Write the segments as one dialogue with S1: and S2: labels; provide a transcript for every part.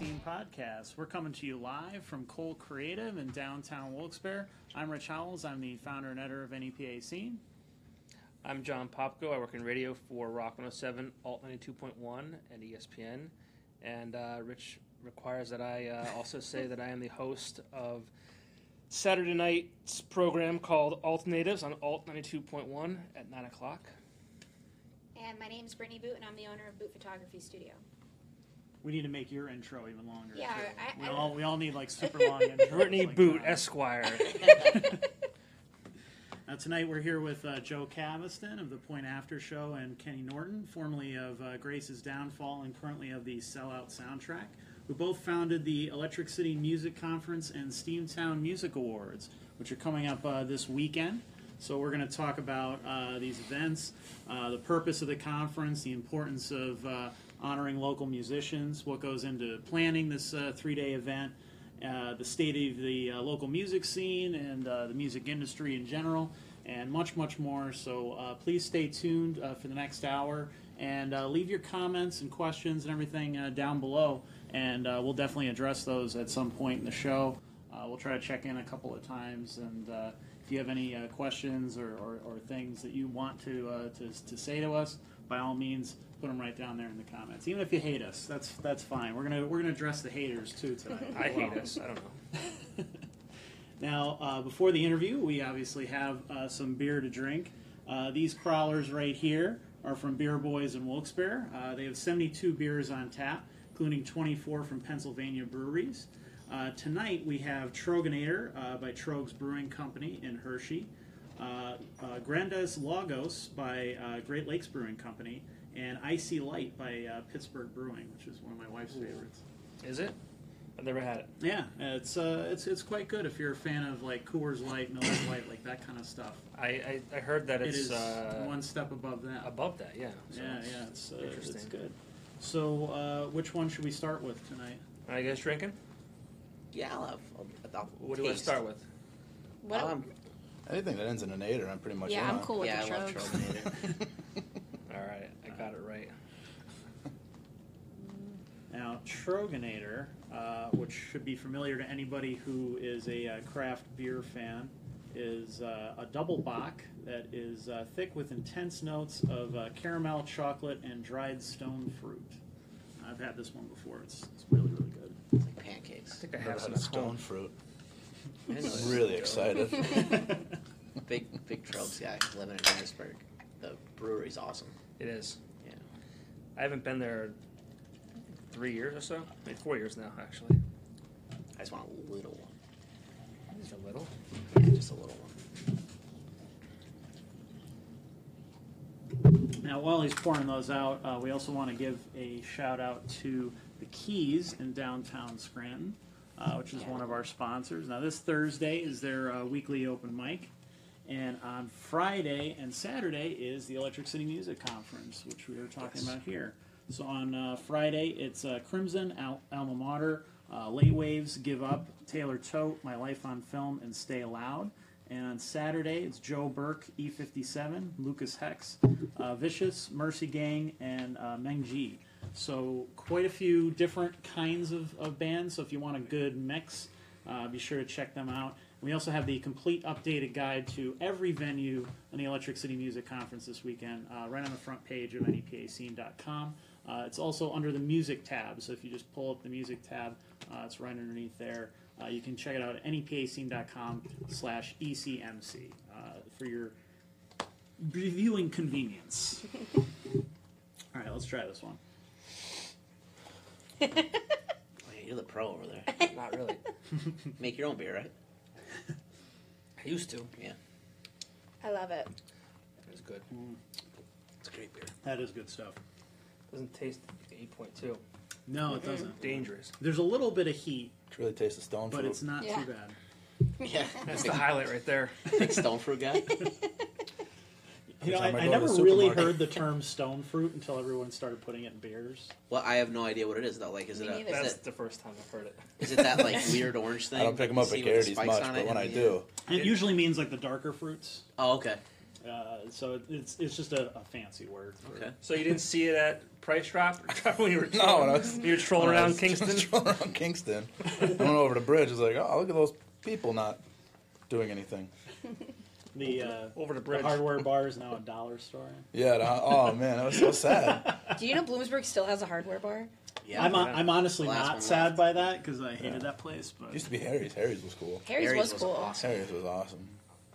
S1: podcast. We're coming to you live from Cole Creative in downtown Wilkes-Barre. I'm Rich Howells. I'm the founder and editor of NEPA Scene.
S2: I'm John Popko. I work in radio for Rock 107, Alt 92.1, and E ESPN. And uh, Rich requires that I uh, also say that I am the host of Saturday night's program called Alternatives on Alt 92.1 at 9 o'clock.
S3: And my name's Brittany Boot, and I'm the owner of Boot Photography Studio.
S1: We need to make your intro even longer.
S3: Yeah,
S1: too.
S3: I-
S1: we
S3: I-
S1: all we all need like super long. intros
S2: Brittany
S1: like
S2: Boot,
S1: that.
S2: Esquire.
S1: Now tonight we're here with uh, Joe Caviston of the Point After Show and Kenny Norton, formerly of uh, Grace's Downfall and currently of the Sellout soundtrack, who both founded the Electric City Music Conference and Steamtown Music Awards, which are coming up uh, this weekend. So we're going to talk about uh, these events, uh, the purpose of the conference, the importance of uh, honoring local musicians, what goes into planning this uh, three-day event, uh, the state of the uh, local music scene and uh, the music industry in general, and much, much more. So uh, please stay tuned uh, for the next hour and uh, leave your comments and questions and everything uh, down below, and uh, we'll definitely address those at some point in the show. Uh, we'll try to check in a couple of times, and uh, if you have any uh, questions or, or, or things that you want to, uh, to to say to us, by all means, put them right down there in the comments. Even if you hate us, that's that's fine. We're gonna we're gonna address the haters too tonight.
S2: I
S1: Well.
S2: hate us. I don't know.
S1: Now, uh, before the interview, we obviously have uh, some beer to drink. Uh, these crawlers right here are from Beer Boys in Wilkes-Barre. Uh, they have 72 beers on tap, including 24 from Pennsylvania breweries. Uh, tonight, we have Troganator uh, by Trogs Brewing Company in Hershey, uh, uh, Grandes Lagos by uh, Great Lakes Brewing Company, and Icy Light by uh, Pittsburgh Brewing, which is one of my wife's favorites.
S2: Is it? I've never had it.
S1: Yeah, it's uh, it's it's quite good if you're a fan of like Coors Light, Miller Light, like that kind of stuff.
S2: I, I, I heard that
S1: it
S2: it's
S1: is
S2: uh,
S1: one step above that.
S2: above that, yeah. So
S1: yeah, yeah, it's, uh,
S2: interesting.
S1: it's good. So, uh, which one should we start with tonight?
S2: Are you guys drinking?
S4: Yeah, I'll have. I'll, I'll
S2: What do you want to
S4: taste.
S2: start with?
S3: What?
S4: Um,
S5: Anything that ends in an eighter, I'm pretty much
S3: yeah,
S5: in
S3: I'm
S5: on.
S3: cool with
S4: yeah,
S3: the
S4: I love
S3: Trogs.
S4: Troganator.
S2: All right, I got it right.
S1: Now, Troganator, uh, which should be familiar to anybody who is a uh, craft beer fan, is uh, a double bock that is uh, thick with intense notes of uh, caramel, chocolate, and dried stone fruit. I've had this one before. It's, it's really, really good.
S4: it's like
S2: I
S4: pancakes.
S2: think I
S5: Never
S2: have
S5: had
S2: some
S5: a
S2: at
S5: stone
S2: home.
S5: fruit.
S2: Anyway.
S5: I'm really excited.
S4: Big, big Trogs guy. Living in Harrisburg. The brewery's awesome.
S2: It is.
S4: Yeah.
S2: I haven't been there three years or so. Like four years now, actually.
S4: I just want a little one.
S2: Just a little.
S4: Yeah, just a little one.
S1: Now, while he's pouring those out, uh, we also want to give a shout out to the Keys in downtown Scranton, uh, which is one of our sponsors. Now, this Thursday is their uh, weekly open mic, and on Friday and Saturday is the Electric City Music Conference, which we were talking about here. So on uh, Friday, it's uh, Crimson, Al- Alma Mater, uh, Late Waves, Give Up, Taylor Tote, My Life on Film, and Stay Loud. And on Saturday, it's Joe Burke, E57, Lucas Hex, uh, Vicious, Mercy Gang, and uh, Meng Ji. So quite a few different kinds of, of bands. So if you want a good mix, uh, be sure to check them out. We also have the complete updated guide to every venue on the Electric City Music Conference this weekend, uh, right on the front page of E nepascene.com. Uh, it's also under the music tab, so if you just pull up the music tab, uh, it's right underneath there. Uh, you can check it out at nepascene.com slash E ECMC uh, for your reviewing convenience. All right, let's try this one.
S4: Oh, yeah, you're the pro over there.
S2: Not really.
S4: Make your own beer, right?
S2: I used to.
S4: Yeah.
S3: I love it.
S2: It was good.
S4: It's a great beer.
S1: That is good stuff.
S2: Doesn't taste like 8.2.
S1: No, it doesn't.
S2: Dangerous.
S1: There's a little bit of heat,
S5: It really tastes of stone
S1: but
S5: fruit.
S1: it's not
S3: Yeah.
S1: too bad.
S4: Yeah.
S2: That's the highlight right there.
S4: Big stone fruit guy.
S1: You know, I,
S5: Every time I
S1: I
S5: go to
S1: never
S5: the
S1: really
S5: supermarket.
S1: heard the term stone fruit until everyone started putting it in beers.
S4: Well, I have no idea what it is though. Like, is
S3: Me
S4: it a,
S3: neither.
S2: That's
S4: is it,
S2: the first time I've heard it.
S4: is it that like weird orange thing?
S5: I don't pick them up
S4: You
S5: at
S4: see with the
S5: Garrity's
S4: spikes
S5: much,
S4: on
S5: but
S4: it
S5: when
S4: and
S5: I
S4: the-
S5: do,
S1: It usually means like the darker fruits.
S4: Oh, okay.
S1: Uh, so it- it's it's just a, a fancy word. for-
S4: Okay.
S2: So you didn't see it at Price Drop when you were
S5: No,
S2: trolling,
S5: when I was
S2: you were trolling
S5: when I
S2: around
S5: was
S2: Kingston?
S5: Trolling around Kingston. I went over the bridge. I was like, oh, look at those people not doing anything.
S1: The, uh,
S2: Over the
S1: the
S2: bridge.
S1: hardware bar is now a dollar store.
S5: Yeah. and I- oh man, that was so sad.
S6: Do you know Bloomsburg still has a hardware bar?
S4: Yeah.
S1: I'm on- I'm honestly
S4: Last
S1: not
S4: one
S1: sad
S4: left.
S1: by that because I hated that place.
S5: It
S1: But
S5: used to be Harry's. Harry's was cool.
S6: Harry's,
S4: Harry's
S6: was,
S4: was
S6: cool.
S4: awesome.
S5: Harry's was awesome.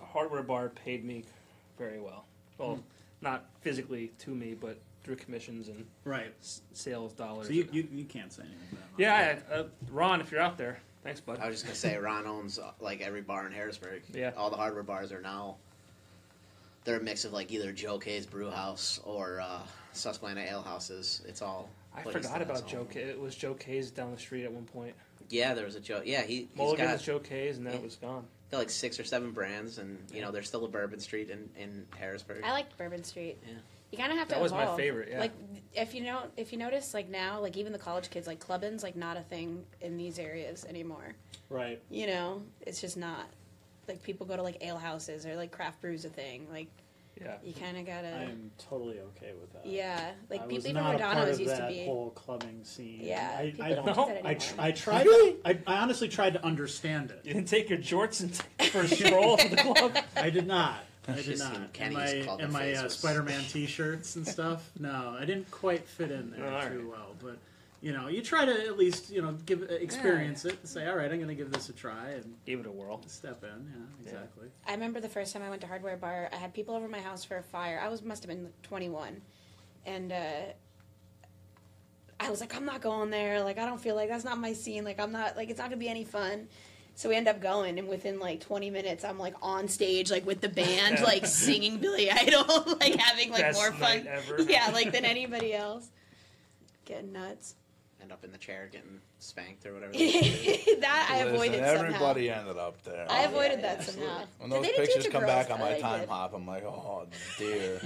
S2: Hardware Bar paid me very well. Well, not physically to me, but through commissions and
S1: right,
S2: s- sales dollars.
S1: so you, you, you can't say anything. About that.
S2: yeah, I- uh, Ron, if you're out there, thanks, bud.
S4: I was just gonna say Ron owns uh, like every bar in Harrisburg.
S2: Yeah.
S4: All the hardware bars are now. They're a mix of like either Joe K's Brew House or uh, Susquehanna Ale Houses. It's all.
S2: I
S4: places
S2: forgot
S4: that's
S2: about Joe.
S4: all-
S2: K- it was Joe K's down the street at one point.
S4: Yeah, there was a Joe. Yeah, he, he's
S2: Mulligan
S4: got,
S2: was Joe K's, and then it
S4: Yeah.
S2: was gone.
S4: got like six or seven brands, and you know they're still a Bourbon Street in in Harrisburg.
S3: I liked Bourbon Street.
S4: Yeah.
S3: You kind of have to.
S2: That was my
S3: evolve.
S2: favorite, yeah.
S6: Like if you know if you notice like now like even the college kids like clubbing's like not a thing in these areas anymore.
S1: right.
S6: You know, it's just not. Like people go to like ale houses or like craft brews a thing. Like
S2: Yeah.
S6: you kind of gotta
S1: I am totally okay with that.
S6: Uh, yeah. Like
S1: uh, I was
S6: people even
S1: not a part
S6: Rodano's
S1: of
S6: used to
S1: that
S6: be.
S1: whole clubbing scene.
S6: Yeah,
S1: I,
S6: people
S1: I
S6: don't
S1: don't.
S6: do that
S1: I,
S6: anymore.
S1: tr- I tried. I, I honestly tried to understand it.
S2: You didn't take your jorts and for a stroll to the club.
S1: I did not. I did
S4: Should've seen
S1: not. And
S4: Kenny's
S1: my
S4: club
S1: and my
S4: face
S1: uh,
S4: was-
S1: Spider-Man T-shirts and stuff. No, I didn't quite fit in there
S2: All
S1: too well. But you know, you try to at least you know give uh, experience it and say, all right, I'm going to give this a try and
S2: Gave it a whirl.
S1: step in. Yeah, exactly.
S6: I remember the first time I went to Hardware Bar, I had people over my house for a fire. I was must have been like, 21, and uh, I was like, I'm not going there. Like I don't feel like that's not my scene. Like I'm not like it's not gonna be any fun. So we end up going, and within like 20 minutes, I'm like on stage, like with the band, like singing Billy Idol, like having like
S2: Best
S6: more
S2: night
S6: fun,
S2: ever.
S6: yeah, like than anybody else. Getting nuts.
S4: End up in the chair getting spanked or whatever.
S6: that I
S5: Listen,
S6: avoided somehow.
S5: everybody ended up there. Oh,
S6: I avoided
S2: Oh,
S4: yeah,
S6: that
S4: absolutely.
S6: somehow.
S5: When
S6: They
S5: those
S6: didn't do it
S5: pictures
S6: to
S5: come
S6: girls,
S5: back on
S6: though,
S5: my
S6: they
S5: time
S6: did.
S5: hop, I'm like, oh dear,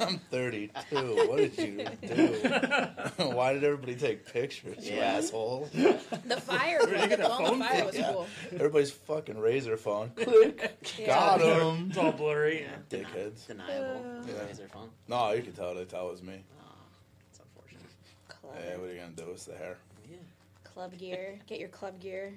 S5: I'm 32. What did you do? Why did everybody take pictures, you
S4: Yeah.
S5: asshole?
S6: The fire,
S2: did you
S6: the
S2: get that
S6: blown
S2: phone
S6: fire
S2: from?
S6: was
S5: Yeah.
S6: cool.
S5: Everybody's fucking razor phone. Click.
S6: Yeah.
S5: Got him.
S2: It's all blurry.
S4: Yeah.
S5: Dickheads.
S4: Deniable.
S6: Uh.
S5: Yeah.
S4: Is there fun? Ah,
S5: No, you could tell they thought it was me.
S4: It's unfortunate.
S6: Club,
S5: Hey, what are you gonna do? It's the hair.
S4: Yeah.
S6: club gear. Get your club gear.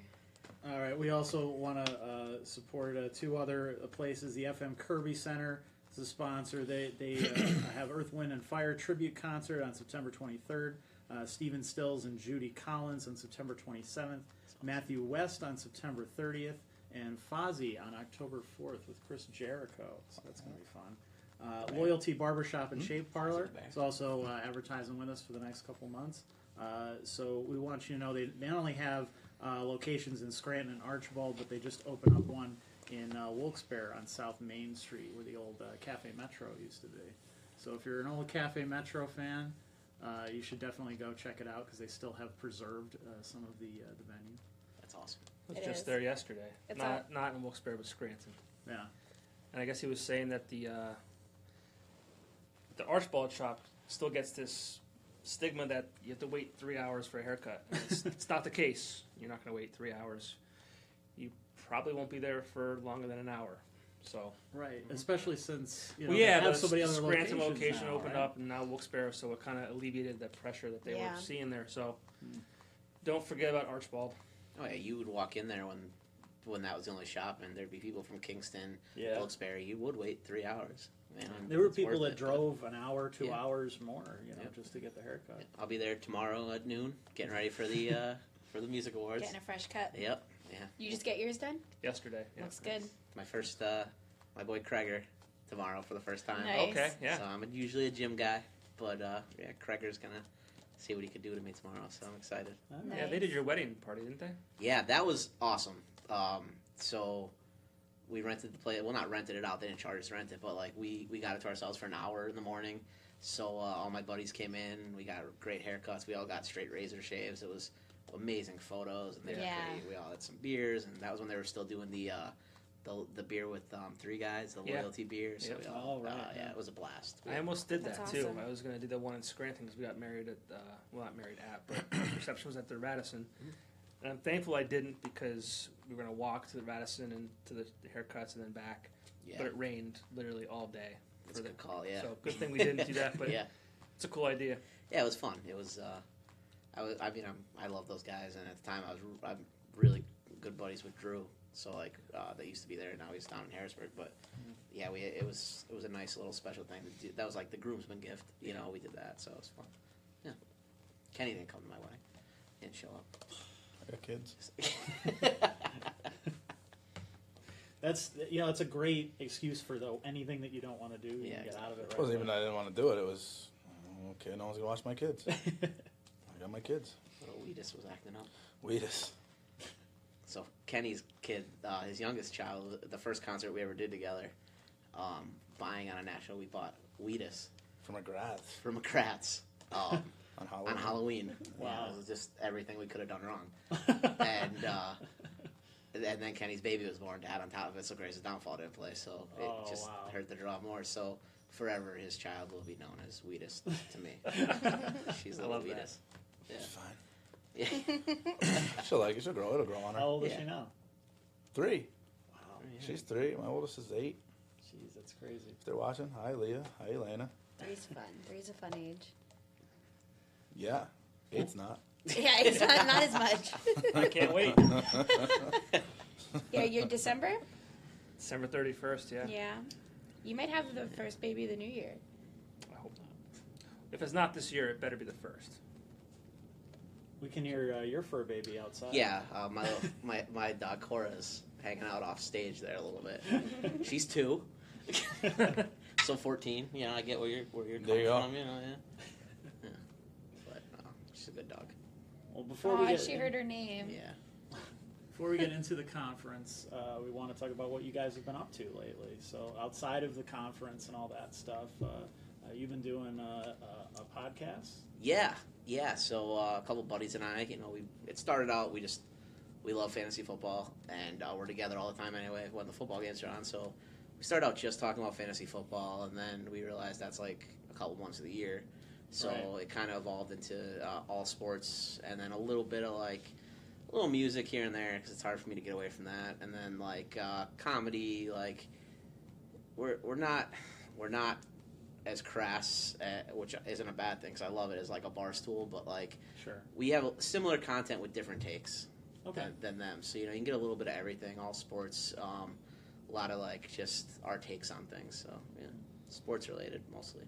S1: All right. We also want to uh, support uh, two other uh, places. The FM Kirby Center is a sponsor. They they uh, have Earth, Wind, and Fire tribute concert on September 23rd. Uh, Stephen Stills and Judy Collins on September 27th. Matthew West on September 30th, and Fozzy on October 4th with Chris Jericho. So that's going to be fun. Uh, Loyalty Barbershop and Shave Parlor is also uh, advertising with us for the next couple months. Uh, so we want you to know they not only have uh, locations in Scranton and Archibald, but they just opened up one in uh, Wilkes-Barre on South Main Street where the old uh, Cafe Metro used to be. So if you're an old Cafe Metro fan, uh, you should definitely go check it out because they still have preserved uh, some of the uh, the venue.
S4: That's awesome.
S2: I was
S6: It
S2: just
S6: is.
S2: there yesterday.
S6: It's
S2: not not in Wilkes-Barre, but Scranton.
S1: Yeah.
S2: And I guess he was saying that the uh, the Archibald shop still gets this stigma that you have to wait three hours for a haircut. And It's, it's not the case. You're not going to wait three hours. You probably won't be there for longer than an hour. So
S1: Right, especially since you know,
S2: Mm-hmm. well, yeah,
S1: they
S2: but
S1: have so many other
S2: Scranton
S1: locations
S2: location
S1: now,
S2: opened
S1: right?
S2: up, and now Wilkes-Barre, so it kind of alleviated the pressure that they
S6: Yeah.
S2: were seeing there. So
S1: Hmm.
S2: don't forget about Archibald.
S4: Oh yeah, you would walk in there when when that was the only shop, and there'd be people from Kingston,
S2: Yeah.
S4: Wilkes-Barre. You would wait three hours. Man,
S1: There were
S4: it's worth
S1: people that
S4: it, but
S1: drove an hour, two
S4: Yeah.
S1: hours more, you know,
S4: Yep.
S1: just to get the haircut.
S4: I'll be there tomorrow at noon, getting ready for the uh, for the music awards.
S6: Getting a fresh cut.
S4: Yep,
S6: You just get yours done.
S2: Yesterday. Yeah.
S6: Looks good.
S4: my first uh, my boy Kreger tomorrow for the first time.
S6: Nice.
S2: Okay. Yeah.
S4: So I'm usually a gym guy, but uh, yeah, Kreger's gonna see what he could do to me tomorrow. So I'm excited.
S1: All right.
S2: Yeah, they did your wedding party, didn't they?
S4: Yeah, that was awesome. Um, so we rented the place. Well, not rented it out. They didn't charge us to rent it, but like we we got it to ourselves for an hour in the morning. So uh, all my buddies came in. We got great haircuts. We all got straight razor shaves. It was amazing photos, and they
S6: Yeah.
S4: were pretty. We all had some beers, and that was when they were still doing the uh, the, the beer with um, three guys, the
S2: Yeah.
S4: loyalty beer. So
S2: Yep.
S4: we all,
S1: Oh, right,
S4: uh, yeah,
S1: yeah.
S4: it was a blast.
S2: I almost did
S6: That's
S2: that too.
S6: awesome.
S2: I was gonna do the one in Scranton because we got married at uh, well, not married at, but reception was at the Radisson, and I'm thankful I didn't because we were gonna walk to the Radisson and to the, the haircuts and then back.
S4: Yeah.
S2: but it rained literally all day.
S4: That's a
S2: the-
S4: good call, yeah.
S2: So good thing we didn't do that, but
S4: yeah,
S2: it's a cool idea.
S4: yeah, it was fun. It was. Uh, I was. I mean, I'm, I love those guys, and at the time, I was. r- I'm really good buddies with Drew. So like, uh, they used to be there, and now he's down in Harrisburg. But yeah, we. It was. It was a nice little special thing. To do. That was like the groomsman gift. You know, we did that, so it was fun. Yeah. Kenny didn't come to my wedding. Didn't show up.
S5: I got kids.
S1: That's yeah. That's a great excuse for though anything that you don't want to do. You
S4: Yeah,
S1: can get out of it.
S5: It
S1: Right
S5: wasn't even
S1: away.
S5: that I didn't want to do it. It was oh, okay. No one's gonna watch my kids. I got my kids.
S4: Little Weedus was acting up.
S5: Weedus.
S4: So Kenny's kid, uh, his youngest child, the first concert we ever did together, um, buying on a national, we bought Weedus
S5: From a grass
S4: from McCrats um,
S5: on Halloween.
S4: on Halloween.
S1: Wow.
S4: Yeah, it was just everything we could have done wrong. and uh, and then Kenny's baby was born to add on top of it, so Grace's downfall didn't play. So it
S1: Oh,
S4: just
S1: wow.
S4: hurt the draw more. So forever, his child will be known as Weedus to me. She's
S2: I
S4: little
S2: love that.
S4: Weedus.
S5: It's
S4: Yeah.
S5: fine.
S4: Yeah.
S5: She'll like it. She'll grow. It'll grow on her.
S1: How old is
S4: Yeah.
S1: she now?
S5: Three.
S1: Wow,
S5: She's three. My oldest is eight.
S1: jeez, that's crazy.
S5: If they're watching, hi Leah. Hi Elena.
S6: Three's fun. Three's a fun age.
S5: Yeah. Eight's not.
S6: Yeah, it's not, not as much.
S2: I can't wait.
S6: yeah, you're December?
S2: December thirty first. Yeah.
S6: Yeah. You might have the first baby of the new year.
S2: I hope not. If it's not this year, it better be the first.
S1: We can hear uh, your fur baby outside.
S4: Yeah, uh, my, little- my my dog Cora's hanging out off stage there a little bit. She's two, so fourteen. You know, I get where you're where you're
S5: There
S4: coming
S5: you go.
S4: from. You know, yeah. yeah. But no, she's a good dog.
S1: Well, before we
S6: Oh,
S1: get
S6: she heard her name.
S4: Yeah.
S1: Before we get into the conference, uh, we want to talk about what you guys have been up to lately. So, outside of the conference and all that stuff, uh, uh, you've been doing uh, a, a podcast.
S4: Yeah, yeah. So uh, a couple buddies and I, you know, we it started out we just we love fantasy football and uh, we're together all the time anyway when the football games are on. So we started out just talking about fantasy football, and then we realized that's like a couple months of the year. So
S1: Right.
S4: it kind of evolved into uh, all sports, and then a little bit of like a little music here and there because it's hard for me to get away from that. And then like uh, comedy, like we're we're not we're not as crass, uh, which isn't a bad thing because I love it as like a bar stool. But like
S1: Sure.
S4: we have similar content with different takes
S1: Okay.
S4: than, than them. So you know you can get a little bit of everything, all sports, um, a lot of like just our takes on things. So yeah, sports related mostly.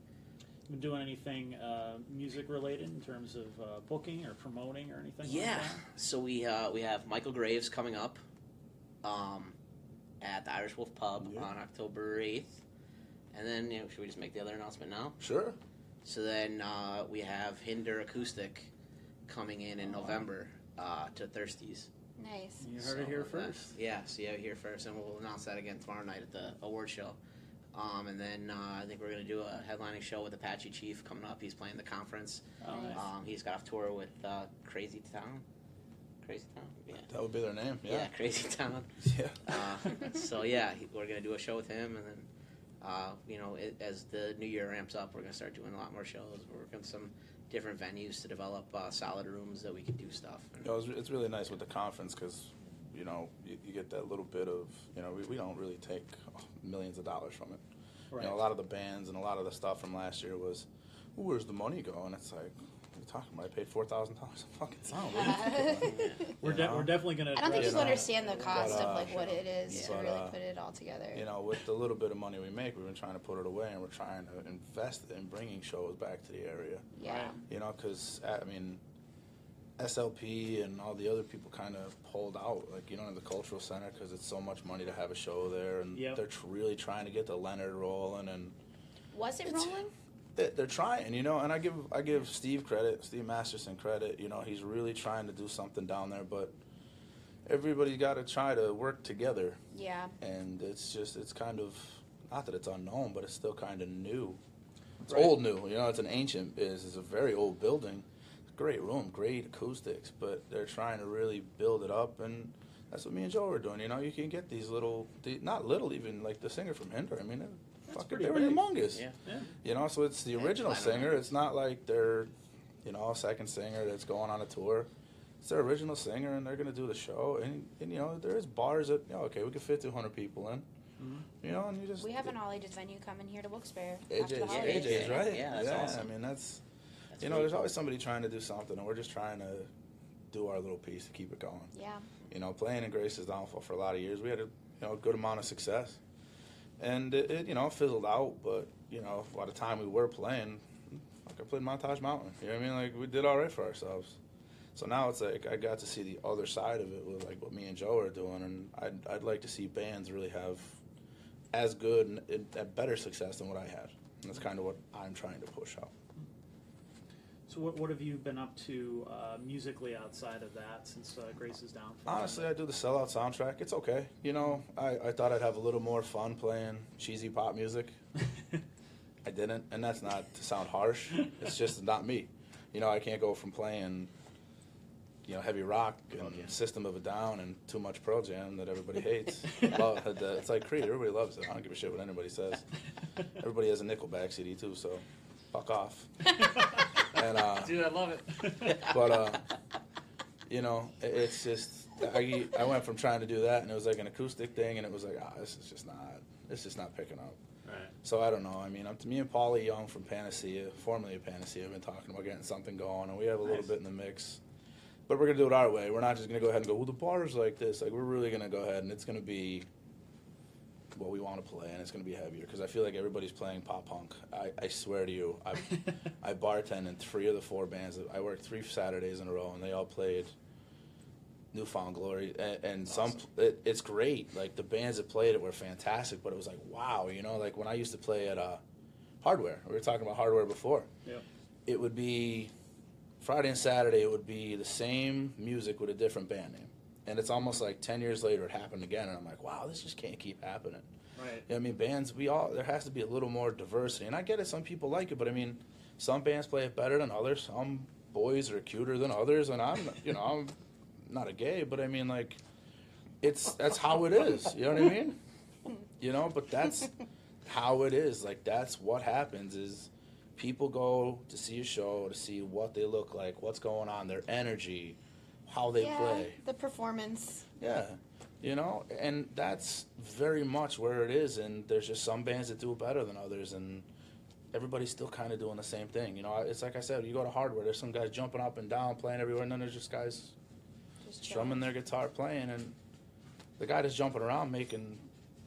S1: Been doing anything uh, music related in terms of uh, booking or promoting or anything?
S4: Yeah.
S1: Like that?
S4: So we uh, we have Michael Graves coming up um, at the Irish Wolf Pub
S5: Yeah.
S4: on October eighth, and then you know, should we just make the other announcement now?
S5: Sure.
S4: So then uh, we have Hinder Acoustic coming in in
S1: Oh, wow.
S4: November uh, to Thirsties.
S3: Nice.
S1: You heard it
S4: So,
S1: here
S4: uh,
S1: first.
S4: Yeah, so you have it here first, and we'll announce that again tomorrow night at the award show. Um, and then uh, I think we're going to do a headlining show with Apache Chief coming up. He's playing the conference.
S1: Oh, nice.
S4: Um, he's got off tour with uh, Crazy Town. Crazy Town? Yeah.
S5: That would be their name.
S4: Yeah,
S5: Yeah.
S4: Crazy Town.
S5: Yeah.
S4: Uh, so yeah, he- we're gonna do a show with him, and then uh, you know, it, as the new year ramps up, we're gonna start doing a lot more shows. We're working some different venues to develop uh, solid rooms that we can do stuff. And,
S5: No, it's, it's really nice with the conference because, you know, you, you get that little bit of, you know, we, we don't really take millions of dollars from it.
S1: right.
S5: You know, a lot of the bands and a lot of the stuff from last year was, "Ooh, where's the money going? It's like, what are you talking about? I paid four thousand dollars a fucking song. What are you talking about?
S1: we're, de-
S5: you know?
S1: we're definitely going to.
S7: I don't think
S5: Yeah.
S7: people understand the cost
S5: But, uh,
S7: of like what it is to
S5: yeah.
S7: really
S5: But, uh,
S7: put it all together.
S5: you know, with the little bit of money we make, we've been trying to put it away and we're trying to invest in bringing shows back to the area.
S7: yeah.
S5: You know, because I mean, SLP and all the other people kind of pulled out. Like you don't have the cultural center because it's so much money to have a show there, and
S1: Yep.
S5: they're tr- really trying to get the Leonard rolling, and
S7: Was it rolling?
S5: they- they're trying. You know, and I give I give Steve credit, Steve Masterson credit. You know, he's really trying to do something down there, but everybody's got to try to work together,
S7: Yeah.
S5: and it's just it's kind of not that it's unknown, but it's still kind of new. It's
S1: Right.
S5: old new. You know, it's an ancient. It's, it's a very old building. Great room, great acoustics, but they're trying to really build it up, and that's what me and Joe were doing. You know, you can get these little, the, not little even, like the singer from Hinder. I mean, they're fucking,
S1: pretty
S5: they were
S1: big.
S5: humongous.
S4: Yeah.
S1: Yeah.
S5: You know, so it's the
S4: Yeah,
S5: original
S4: I don't know.
S5: singer. It's not like they're, you know, a second singer that's going on a tour. It's their original singer, and they're gonna do the show. And, and you know, there is bars that you know, okay, we could fit 200 people in. You know, and you just
S7: We have an all ages venue coming here to Wilkes-Barre after the
S5: AJ's,
S7: holidays.
S5: AJ's right.
S4: Yeah, that's awesome.
S5: I mean, that's,
S4: That's
S5: you know,
S4: really
S5: there's
S4: cool.
S5: always somebody trying to do something, and we're just trying to do our little piece to keep it going.
S7: Yeah.
S5: You know, playing in Grace's downfall for a lot of years, we had a you know good amount of success, and it, it you know fizzled out. But you know, by the time we were playing, like I played Montage Mountain. You know what I mean? Like we did all right for ourselves. So now it's like I got to see the other side of it with like what me and Joe are doing, and I'd I'd like to see bands really have as good and- and and better success than what I had. And that's kind of what I'm trying to push out.
S1: So what, what have you been up to uh, musically outside of that since uh, Grace's downfall?
S5: Honestly, I do the sellout soundtrack. It's okay. You know, I, I thought I'd have a little more fun playing cheesy pop music. I didn't, and that's not to sound harsh. It's just not me. You know, I can't go from playing, you know, heavy rock and System of a Down and too much Pearl Jam that everybody hates. Love, that- that- it's like Creed. Everybody loves it. I don't give a shit what anybody says. Everybody has a Nickelback CD too, so fuck off. and uh,
S2: Dude, I love it.
S5: but uh, you know, it- it's just I, I went from trying to do that, and it was like an acoustic thing, and it was like, ah, this is just not, it's just not picking up.
S1: Right.
S5: So I don't know. I mean, I'm, me and Paulie Young from Panacea, formerly of Panacea, have been talking about getting something going, and we have a little
S1: Nice.
S5: bit in the mix. But we're gonna do it our way. We're not just gonna go ahead and go, well, the bar's like this. Like we're really gonna go ahead, and it's gonna be what we want to play, and it's gonna be heavier because I feel like everybody's playing pop punk. I, I swear to you, I I bartend in three of the four bands. I worked three Saturdays in a row, and they all played Newfound Glory, and, and some it, it's great. Like the bands that played it were fantastic, but it was like wow, you know, like when I used to play at uh, Hardware, we were talking about Hardware before.
S1: Yep.
S5: It would be Friday and Saturday. It would be the same music with a different band name, and it's almost like ten years later it happened again, and I'm like, wow, this just can't keep happening.
S1: Right.
S5: Yeah, I mean, bands, we all, there has to be a little more diversity. And I get it, some people like it, but I mean, some bands play it better than others. Some boys are cuter than others. And I'm, you know, I'm not a gay, but I mean, like, it's, that's how it is. You know what I mean? You know, but that's how it is. Like, that's what happens is people go to see a show to see what they look like, what's going on, their energy, how they
S6: yeah,
S5: play.
S6: the performance.
S5: Yeah. You know, and that's very much where it is. And there's just some bands that do it better than others. And everybody's still kind of doing the same thing. You know, I- it's like I said, you go to hardware, there's some guys jumping up and down, playing everywhere. And then there's just guys
S7: Just
S5: strumming their guitar, playing. And the guy that's jumping around making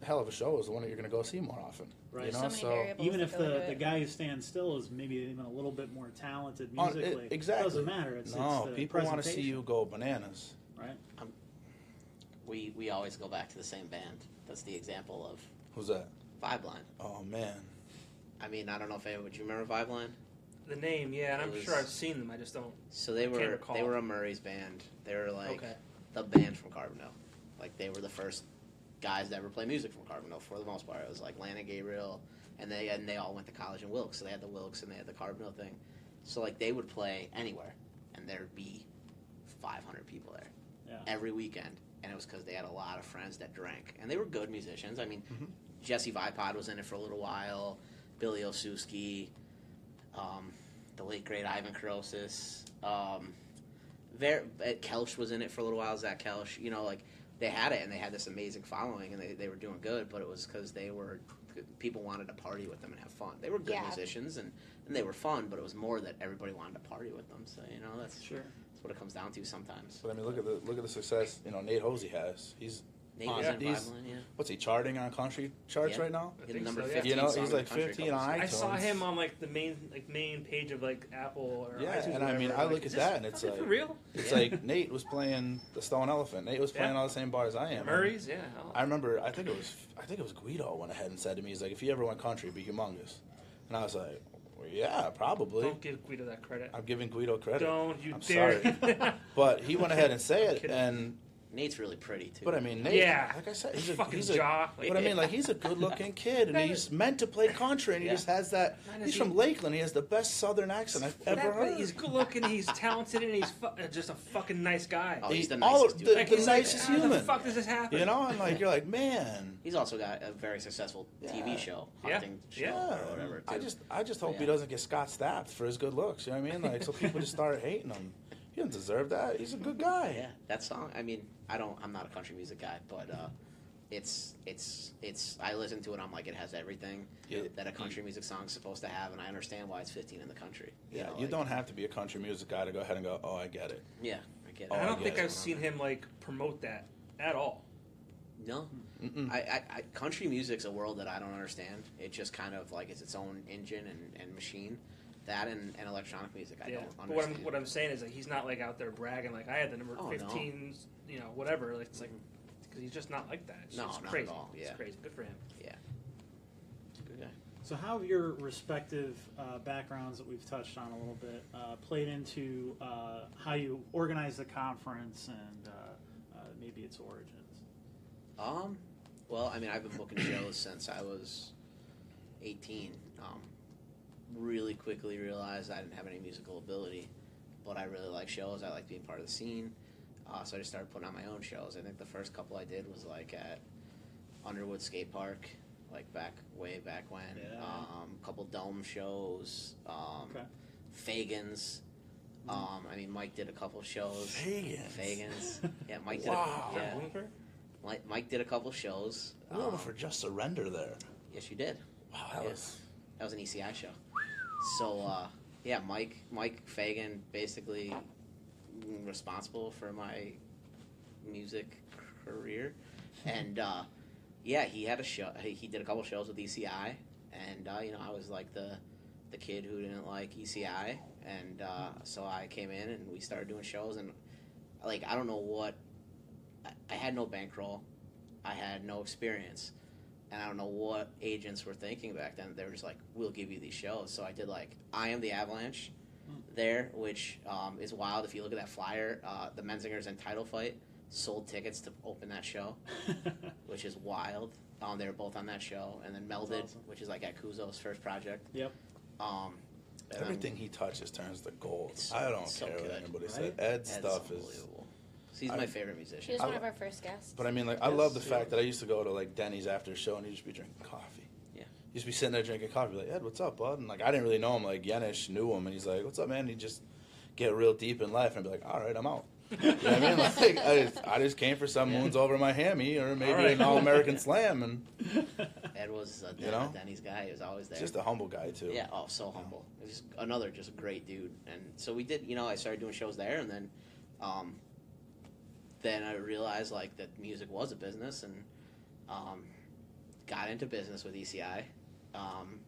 S5: hell of a show is the one that you're going to go see more often.
S1: Right.
S5: You
S7: So
S5: know,
S7: many variables.
S1: Even
S7: that
S1: if
S7: go into
S1: the, the
S7: it.
S1: guy who stands still is maybe even a little bit more talented
S5: On- Oh, it-
S1: musically,
S5: exactly.
S1: doesn't matter. It's,
S5: no,
S1: it's the
S5: people want to see
S1: presentation,
S5: you go bananas.
S1: Right.
S4: We we always go back to the same band. That's the example of
S5: Who's that?
S4: Five Line.
S5: Oh, man.
S4: I mean, I don't know if I, would you remember Five Line?
S2: The name, yeah, and
S4: It
S2: I'm
S4: was-
S2: sure I've seen them. I just don't.
S4: So they
S2: Can't
S4: were
S2: recall.
S4: they were a Murray's band. They were like
S2: okay.
S4: the band from Carbondale. Like they were the first guys to ever play music from Carbondale for the most part. It was like Lana Gabriel and they and they all went to college in Wilkes, so they had the Wilkes and they had the Carbondale thing. So like they would play anywhere and there'd be five hundred people there.
S1: Yeah.
S4: Every weekend. And it was because they had a lot of friends that drank. And they were good musicians. I mean
S5: Mm-hmm.
S4: Jesse Vipod was in it for a little while, Billy Osuski, um, the late great Ivan Karosis, um, Ver- uh, Kelch was in it for a little while. Zach Kelch, you know, like they had it and they had this amazing following and they, they were doing good, but it was because they were people wanted to party with them and have fun. They were good
S7: Yeah.
S4: musicians and, and they were fun, but it was more that everybody wanted to party with them. So you know, that's,
S1: Sure.
S4: that's what it comes down to sometimes.
S5: But I mean, look at the look at the success. You know, Nate Hosey has. He's
S4: Nate
S5: Oh,
S4: was
S5: yeah.
S4: in
S5: These-
S4: Violin, yeah.
S5: what's he charting on country charts
S4: Yeah.
S5: right now?
S2: I
S4: Hit
S2: think
S4: number
S2: so, yeah.
S4: 15
S5: You know,
S4: song
S5: he's
S4: in
S5: like
S4: the country a
S5: 15
S4: couple
S5: on
S2: I
S5: iTunes.
S2: saw him on like the main like main page of like Apple or
S5: Yeah,
S2: iTunes or
S5: and I mean,
S2: whatever.
S5: I
S2: I'm
S5: look
S2: like,
S5: at
S2: is
S5: that
S2: this
S5: and it's
S2: fucking
S5: like-
S2: for real.
S5: It's
S4: Yeah.
S5: like Nate was playing the Stone Elephant. Nate was playing
S2: Yeah.
S5: all the same bars I am.
S2: Murray's, yeah. I'll-
S5: I remember. I think it was. I think it was Guido went ahead and said to me, "He's like, if you ever went country, it'd be humongous." And I was like, well, "Yeah, probably."
S2: Don't give Guido that credit.
S5: I'm giving Guido credit,
S2: Don't you
S5: I'm
S2: dare.
S5: but he went ahead and said it.
S2: Kidding.
S5: And
S4: Nate's really pretty too.
S5: but I mean, Nate,
S2: Yeah.
S5: like I said, he's a
S2: Fucking
S5: he's a,
S2: jaw.
S5: But I mean, like he's a good-looking kid, and he's meant to play country, and he
S4: Yeah.
S5: just has that.
S2: Mine is
S5: He's from
S2: he-
S5: Lakeland. He has the best Southern accent I've
S2: That-
S5: ever
S2: but
S5: heard.
S2: He's good looking. He's talented, and he's fu- uh, just a fucking nice guy.
S4: Oh, he's the
S5: all-
S4: nicest dude.
S5: the-
S2: like,
S5: the
S2: he's
S5: nicest
S2: like, How
S5: human.
S2: the fuck does this happen?
S5: You know, and like you're like, man.
S4: He's also got a very successful
S5: Yeah.
S4: TV show,
S2: Yeah.
S4: hunting
S2: Yeah.
S4: show
S5: Yeah,
S4: or whatever. Too.
S5: I just I just hope
S4: But
S5: he
S4: yeah.
S5: doesn't get Scott Stapp for his good looks. You know what I mean? Like so people just start hating him. He doesn't deserve that. He's a good guy.
S4: yeah, that song. I mean, I don't. I'm not a country music guy, but uh, it's it's it's. I listen to it. I'm like, it has everything
S5: Yeah.
S4: that a country music song's supposed to have, and I understand why it's 15 in the country.
S5: Yeah,
S4: know,
S5: you
S4: like-
S5: don't have to be a country music guy to go ahead and go, oh, I get it.
S4: Yeah, I get it.
S5: Oh,
S2: I
S5: I
S2: don't
S5: get
S2: think
S5: it.
S2: I've seen him like promote that at all.
S4: No,
S5: Mm-mm.
S4: I, I, I country music's a world that I don't understand. It just kind of like is its own engine and, and machine. That and, and electronic music, I
S2: yeah,
S4: don't
S2: but what I'm
S4: understand.
S2: what I'm saying is that he's not like out there bragging like I had the number
S4: Oh, no.
S2: 15, you know, whatever. Like, it's like because he's just not like that. It's,
S4: No,
S2: it's
S4: not at
S2: crazy.
S4: all, yeah.
S2: It's crazy. Good for him.
S4: Good guy.
S1: So, how have your respective uh, backgrounds that we've touched on a little bit uh, played into uh, how you organize the conference and uh, uh, maybe its origins?
S4: Um, well, I mean, I've been booking shows since I was 18. Um, really quickly realized I didn't have any musical ability, but I really like shows. I like being part of the scene. Uh, so I just started putting on my own shows. I think the first couple I did was like at Underwood Skate Park, like back way back when.
S1: Yeah.
S4: Um, couple dome shows. Um,
S1: Okay.
S4: Fagans. Um, I mean, Mike did a couple shows.
S5: Fagans.
S4: Fagans. Yeah, Mike
S5: Wow.
S4: did. A,
S2: Yeah,
S4: yeah.
S2: Bloomberg?
S4: Mike, Mike did a couple shows.
S5: We were
S4: Um,
S5: for just surrender there.
S4: yes, you did.
S5: Wow, that
S4: Yeah.
S5: was
S4: That was an ECI show. So uh, yeah, Mike Mike Fagan basically responsible for my music career, and uh, yeah, he had a show. He he did a couple shows with ECI, and uh, you know I was like the the kid who didn't like ECI, and uh, so I came in and we started doing shows, and like I don't know what I, I had no bankroll, I had no experience and I don't know what agents were thinking back then. They were just like, "We'll give you these shows." So I did like "I Am the Avalanche"
S1: Hmm.
S4: there, which um, is wild. If you look at that flyer, uh, the Menzingers and Title Fight sold tickets to open that show, which is wild. Um, they were both on that show, and then Melded,
S1: awesome.
S4: which is like at Kuzo's first project.
S1: Yep.
S4: Um, and then
S5: everything he touches turns to gold.
S4: It's so-
S5: I don't
S4: it's so
S5: care what
S4: good,
S5: anybody
S1: right?
S5: said. Ed's
S4: Ed's
S5: stuff is.
S4: unbelievable. So he's
S5: I-
S4: my favorite
S7: She
S4: musician.
S7: was
S5: I
S7: one of
S5: lo-
S7: our first guests.
S5: But I mean, like, I
S1: Yes,
S5: love the
S1: yeah.
S5: fact that I used to go to like Denny's after a show and he'd just be drinking coffee.
S4: Yeah.
S5: Used to be sitting there drinking coffee, like Ed, what's up, bud? And like I didn't really know him. Like Yenish knew him, and he's like, "What's up, man?" And he'd just get real deep in life and be like, "All right, I'm out." You know what I mean? Like I just, I just came for some moons over my hammy, or maybe
S2: right.
S5: an All American Slam, and
S4: Ed was a,
S5: You know?
S4: Denny's guy. He was always there.
S5: just a humble guy too.
S4: Yeah, oh, so humble. It was another just great dude. And so we did, you know, I started doing shows there, and then, um, then I realized like that music was a business, and um, got into business with ECI, um,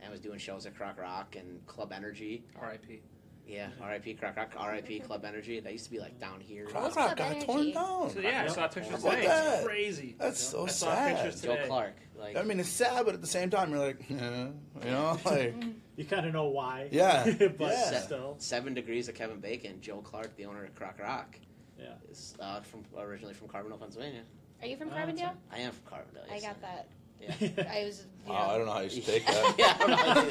S4: and was doing shows at Croc Rock and Club Energy.
S2: R.I.P.
S4: Yeah, R.I.P. Croc Rock, R.I.P. Club Energy. That used to be like down here.
S5: Croc
S7: Club
S5: Rock got
S7: Energy.
S5: torn down.
S2: So, yeah, I saw pictures
S5: Look
S2: today.
S5: at
S2: It's
S5: that.
S2: crazy.
S5: That's so
S2: I saw
S5: sad.
S2: pictures
S4: Joe
S2: today.
S4: Clark. Like,
S5: I mean, it's sad, but at the same time, you're like, eh, you know, like
S7: Mm-hmm.
S1: You kind of know why.
S5: Yeah.
S1: but
S5: Yeah.
S1: still.
S4: Seven Degrees of Kevin Bacon. Joe Clark, the owner of Croc Rock,
S1: Yeah.
S4: is uh, from originally from Carbondale, Pennsylvania.
S7: Are you from
S1: Ah, that's
S7: Carbondale?
S4: I am from Carbondale.
S7: I
S4: yes,
S7: got that.
S1: Yeah.
S7: I was. You
S5: oh,
S7: know,
S5: I don't know how you should take that.
S4: yeah, I don't know how to do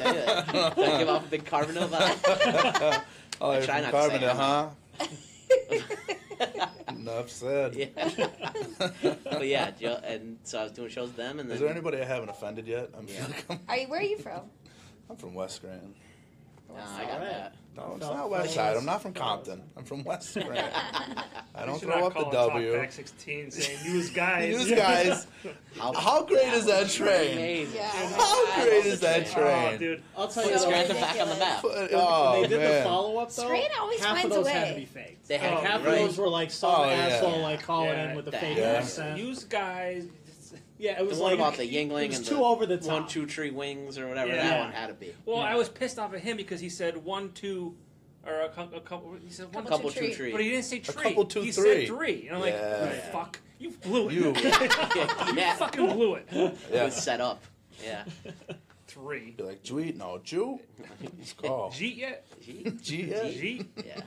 S4: that. Did I give off a big Carbondale vibe?
S5: oh,
S4: I
S5: you're
S4: try
S5: from
S4: not to say
S5: Carbondale,
S4: I'm
S5: huh? Enough said.
S4: yeah. But yeah, Joe, and so I was doing shows with them, and then
S5: Is there anybody I haven't offended yet? I'm,
S4: Yeah.
S5: I'm,
S7: Are you? Where are you from?
S5: from West Grant.
S4: Nah, I got
S1: Alright.
S5: No, it's
S1: Fell-
S5: not West
S1: Fell
S5: Side.
S1: West.
S5: I'm not from
S1: Fell
S5: Compton. I'm from West Grant.
S4: that.
S5: I
S2: You
S5: don't
S2: should
S5: throw
S2: not
S5: up the
S2: call and talk
S5: W.
S2: Back 16 saying, "Use guys."
S5: Use guys. How great is that train?
S4: Amazing.
S5: How great is that
S2: Oh,
S5: train?
S2: dude.
S1: I'll tell
S4: Put
S1: you
S7: So
S1: what.
S4: Scranton back on the map.
S5: But-
S1: When
S5: oh,
S1: they did the
S5: man.
S1: follow up though.
S7: Scranton always
S1: half of
S7: finds a
S1: those had to
S7: way.
S1: be faked.
S4: They had
S2: Oh,
S1: half
S2: right.
S1: of those were like some
S5: Oh, yeah.
S1: asshole like calling
S2: Yeah.
S1: in with a
S4: Yeah.
S1: fake
S5: Yeah.
S1: accent.
S2: Use guys. Just-
S1: yeah, it
S4: The
S1: was
S4: one
S1: like
S4: about the Yingling
S1: it was
S4: and
S1: too
S4: the
S1: over the top.
S4: One, two, three wings or whatever.
S2: Yeah.
S4: That one had to be.
S2: Well,
S1: Yeah.
S2: I was pissed off at him because he said one, two, or a, cou- a couple. He said one,
S4: A
S7: Couple,
S4: couple,
S7: two, three.
S4: two, three.
S2: but he didn't say tree.
S5: couple, two,
S2: he
S5: three.
S2: said three, and I'm like,
S5: Yeah.
S2: "You fuck, you blew it.
S5: You-
S4: yeah,
S2: You fucking blew it.
S4: It
S5: Yeah.
S4: was set up. Yeah.
S2: Three.
S5: Be like, Jew, no, Jew. It's called.
S2: G yet?
S4: Gee.
S5: G.
S2: G?
S4: Yeah.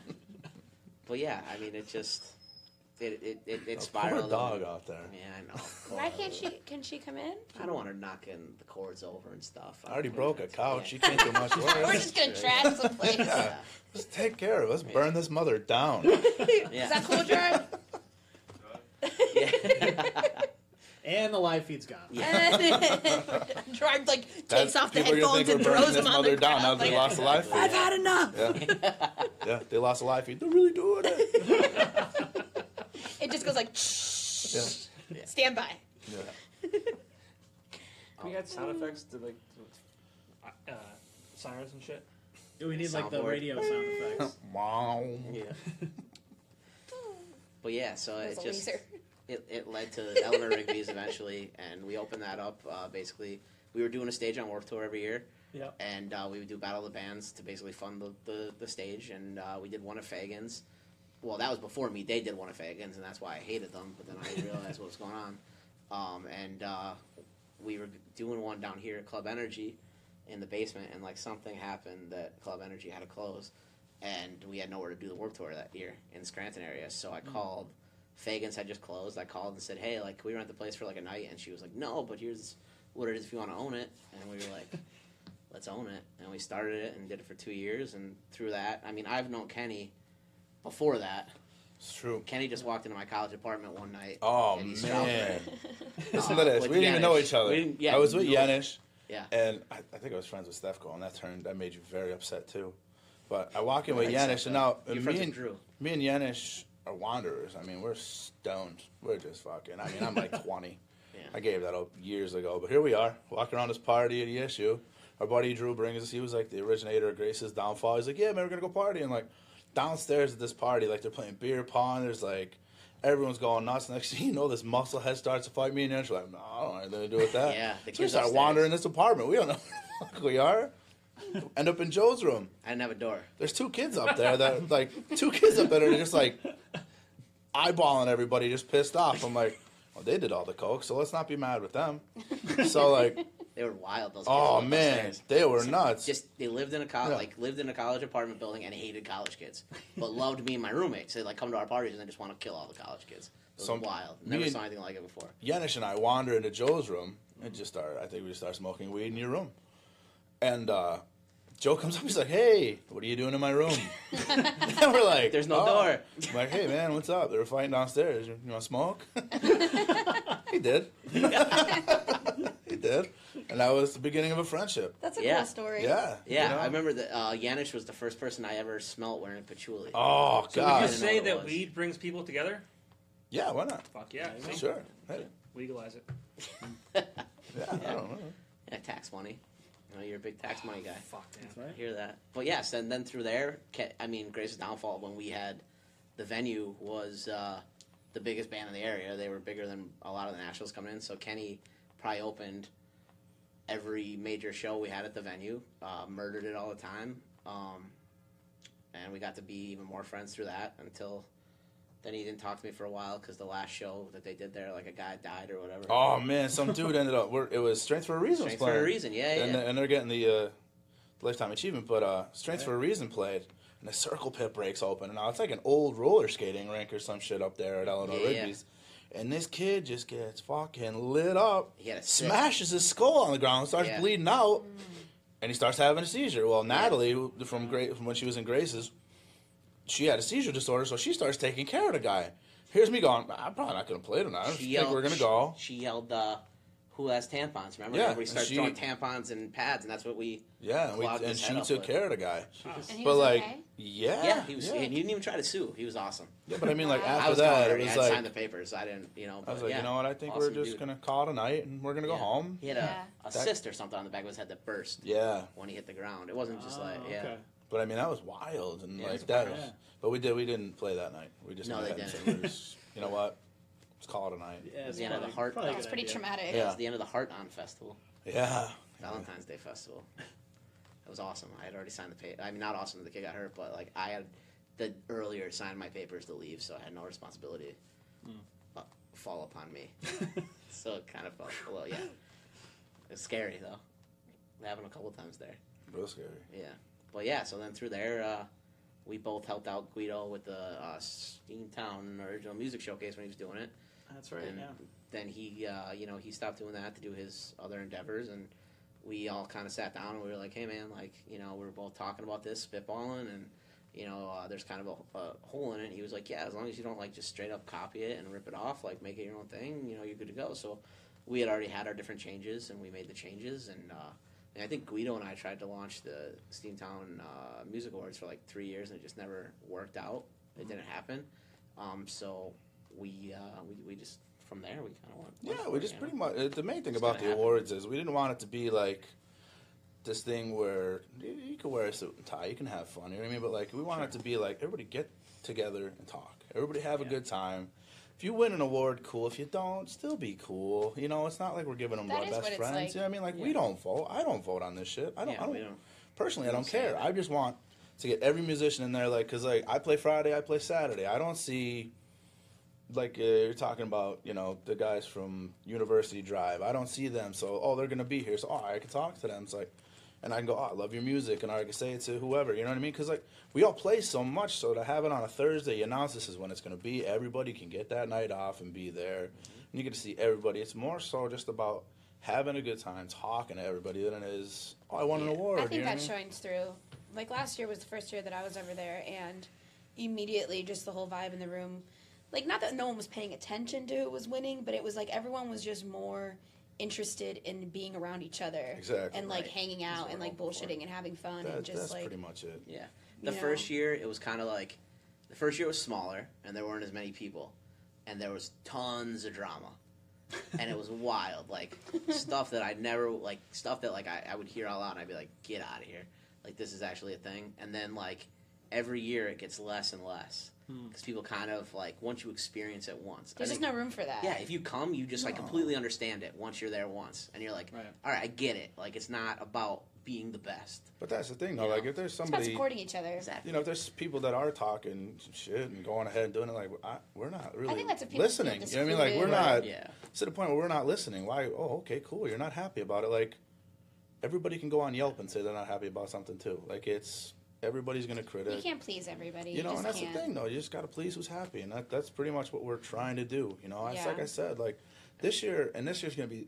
S4: But yeah, I mean, it just it it it, it
S5: Oh, Poor
S4: spiraled.
S5: dog out there.
S4: Yeah, I know.
S7: Why can't she? Can she come in?
S4: I don't want her knocking the cords over and stuff.
S5: I already broke a
S4: it.
S5: couch. You can't do much worse.
S7: We're just gonna trash the place.
S5: Yeah. Let's take care of it. Let's burn this mother down.
S4: Yeah.
S7: Is that cool, Gerard?
S4: Yeah.
S1: and the live feed's gone.
S7: Gerard like takes
S5: That's-
S7: off the
S5: people
S7: headphones and
S5: are gonna think we're burning
S7: throws
S5: this
S7: them on
S5: mother
S7: the
S5: down now
S7: ground.
S5: that they
S7: like,
S5: lost a life feed.
S7: I've had enough.
S5: Yeah, they lost a life feed. They're really doing it.
S7: It just goes like.
S5: Yeah.
S7: Stand by.
S5: Yeah.
S4: Oh.
S2: we got
S8: Sound effects to like
S2: uh, sirens and shit.
S1: We need like the
S4: Soundboard.
S1: radio sound effects.
S5: Oh, Wow.
S4: Yeah. but yeah, so
S6: It
S4: it,
S6: was a
S4: just
S6: laser.
S4: it, it led to Eleanor Rigby's eventually, and we opened that up. Uh, basically, we were doing a stage on Warped Tour every year,
S1: Yep.
S4: and uh, we would do Battle of the Bands to basically fund the, the, the stage, and uh, we did one of Fagans. Well, that was before me. They did one of Fagans, and that's why I hated them. But then I realized what was going on, um, and uh, we were doing one down here at Club Energy in the basement, and like something happened that Club Energy had to close, and we had nowhere to do the Warped Tour that year in the Scranton area. So I called. Fagans had just closed. I called and said, "Hey, like, can we rent the place for like a night?" And she was like, "No, but here's what it is if you want to own it." And we were like, "Let's own it." And we started it and did it for two years. And through that, I mean, I've known Kenny before that.
S5: It's true.
S4: Kenny just walked into my college apartment one night.
S5: Oh
S4: and he stopped
S5: man.
S4: me.
S5: Listen
S4: Uh,
S5: to this.
S4: with
S5: We didn't even know
S4: Yanish.
S5: each other.
S4: We didn't- yeah,
S5: I was with
S4: no-
S5: Yanish,
S4: Yeah.
S5: and I, I think I was friends with Stefko, and that turned that made you very upset too. But I walk in with
S4: Right,
S5: Yanish,
S4: so,
S5: and now
S4: uh,
S5: and
S4: you're friends
S5: me
S4: with
S5: and
S4: Drew.
S5: me and Yanish are wanderers. I mean, we're stoned. We're just fucking. I mean, I'm like 20.
S4: Yeah.
S5: I gave that up years ago, but here we are walking around this party at ESU. Our buddy Drew brings us. He was like the originator of Grace's downfall. He's like, yeah, man, we're gonna go party, and like downstairs at this party, like they're playing beer pong. There's like. Everyone's going nuts. Next thing you know, this muscle head starts to fight me, and Yanish are like, "No, I don't have anything to do with that."
S4: Yeah, the
S5: so we
S4: kids
S5: start
S4: upstairs.
S5: wandering this apartment. We don't know where the fuck we are. End up in Joe's room
S4: I didn't have a door.
S5: there's two kids up there that like two kids up there that are just like eyeballing everybody, just pissed off. I'm like, well, they did all the coke, so let's not be mad with them. So like,
S4: They were wild. Those. kids
S5: oh
S4: up
S5: man,
S4: upstairs.
S5: they were nuts.
S4: Just they lived in a college,
S5: Yeah.
S4: like lived in a college apartment building, and hated college kids, but loved me and my roommates. They like come to our parties and they just want to kill all the college kids. It was
S5: Some-
S4: wild.
S5: me
S4: Never
S5: and-
S4: saw anything like it before.
S5: Yanish and I wander into Joe's room and just start. I think we just start smoking weed in your room, and uh, Joe comes up. He's like, "Hey, what are you doing in my room?" and we're like,
S4: There's no
S5: "Oh."
S4: door.
S5: I'm like, "Hey man, what's up?" They were fighting downstairs. You, you want to smoke? he did. he did, and that was the beginning of a friendship.
S6: That's a
S4: Yeah.
S6: cool story.
S5: Yeah.
S4: Yeah,
S5: you know?
S4: I remember that uh, Yanish was the first person I ever smelt wearing patchouli.
S5: Oh
S4: So
S2: Would
S5: god.
S2: you
S4: didn't know
S2: say
S4: what it
S2: that
S4: was.
S2: weed brings people together?
S5: Yeah. Why not?
S2: Fuck yeah. see?
S5: Sure. Hey,
S2: Legalize it.
S5: yeah. I don't know.
S4: Yeah, tax money. You know, you're a big tax money guy.
S2: Fuck man.
S1: That's right.
S4: I hear that. But yes, and then through there, Ke- I mean, Grace's Downfall, when we had the venue, was uh, the biggest band in the area. They were bigger than a lot of the nationals coming in. So Kenny probably opened every major show we had at the venue, uh, murdered it all the time. Um, and we got to be even more friends through that until then he didn't talk to me for a while because the last show that they did there, like a guy died or whatever.
S5: Oh man, some dude ended up. We're, it was strength for a reason. was
S4: Strength for a
S5: playing.
S4: reason. Yeah, yeah.
S5: and,
S4: yeah.
S5: and they're getting the uh, lifetime achievement. But uh, Strength for a Reason played, and the circle pit breaks open, and now it's like an old roller skating rink or some shit up there at Eleanor
S4: Yeah, yeah.
S5: Rigby's. And this kid just gets fucking lit up,
S4: He had a sick-
S5: smashes his skull on the ground, and starts
S4: Yeah.
S5: bleeding out, and he starts having a seizure. Well, Natalie, who, from Gra- from when she was in Grace's, she had a seizure disorder, so she starts taking care of the guy. Here's me going, I'm probably not going to play tonight. I don't
S4: she
S5: think
S4: yelled,
S5: we're going to
S4: she-
S5: go.
S4: She, yelled, uh, "Who has tampons?" Remember?
S5: Yeah,
S4: we
S5: and
S4: started
S5: she-
S4: throwing tampons and pads, and that's what we.
S5: Yeah, and, we,
S4: clogged
S5: and
S4: his
S5: she
S4: head up
S5: took
S4: with.
S5: care of the guy.
S3: And he
S5: but
S3: was
S5: like,
S3: okay?
S5: yeah,
S4: Yeah, he was.
S5: yeah.
S4: And he didn't even try to sue. He was awesome.
S5: Yeah, but I mean, like
S6: Wow.
S5: after
S4: I was
S5: that,
S4: gone
S5: it was
S4: already. I signed the
S5: like
S4: papers. I didn't, you know. But
S5: I was like,
S4: yeah,
S5: you know what? I think
S4: awesome
S5: we're just
S4: dude.
S5: gonna call tonight, and we're gonna go
S4: Yeah.
S5: home.
S4: He had a,
S6: Yeah.
S4: a
S5: That-
S4: cyst or something on the back of his head that burst
S5: Yeah,
S4: when he hit the ground. It wasn't just like,
S1: Oh,
S4: yeah.
S1: okay.
S5: but I mean, that was wild, and
S4: Yeah,
S5: like
S4: it's
S5: that.
S1: wild.
S5: Was,
S1: Yeah.
S5: but we did. We didn't play that night. We just
S4: No,
S5: went
S4: they
S5: ahead and
S4: didn't.
S5: said, "Let's- you know what? Let's call it a night.
S1: Yeah, it's
S4: Yeah, the
S1: probably-
S4: heart-
S1: probably a
S6: That was
S1: good
S6: pretty
S1: idea.
S6: traumatic.
S4: It
S5: Yeah.
S4: was the end of the Heart On Festival,
S5: Yeah,
S4: Valentine's Day Festival. It was awesome. I had already signed the paper. I mean, not awesome that the kid got hurt, but like I had the earlier signed my papers to leave, so I had no responsibility uh, fall upon me. so it kind of felt a little, yeah. It's scary though. It happened a couple times there.
S5: real scary.
S4: Yeah, but yeah. So then through there, uh, we both helped out Guido with the uh, Steamtown original music showcase when he was doing it.
S1: That's right.
S4: And
S1: Yeah.
S4: Then he, uh, you know, he stopped doing that to do his other endeavors, and we all kind of sat down and we were like, "Hey, man, like, you know, we were both talking about this, spitballing, and you know, uh, there's kind of a, a hole in it." And he was like, "Yeah, as long as you don't like just straight up copy it and rip it off, like make it your own thing, you know, you're good to go." So we had already had our different changes, and we made the changes, and. Uh, and I think Guido and I tried to launch the Steamtown uh, Music Awards for like three years, and it just
S5: Mm-hmm.
S4: never worked out. It didn't happen. Um, so we, uh, we we just from there, we kind of went.
S5: Yeah, we just
S4: you know?
S5: pretty much. uh, The main thing
S4: It's
S5: about
S4: gonna
S5: the
S4: happen.
S5: awards is we didn't want it to be like this thing where you, you can wear a suit and tie, you can have fun, you know what I mean? But like, we want it to be like everybody get together and talk, everybody have a good time. If you win an award, cool. If you don't, still be cool. You know, it's not like we're giving them
S7: That
S5: our
S7: is
S5: best
S7: what it's
S5: friends.
S7: like.
S5: You know what I mean? Like, we
S4: Yeah.
S5: don't vote. I don't vote on this shit. I don't.
S4: Yeah,
S5: I don't,
S4: we don't-
S5: Personally, I
S4: we
S5: don't
S4: don't say
S5: care.
S4: anything.
S5: I just want to get every musician in there, like, cause like I play Friday, I play Saturday. I don't see like uh, you're talking about, you know, the guys from University Drive. I don't see them, so oh, they're gonna be here, so oh, I can talk to them. It's like, and I can go, oh, I love your music, and I can say it to whoever. You know what I mean? Because like we all play so much, so to have it on a Thursday, you announce this is when it's gonna be. Everybody can get that night off and be there,
S6: Mm-hmm.
S5: and you get to see everybody. It's more so just about having a good time, talking to everybody, than it is. Oh, I won an award.
S6: I
S5: you
S6: think
S5: know what
S6: that
S5: mean?
S6: shines through. Like last year was the first year that I was over there, and immediately just the whole vibe in the room. Like, not that no one was paying attention to who was winning, but it was like everyone was just more interested in being around each other.
S5: Exactly.
S6: And like
S4: Right.
S6: hanging
S4: That's
S6: out
S4: what
S6: and
S4: we're
S6: like
S4: hoping for.
S6: bullshitting and having fun
S5: That-
S6: and just
S5: that's
S6: like.
S5: pretty much it.
S4: Yeah. The
S6: You
S4: first
S6: know.
S4: year, it was kind of like the first year was smaller and there weren't as many people, and there was tons of drama, and it was wild, like stuff that I never like stuff that like I, I would hear out loud, and I'd be like, "Get out of here!" Like this is actually a thing. And then like every year, it gets less and less because people kind of like once you experience it once, I
S6: There's
S4: think-
S6: just no room for that.
S4: yeah, if you come, you just like
S5: No.
S4: completely understand it once you're there once, and you're like,
S1: Right.
S4: all right, I get it. Like it's not about being the best.
S5: But that's the thing, though.
S4: Yeah.
S5: Like if there's
S6: It's about
S5: somebody.
S6: supporting each other.
S4: Exactly.
S5: you know, if there's people that are talking shit and going ahead and doing it, like I, we're not really
S6: think that's what people
S5: listening.
S6: feel
S5: You know what I mean? Like we're
S6: excluded.
S5: not.
S4: Yeah.
S5: It's to the point where we're not listening. Why? Oh, okay, cool. You're not happy about it. Like everybody can go on Yelp and say they're not happy about something too. Like it's everybody's gonna
S6: You
S5: criticize.
S6: can't please everybody.
S5: You know,
S6: just
S5: and that's
S6: can't.
S5: the thing though. You just gotta please who's happy, and that, that's pretty much what we're trying to do. You know, it's
S6: Yeah.
S5: like I said, like this year and this year's gonna be.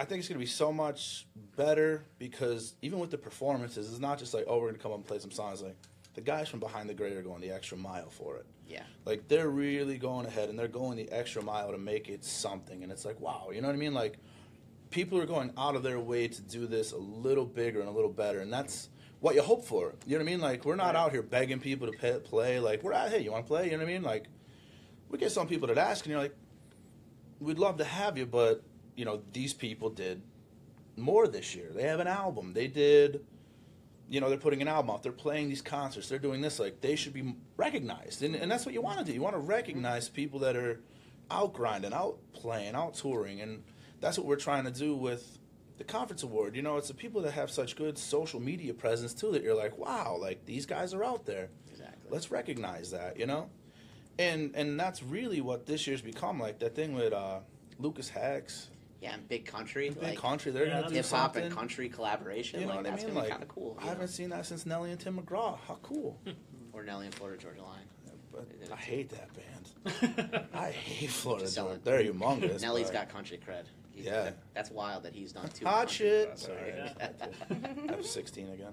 S5: I think it's gonna be so much better because even with the performances, it's not just like oh we're gonna come up and play some songs. Like the guys from behind the grate are going the extra mile for it.
S4: Yeah.
S5: Like they're really going ahead and they're going the extra mile to make it something, and it's like wow, you know what I mean? Like people are going out of their way to do this a little bigger and a little better, and that's what you hope for. You know what I mean? Like we're not out here begging people to pay, play. Like we're out, hey, you want to play? You know what I mean? Like we get some people that ask, and you're like, we'd love to have you, but you know these people did more this year. They have an album. They did. You know they're putting an album out. They're playing these concerts. They're doing this. Like they should be recognized, and and that's what you want to do. You want to recognize people that are out grinding, out playing, out touring, and that's what we're trying to do with the conference award. You know, it's the people that have such good social media presence too that you're like, wow, like these guys are out there.
S4: Exactly.
S5: Let's recognize that, you know? And and that's really what this year's become. Like that thing with uh Lucas Hacks,
S4: Yeah, and big country,
S5: Big
S4: like
S5: Country, they're
S1: Yeah,
S5: gonna do
S4: hip hop and
S5: something.
S4: country collaboration.
S5: You know
S4: like
S5: what I
S4: that's
S5: mean?
S4: gonna be
S5: Like
S4: kind of cool.
S5: I
S4: you know?
S5: haven't seen that since Nelly and Tim McGraw. How cool!
S4: Or Nelly and Florida Georgia Line.
S5: But
S4: They did it
S5: I
S4: too.
S5: hate that band. I hate Florida.
S4: Just sell
S5: Georgia.
S4: it.
S5: They're humongous.
S4: Nelly's
S5: but-
S4: got country cred. He's,
S5: Yeah.
S4: that- that's wild that he's done two.
S5: Hot
S4: country
S5: shit.
S4: creds.
S5: Sorry,
S1: Yeah.
S5: I was 16 again.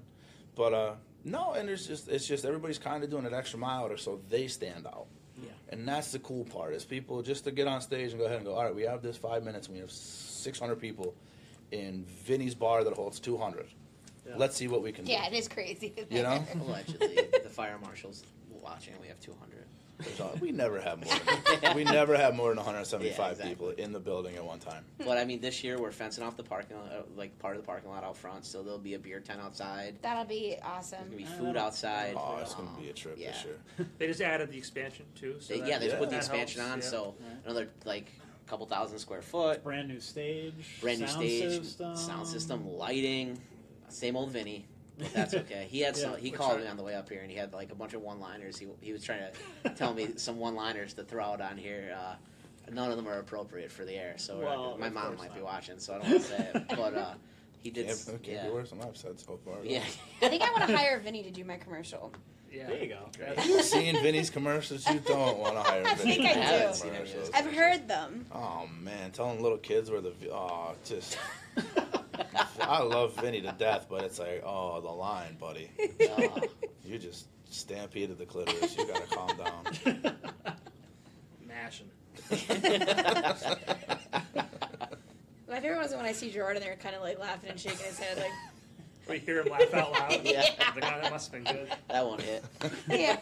S5: But uh, no, and it's just it's just everybody's kind of doing an extra mile or so they stand out.
S4: Yeah.
S5: And that's the cool part is people just to get on stage and go ahead and go. All right, we have this five minutes. and We have 600 people in Vinny's bar that holds 200.
S1: Yeah.
S5: Let's see what we can
S3: Yeah, it is crazy.
S5: do. You know,
S4: Allegedly, the fire marshals watching. We have two hundred.
S5: There's a- we never have more. Than, we never have more than 175
S4: Yeah, exactly.
S5: people in the building at one time.
S4: But I mean, this year we're fencing off the parking, lot, uh, like part of the parking lot out front. So there'll be a beer tent outside.
S6: That'll be
S4: There's
S6: awesome.
S4: gonna be
S2: Um,
S4: food
S2: uh,
S4: outside.
S5: Oh, it's gonna
S4: Um,
S5: be a trip
S4: yeah.
S5: this year.
S2: They just added the expansion too. So
S4: They,
S2: that-
S4: yeah, they just
S5: Yeah.
S4: put the
S2: that
S4: expansion
S2: helps,
S4: on,
S2: yeah.
S4: so
S1: Right.
S4: another like couple thousand square foot,
S1: Brand new stage.
S4: brand new
S1: sound
S4: stage,
S1: System.
S4: sound system, lighting, same old Vinny. But that's okay. He had some.
S1: Yeah,
S4: He
S2: we're
S4: called
S2: trying-
S4: me on the way up here, and he had like a bunch of one-liners. He he was trying to tell me some one-liners to throw out on here. Uh, none of them are appropriate for the air. So we're not
S1: Well,
S4: gonna- my
S1: of
S4: mom
S1: course
S4: might be
S1: not.
S4: watching, so I don't want to say it. But uh, he did.
S5: Can't,
S4: s-
S5: can't
S4: yeah.
S5: be worse than I've said so far.
S4: Yeah.
S6: I think I want to hire Vinny to do my commercial.
S2: Yeah.
S1: There you go.
S2: That's-
S5: You've seen Vinny's commercials. You don't want to hire.
S6: I
S5: Vinny
S6: think I
S5: for
S6: do.
S5: commercials.
S4: I haven't seen it.
S6: I've heard them.
S5: Oh man, telling little kids where the v- oh just. I love Vinny to death, but it's like oh the line, buddy.
S4: Uh,
S5: You just stampeded the clitoris. You gotta calm down.
S2: Mashing.
S4: uh,
S6: My favorite was when I see Gerard in there, kind of like laughing and shaking his head, like,
S2: We hear him laugh out loud.
S4: Yeah.
S2: Like, oh, that must have been good.
S4: that one hit.
S6: yeah.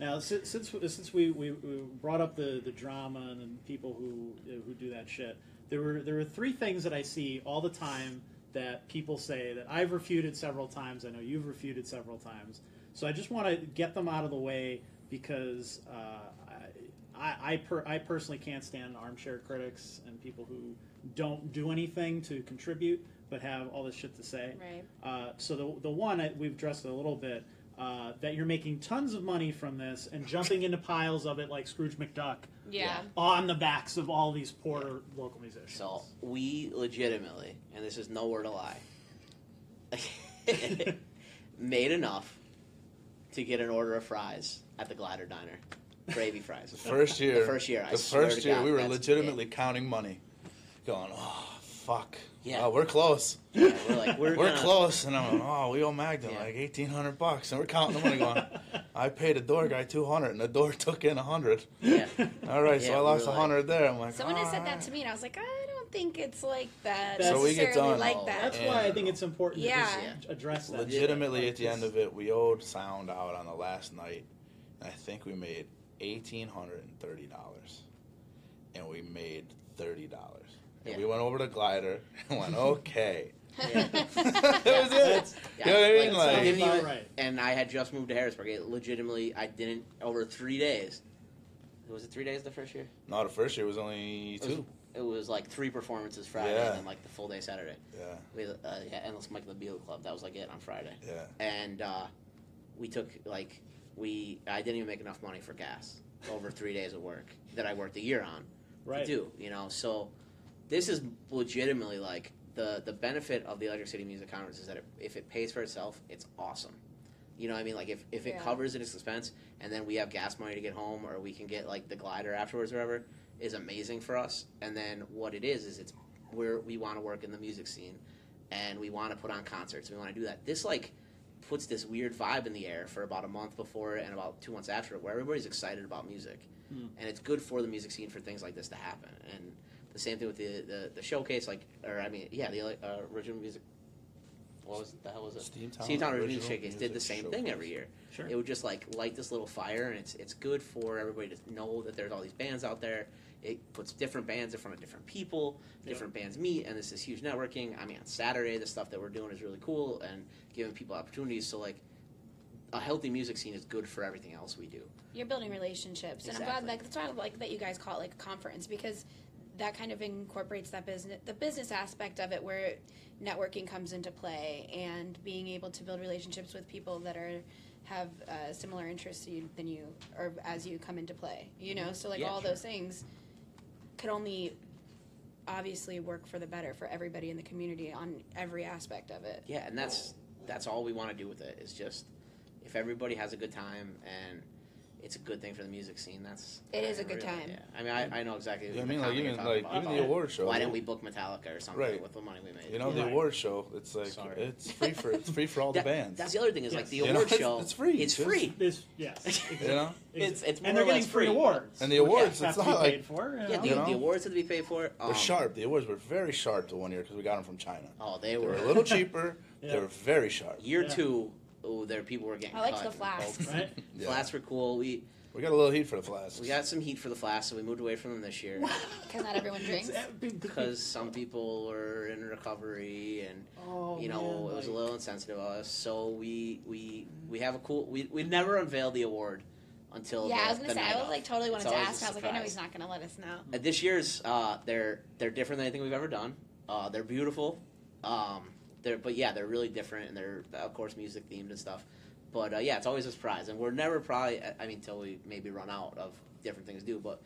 S1: Now, since since, since we, we, we brought up the, the drama and the people who who do that shit, there were there were three things that I see all the time that people say that I've refuted several times. I know you've refuted several times. So I just want to get them out of the way because uh, I I, I, per, I personally can't stand armchair critics and people who don't do anything to contribute but have all this shit to say.
S6: Right.
S1: Uh, so the, the one I, we've addressed it a little bit uh, that you're making tons of money from this and jumping into piles of it like Scrooge McDuck
S6: Yeah.
S1: on the backs of all these poor local musicians.
S4: So we legitimately, and this is nowhere to lie, made enough to get an order of fries at the Glider Diner, gravy fries.
S5: First year.
S4: The first year. I
S5: the
S4: swear
S5: first
S4: to
S5: year,
S4: God,
S5: we were
S4: that's
S5: legitimately counting money, going, oh fuck.
S4: Yeah.
S5: Wow, we're close.
S4: it. Yeah, we're like we're,
S5: Oh. We're
S4: gonna-
S5: close, and I'm like, oh, we owe Magda
S4: Yeah.
S5: like eighteen hundred bucks, and we're counting the money. Going, I paid a door guy two hundred, and the door took in a hundred.
S4: Yeah.
S5: All right,
S4: Yeah,
S5: so I
S4: we
S5: lost
S4: were
S5: a
S4: like-
S5: hundred there. I'm like,
S6: Someone has said that to
S5: "Alright."
S6: me, and I was like, I don't think it's like that.
S1: So
S5: we get
S6: necessarily
S5: done.
S6: like that.
S1: That's
S5: Yeah.
S1: why I think it's important
S6: Yeah.
S1: to just address that.
S5: Legitimately,
S1: Like,
S5: at the end of it, we owed sound out on the last night, and I think we made eighteen hundred and thirty dollars, and we made thirty dollars. And
S4: Yeah.
S5: we went over to Glider and went, okay.
S4: Yeah.
S5: that was it.
S4: Yeah,
S5: You know what I mean?
S4: like,
S5: Like-
S4: give
S1: Sounds
S4: you-
S1: about right.
S4: And I had just moved to Harrisburg. It legitimately, I didn't over three days. Was it three days the first year?
S5: No, the first year was only
S4: It was-
S5: two.
S4: It was like three performances Friday
S5: Yeah.
S4: and then like the full day Saturday.
S5: Yeah,
S4: We uh, yeah, endless Michael Beal Club. That was like it on Friday.
S5: yeah.
S4: and uh, we took like we I didn't even make enough money for gas over three days of work that I worked a year on
S1: right.
S4: to do. You know, so this is legitimately like the the benefit of the Electric City Music Conference is that it, if it pays for itself, it's awesome. You know what I mean? Like if, if it
S6: Yeah.
S4: covers its expense and then we have gas money to get home or we can get like the glider afterwards or whatever is amazing for us. And then what it is is it's where we want to work in the music scene and we want to put on concerts. We want to do that. This like puts this weird vibe in the air for about a month before and about two months after where everybody's excited about music.
S1: Mm.
S4: And it's good for the music scene for things like this to happen. And the same thing with the, the, the showcase, like, or I mean, yeah, the uh, original music. What was the hell was it?
S5: Steamtown,
S4: Steamtown Original
S5: Original
S4: Music Showcase did the
S5: Music
S4: same thing
S5: Showcase.
S4: every year.
S1: Sure.
S4: It would just like light this little fire, and it's it's good for everybody to know that there's all these bands out there. It puts different bands in front of different people.
S1: Yeah.
S4: Different bands meet, and this is huge networking. I mean, on Saturday, the stuff that we're doing is really cool and giving people opportunities. So like, a healthy music scene is good for everything else we do.
S6: You're building relationships, and I'm
S4: Exactly.
S6: glad like that's why I like that you guys call it like a conference because that kind of incorporates that business the business aspect of it where networking comes into play and being able to build relationships with people that are have uh, similar interests to you, than you or as you come into play you know so like
S4: Mm-hmm. Yeah,
S6: all
S4: sure.
S6: those things could only obviously work for the better for everybody in the community on every aspect of it
S4: Yeah, and that's that's all we want to do with it. Is just if everybody has a good time and. It's a good thing for the music scene. That's
S6: It is a
S4: I
S6: good
S4: really-
S6: time.
S4: Yeah, I mean, I, I know exactly.
S5: You
S4: what
S5: know what
S4: the
S5: I mean? Like
S4: comment you're
S5: even
S4: talking
S5: like
S4: about,
S5: even
S4: but-
S5: the award show.
S4: Why
S5: you-
S4: didn't we book Metallica or something
S5: Right.
S4: with the money we made?
S5: You know the
S1: Right.
S5: award show. It's like
S4: Sorry.
S5: it's free for it's free for all the
S4: That-
S5: bands.
S4: That's the other thing is like
S1: Yes.
S4: the
S5: You know,
S4: award
S5: it's-
S4: show.
S5: it's free,
S4: It's
S5: just-
S4: free.
S1: This, yes.
S5: you know,
S4: It's it's more
S1: and they're
S4: or less
S1: getting free awards.
S5: and the
S1: which
S5: awards.
S1: have
S5: It's
S1: to
S5: not
S1: be
S5: like
S1: paid for. you
S4: Yeah,
S1: know?
S4: the,
S5: You know?
S4: the awards had to be paid for. Um,
S5: they're sharp. The awards were very sharp the one year because we got them from China.
S4: Oh, they
S5: They
S4: were
S5: were a little cheaper.
S1: Yeah.
S5: They were very sharp.
S4: Year
S1: Yeah.
S4: two, oh, there people were getting.
S6: I liked
S4: cut
S6: the
S4: and
S6: flasks.
S4: poked.
S1: right?
S5: Yeah.
S4: Flasks were cool. We
S5: We got a little heat for the flasks.
S4: we got some heat for the flasks, so we moved away from them this year
S6: because not everyone drinks
S4: because some people were in recovery and
S1: oh,
S4: you know
S1: man,
S4: it was a
S1: like-
S4: little insensitive of us. So we we we have a cool. We we never unveiled the award until
S6: yeah
S4: the-
S6: i was gonna
S4: the
S6: say
S4: night
S6: i was
S4: of.
S6: like totally
S4: It's
S6: wanted to
S4: always a
S6: ask and i was like i know
S4: surprise.
S6: he's not gonna let us know
S4: Uh, This year's uh, they're they're different than anything we've ever done. Uh, they're beautiful. Um, they're but yeah, they're really different, and they're of course music themed and stuff. But uh, yeah, it's always a surprise, and we're never probably I mean until we maybe run out of different things to do. But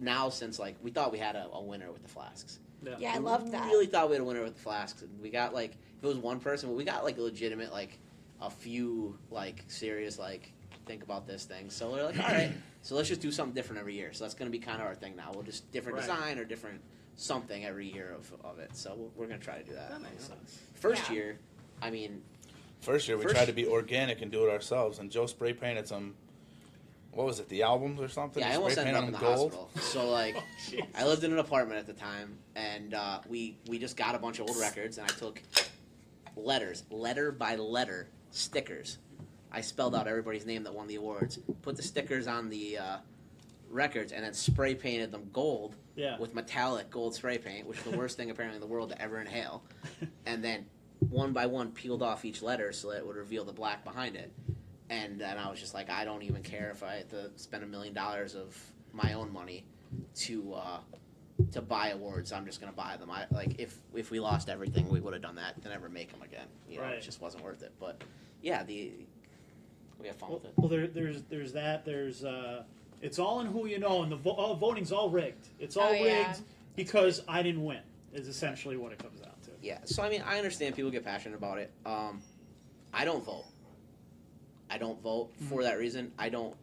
S4: now since like we thought we had a, a winner with the flasks,
S6: Yeah, I
S4: We
S6: loved that.
S4: Really thought we had a winner with the flasks, and we got like if it was one person, but we got like a legitimate like a few like serious like think about this thing. So we're like, all right, so let's just do something different every year. So that's going to be kind of our thing now. We'll just different
S1: Right.
S4: design or different something every year of, of it. So we're- we're going to try to do that.
S1: That makes sense.
S4: First
S6: Yeah.
S4: year, I mean,
S5: First year we
S4: First-
S5: tried to be organic and do it ourselves, and Joe spray painted some. What was it? The albums or something?
S4: yeah, I
S5: He
S4: almost
S5: spray
S4: ended up in
S5: painted
S4: the
S5: them
S4: hospital. So like.
S1: Oh, jeez.
S4: I lived in an apartment at the time, and uh, we we just got a bunch of old records, and I took letters, letter by letter, stickers, I spelled out everybody's name that won the awards, put the stickers on the uh, records, and then spray painted them gold
S1: Yeah.
S4: with metallic gold spray paint, which is the worst thing apparently in the world to ever inhale. And then one by one peeled off each letter so that it would reveal the black behind it. And then I was just like, I don't even care if I had to spend a million dollars of my own money to uh, to buy awards. I'm just gonna buy them. I like if if we lost everything, we would have done that to never make them again. You know,
S1: Right.
S4: it just wasn't worth it. But yeah, the we have fun with it.
S1: Well, there, there's there's that. There's uh, it's all in who you know, and the vo- oh, voting's all rigged. It's all
S6: Oh,
S1: rigged
S6: yeah.
S1: because I didn't win. Is essentially what it comes down to.
S4: Yeah, so I mean, I understand people get passionate about it. Um, I don't vote. I don't vote
S1: Mm-hmm.
S4: for that reason. I don't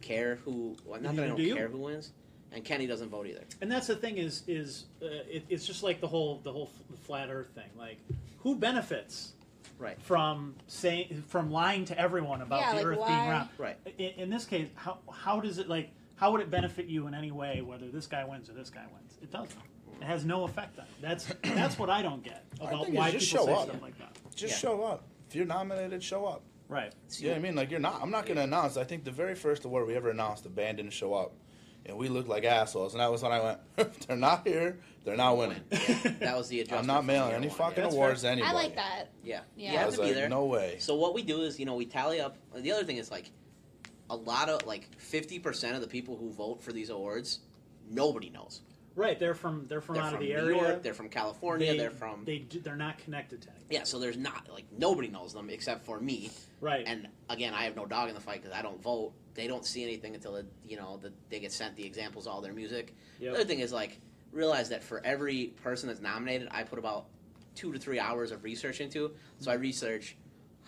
S4: care who. Well, not that I
S1: Neither
S4: don't
S1: Mm-hmm. do you.
S4: care who wins, and Kenny doesn't vote either.
S1: And that's the thing is is uh, it, it's just like the whole the whole f- flat Earth thing. Like, who benefits
S4: Right.
S1: from saying from lying to everyone about
S6: Yeah,
S1: the
S6: like,
S1: Earth being
S6: why?
S1: round?
S4: Right.
S1: In, in this case, how how does it like how would it benefit you in any way whether this guy wins or this guy wins? It doesn't. It has no effect on. It. That's that's what I don't get
S5: I
S1: about
S5: think it's
S1: why people
S5: just show
S1: say
S5: up.
S1: something like that.
S5: Just
S4: Yeah.
S5: show up. If you're nominated, show up.
S1: Right.
S5: You know what I mean? Like you're not. I'm not gonna announce. I think the very first award we ever announced, the band didn't show up, and we looked like assholes. And that was when I went, "If they're not here. They're not winning.
S4: That was the adjustment.
S5: I'm not
S4: from
S5: mailing
S4: year
S5: any
S4: one,
S5: fucking
S4: yeah.
S1: That's
S5: awards to anybody."
S6: I like that.
S4: Yeah.
S6: Yeah.
S4: You
S5: I
S4: have
S5: was
S4: to be
S5: like,
S4: there.
S5: "No way."
S4: So what we do is, you know, we tally up. The other thing is like, a lot of like fifty percent of the people who vote for these awards, nobody knows.
S1: Right. They're from they're from
S4: They're
S1: out of
S4: from
S1: the
S4: New
S1: area.
S4: York. They're from California.
S1: They-
S4: They, are from
S1: They d- they're not connected to anything.
S4: yeah. So there's not like nobody knows them except for me.
S1: Right.
S4: And again, I have no dog in the fight because I don't vote. They don't see anything until the, you know the, they get sent the examples of all their music.
S1: Yep.
S4: The other thing is like realize that for every person that's nominated, I put about two to three hours of research into. So I research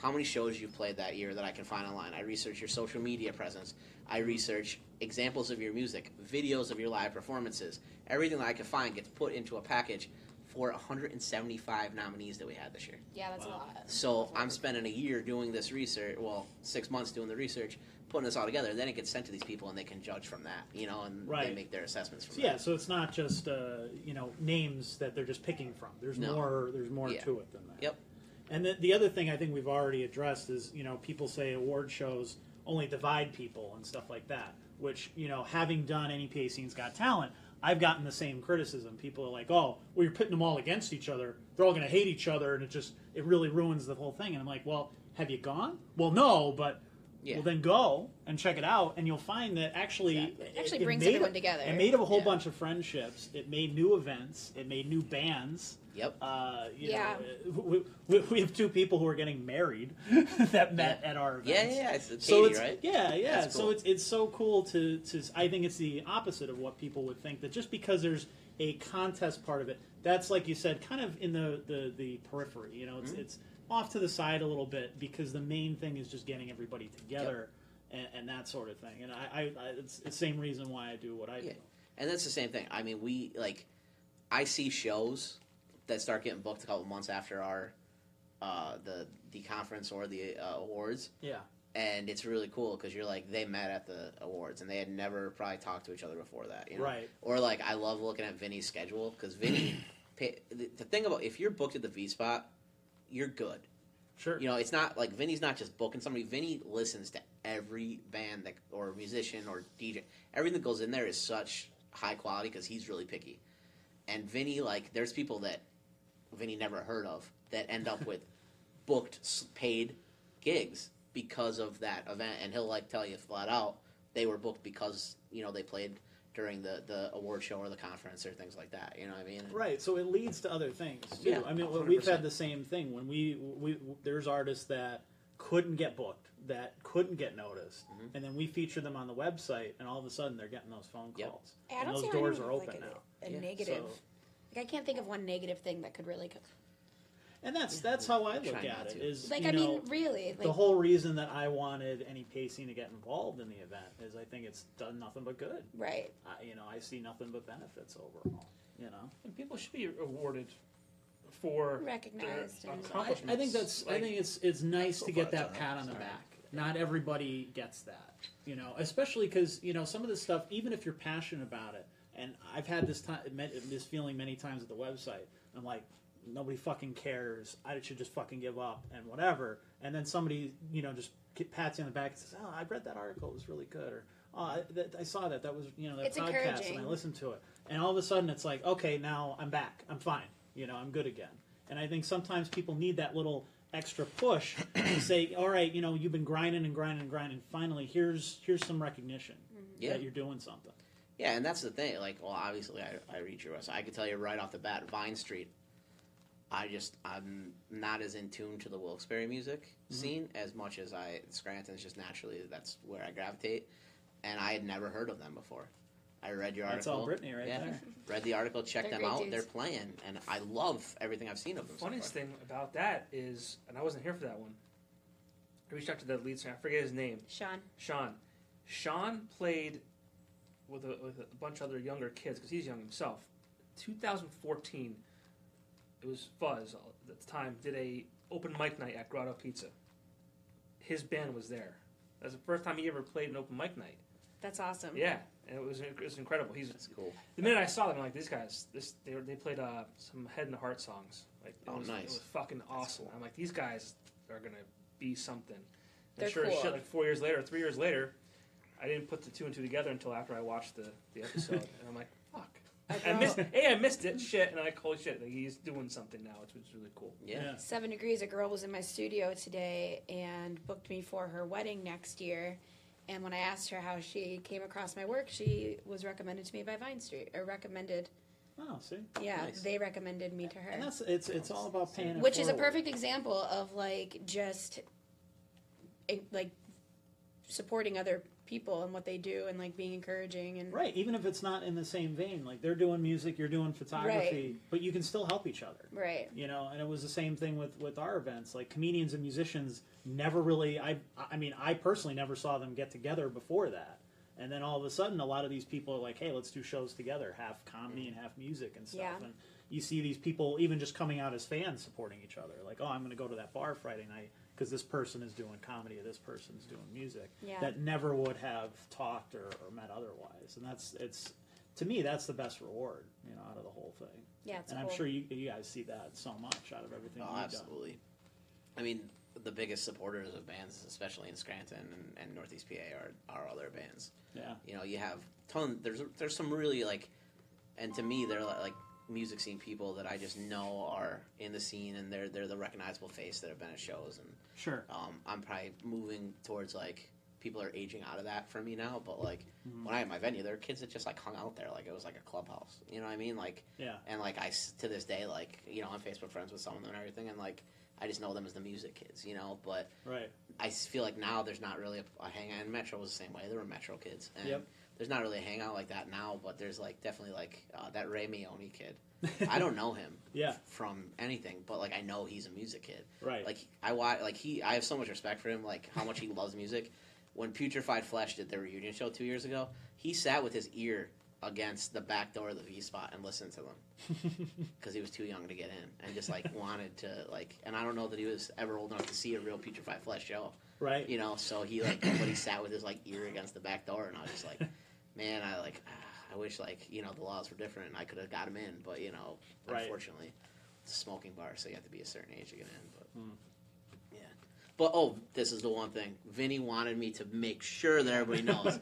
S4: how many shows you've played that year that I can find online. I research your social media presence. I research examples of your music, videos of your live performances. Everything that I can find gets put into a package for 175 nominees that we had this year.
S6: Yeah, that's
S1: Wow.
S6: a lot.
S4: So I'm spending a year doing this research, well, six months doing the research, putting this all together. Then it gets sent to these people, and they can judge from that, you know, and
S1: Right.
S4: they make their assessments from
S1: So,
S4: that.
S1: yeah, so it's not just uh, you know names that they're just picking from. There's
S4: No.
S1: more. There's more
S4: Yeah.
S1: to it than that.
S4: Yep.
S1: And the, the other thing I think we've already addressed is you know people say award shows only divide people and stuff like that. Which you know having done NEPA Scenes Got Talent, I've gotten the same criticism. People are like, oh, well you're pitting them all against each other. They're all going to hate each other, and it just it really ruins the whole thing. And I'm like, well, have you gone? Well, no, but.
S4: Yeah.
S1: Well, then go and check it out, and you'll find that actually
S4: Exactly.
S6: It actually brings everyone together.
S1: It made up a whole
S4: Yeah.
S1: bunch of friendships. It made new events. It made new bands.
S4: Yep.
S1: Uh, you
S6: Yeah.
S1: Know, we, we, we have two people who are getting married that met at our
S4: Yeah,
S1: events.
S4: yeah, yeah. It's Katie,
S1: So it's
S4: right?
S1: yeah, yeah.
S4: That's
S1: So
S4: cool.
S1: it's it's so cool to to. I think it's the opposite of what people would think. That just because there's a contest part of it, that's like you said, kind of in the the, the periphery. You know, it's
S4: Mm-hmm.
S1: it's off to the side a little bit because the main thing is just getting everybody together and, and that sort of thing. And I, I, I it's the same reason why I do what I
S4: Yeah.
S1: do.
S4: And that's the same thing. I mean, we like, I see shows that start getting booked a couple months after our uh, the the conference or the uh, awards,
S1: Yeah.
S4: and it's really cool because you're like they met at the awards and they had never probably talked to each other before that, you know?
S1: Right.
S4: Or like I love looking at Vinny's schedule because Vinny, pa- the the thing about if you're booked at the V spot, you're good.
S1: Sure.
S4: You know, it's not like Vinny's not just booking somebody. Vinny listens to every band that or musician or DJ. Everything that goes in there is such high quality because he's really picky. And Vinny, like, there's people that Vinny never heard of that end up with booked s- paid gigs because of that event, and he'll like tell you flat out they were booked because you know they played during the the award show or the conference or things like that. You know what I mean?
S1: Right, so it leads to other things too.
S4: Yeah,
S1: I mean, we have
S4: 100%.
S1: had the same thing when we, we there's artists that couldn't get booked, that couldn't get noticed,
S4: Mm-hmm.
S1: and then we feature them on the website, and all of a sudden they're getting those phone
S4: Yep.
S1: calls,
S6: Hey, I
S1: and
S6: don't
S1: those
S6: see how
S1: doors
S6: anyone
S1: are
S6: has,
S1: open
S6: like,
S1: now.
S6: A, a
S4: Yeah.
S6: negative.
S1: So-
S6: like I can't think of one negative thing that could really. Co-
S1: And that's that's how I
S4: Try
S1: look
S4: not
S1: at it.
S4: to.
S1: Is
S6: like
S1: you
S6: I
S1: know,
S6: mean, really. Like,
S1: the whole reason that I wanted any pacing to get involved in the event is I think it's done nothing but good.
S6: right.
S1: I, you know, I see nothing but benefits overall. You know.
S2: And people should be awarded for their
S6: Recognized and-
S2: accomplishments.
S1: I think that's. I
S2: Like,
S1: think it's. It's nice
S5: So
S1: to get
S5: far,
S1: that
S5: John,
S1: pat on the
S5: sorry.
S1: back. Not everybody gets that, you know. Especially because you know some of this stuff. Even if you're passionate about it, and I've had this time, this feeling many times at the website. I'm like, nobody fucking cares. I should just fucking give up and whatever. And then somebody, you know, just ki- pats you on the back and says, "Oh, I read that article; it was really good," or "Oh, I, that, I saw that; that was you know that
S3: It's
S1: podcast,
S3: encouraging.
S1: and I listened to it." And all of a sudden, it's like, "Okay, now I'm back. I'm fine. You know, I'm good again." And I think sometimes people need that little extra push to say, "All right, you know, you've been grinding and grinding and grinding. Finally, here's here's some recognition
S4: Yeah.
S6: Mm-hmm.
S1: that you're doing something."
S4: Yeah, and that's the thing. Like, well, obviously, I, I read your website. I can tell you right off the bat, Vine Street. I just I'm not as in tune to the Wilkes-Barre music scene as much as I Scranton's just naturally that's where I gravitate, and I had never heard of them before. I read your
S1: That's
S4: article.
S1: all Brittany right
S4: yeah,
S1: there.
S4: Read the article, checked
S6: They're
S4: them
S6: great
S4: out.
S6: dudes.
S4: They're playing, and I love everything I've seen of them. so
S2: Funniest
S4: far.
S2: thing about that is, and I wasn't here for that one. I reached out to the lead singer. I forget his name.
S6: Sean.
S2: Sean. Sean played with a, with a bunch of other younger kids because he's young himself. 2014, it was Fuzz uh, at the time did a open mic night at Grotto Pizza. His band was there. That's the first time he ever played an open mic night.
S6: That's awesome.
S2: Yeah, and it was it was incredible. He's
S4: That's cool.
S2: the minute I saw them, I'm like these guys, this they were, they played uh, some Head and Heart songs. Like it
S4: Oh,
S2: was,
S4: nice.
S2: It was fucking awesome. I'm like these guys are gonna be something. And
S6: They're
S2: sure as
S6: cool.
S2: shit, like four years later, three years later, I didn't put the two and two together until after I watched the, the episode, and I'm like, fuck. I
S6: know.
S2: missed. Hey, I missed it. Shit, and I'm like, holy shit, like, he's doing something now, which was really cool.
S4: Yeah. Oh,
S1: Yeah.
S6: Seven Degrees, a girl was in my studio today and booked me for her wedding next year. And when I asked her how she came across my work, she was recommended to me by Vine Street, or recommended.
S1: Oh, see,
S6: Yeah,
S4: Nice.
S6: they recommended me to her.
S1: and that's it's it's all about paying. it
S6: which is a
S1: forward.
S6: perfect example of like just it- like supporting other people and what they do and like being encouraging and
S1: Right, even if it's not in the same vein, like they're doing music, you're doing photography, but you can still help each other.
S6: Right.
S1: You know, and it was the same thing with with our events. Like comedians and musicians never really I I mean, I personally never saw them get together before that. And then all of a sudden a lot of these people are like, "Hey, let's do shows together, half comedy and half music and stuff."
S6: Yeah.
S1: And you see these people even just coming out as fans supporting each other. Like, "Oh, I'm going to go to that bar Friday night because this person is doing comedy or this person's doing music."
S6: Yeah.
S1: That never would have talked or, or met otherwise. And that's it's to me that's the best reward, you know, out of the whole thing.
S6: Yeah, it's
S1: and I'm
S6: cool.
S1: sure you, you guys see that so much out of everything
S4: Oh,
S1: you've
S4: absolutely. I mean, the biggest supporters of bands, especially in Scranton and, and Northeast PA, are are other bands.
S1: done. Yeah.
S4: You know, you have ton. There's there's some really like, and to me, they're li- like music scene people that I just know are in the scene, and they're they're the recognizable face that have been at shows, and
S1: Sure.
S4: um, I'm probably moving towards like people are aging out of that for me now. But like when I had my venue, there were kids that just like hung out there, like it was like a clubhouse. You know what I mean? Like
S1: Yeah.
S4: and like I s- to this day, like you know, I'm Facebook friends with some of them and everything, and like I just know them as the music kids, you know. But
S1: Right.
S4: I s- feel like now there's not really a, a hangout. And Metro was the same way. There were Metro kids, and
S1: Yep.
S4: there's not really a hangout like that now. But there's like definitely like uh, that Ray Mione kid. I don't know him
S1: Yeah.
S4: from anything, but like I know he's a music kid.
S1: Right.
S4: Like I watch, like he, I have so much respect for him. Like how much he loves music. When Putrefied Flesh did their reunion show two years ago, he sat with his ear against the back door of the V spot and listened to them because he was too young to get in and just like wanted to like. And I don't know that he was ever old enough to see a real Putrefied Flesh show,
S1: right.
S4: you know. So he like, but he sat with his like ear against the back door, and I was just like, man, I like, ah, I wish like you know the laws were different and I could have got him in, but you know,
S1: Right.
S4: unfortunately, it's a smoking bar, so you have to be a certain age to get in. But yeah. But oh, this is the one thing. Vinny wanted me to make sure that everybody knows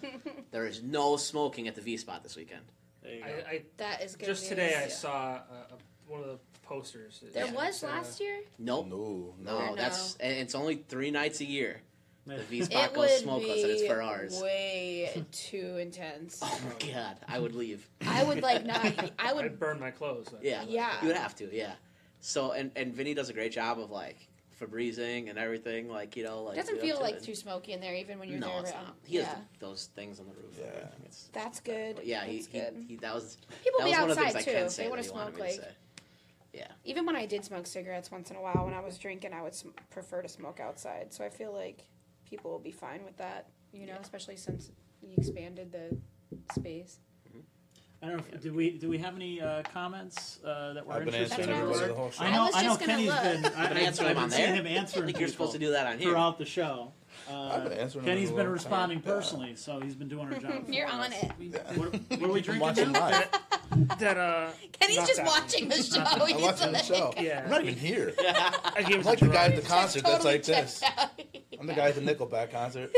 S4: there is no smoking at the V spot this weekend.
S1: there you go.
S2: I,
S4: uh,
S2: I
S6: that is good
S2: just
S6: news.
S2: today I
S4: Yeah.
S2: saw uh, one of the posters.
S6: there
S4: Yeah.
S6: was
S2: Uh,
S6: last year
S4: Nope.
S5: No, no.
S4: No,
S6: No, no.
S4: that's and it's only three nights a year. The
S1: Yeah.
S4: V spot
S6: it
S4: goes
S6: would
S4: smokeless, and it's
S6: be
S4: for ours.
S6: way too intense
S4: Oh my god, I would leave.
S6: i would like not e, i
S2: I'd
S6: would
S2: burn my clothes.
S4: Yeah,
S6: Yeah.
S4: you would have to. Yeah. So and and Vinny does a great job of like Febrezing and everything. Like you know, like
S6: it doesn't
S4: you know,
S6: feel
S4: to
S6: like
S4: it.
S6: too smoky in there even when you're
S4: No,
S6: there
S4: it's
S6: around-
S4: not. He has
S6: yeah
S4: those things on the roof.
S5: Yeah.
S4: and everything. It's,
S6: that's good
S4: but yeah, he,
S6: That's
S4: he,
S6: good.
S4: he that was
S6: people
S4: that
S6: be
S4: was one of the
S6: outside
S4: things I
S6: too
S4: can
S6: if
S4: say.
S6: they
S4: that
S6: want
S4: he
S6: to
S4: wanted
S6: smoke
S4: me to
S6: like
S4: say.
S6: even when I did smoke cigarettes once in a while when I was drinking, I would sm- prefer to smoke outside. So I feel like people will be fine with that, you know, especially since you expanded the space.
S1: I don't know. If, do we do we have any uh, comments uh, that were
S5: I've been
S1: interesting?
S5: answering
S6: That's
S5: everybody
S6: what
S5: the whole show.
S1: I know.
S6: I was
S1: I, know.
S6: just gonna
S1: Kenny's
S6: look.
S1: been. I,
S4: Been
S1: I,
S4: answering
S1: I've
S4: him on
S1: seen
S4: there?
S1: him answering
S4: I think you're supposed to
S1: people
S4: do that on here.
S1: throughout the show.
S5: I've
S1: Uh,
S5: been answering
S1: Kenny's
S5: them
S1: been
S5: the whole time.
S1: responding
S5: Yeah.
S1: personally, so he's been doing her job.
S6: You're
S1: for
S6: on
S1: us.
S6: it.
S1: What, what are we
S5: I'm
S1: drinking?
S5: watching
S1: now?
S5: live.
S2: That uh,
S7: Kenny's
S2: not
S7: just
S2: that
S7: watching the show.
S5: I'm
S7: He's
S5: watching the
S7: like-
S5: show.
S2: Yeah.
S5: I'm not even here.
S2: I gave
S5: I'm
S2: him
S5: like the
S2: some
S5: guy at
S2: variety.
S5: the concert that's like
S7: totally
S5: this.
S7: checked out.
S5: I'm the guy at the Nickelback concert.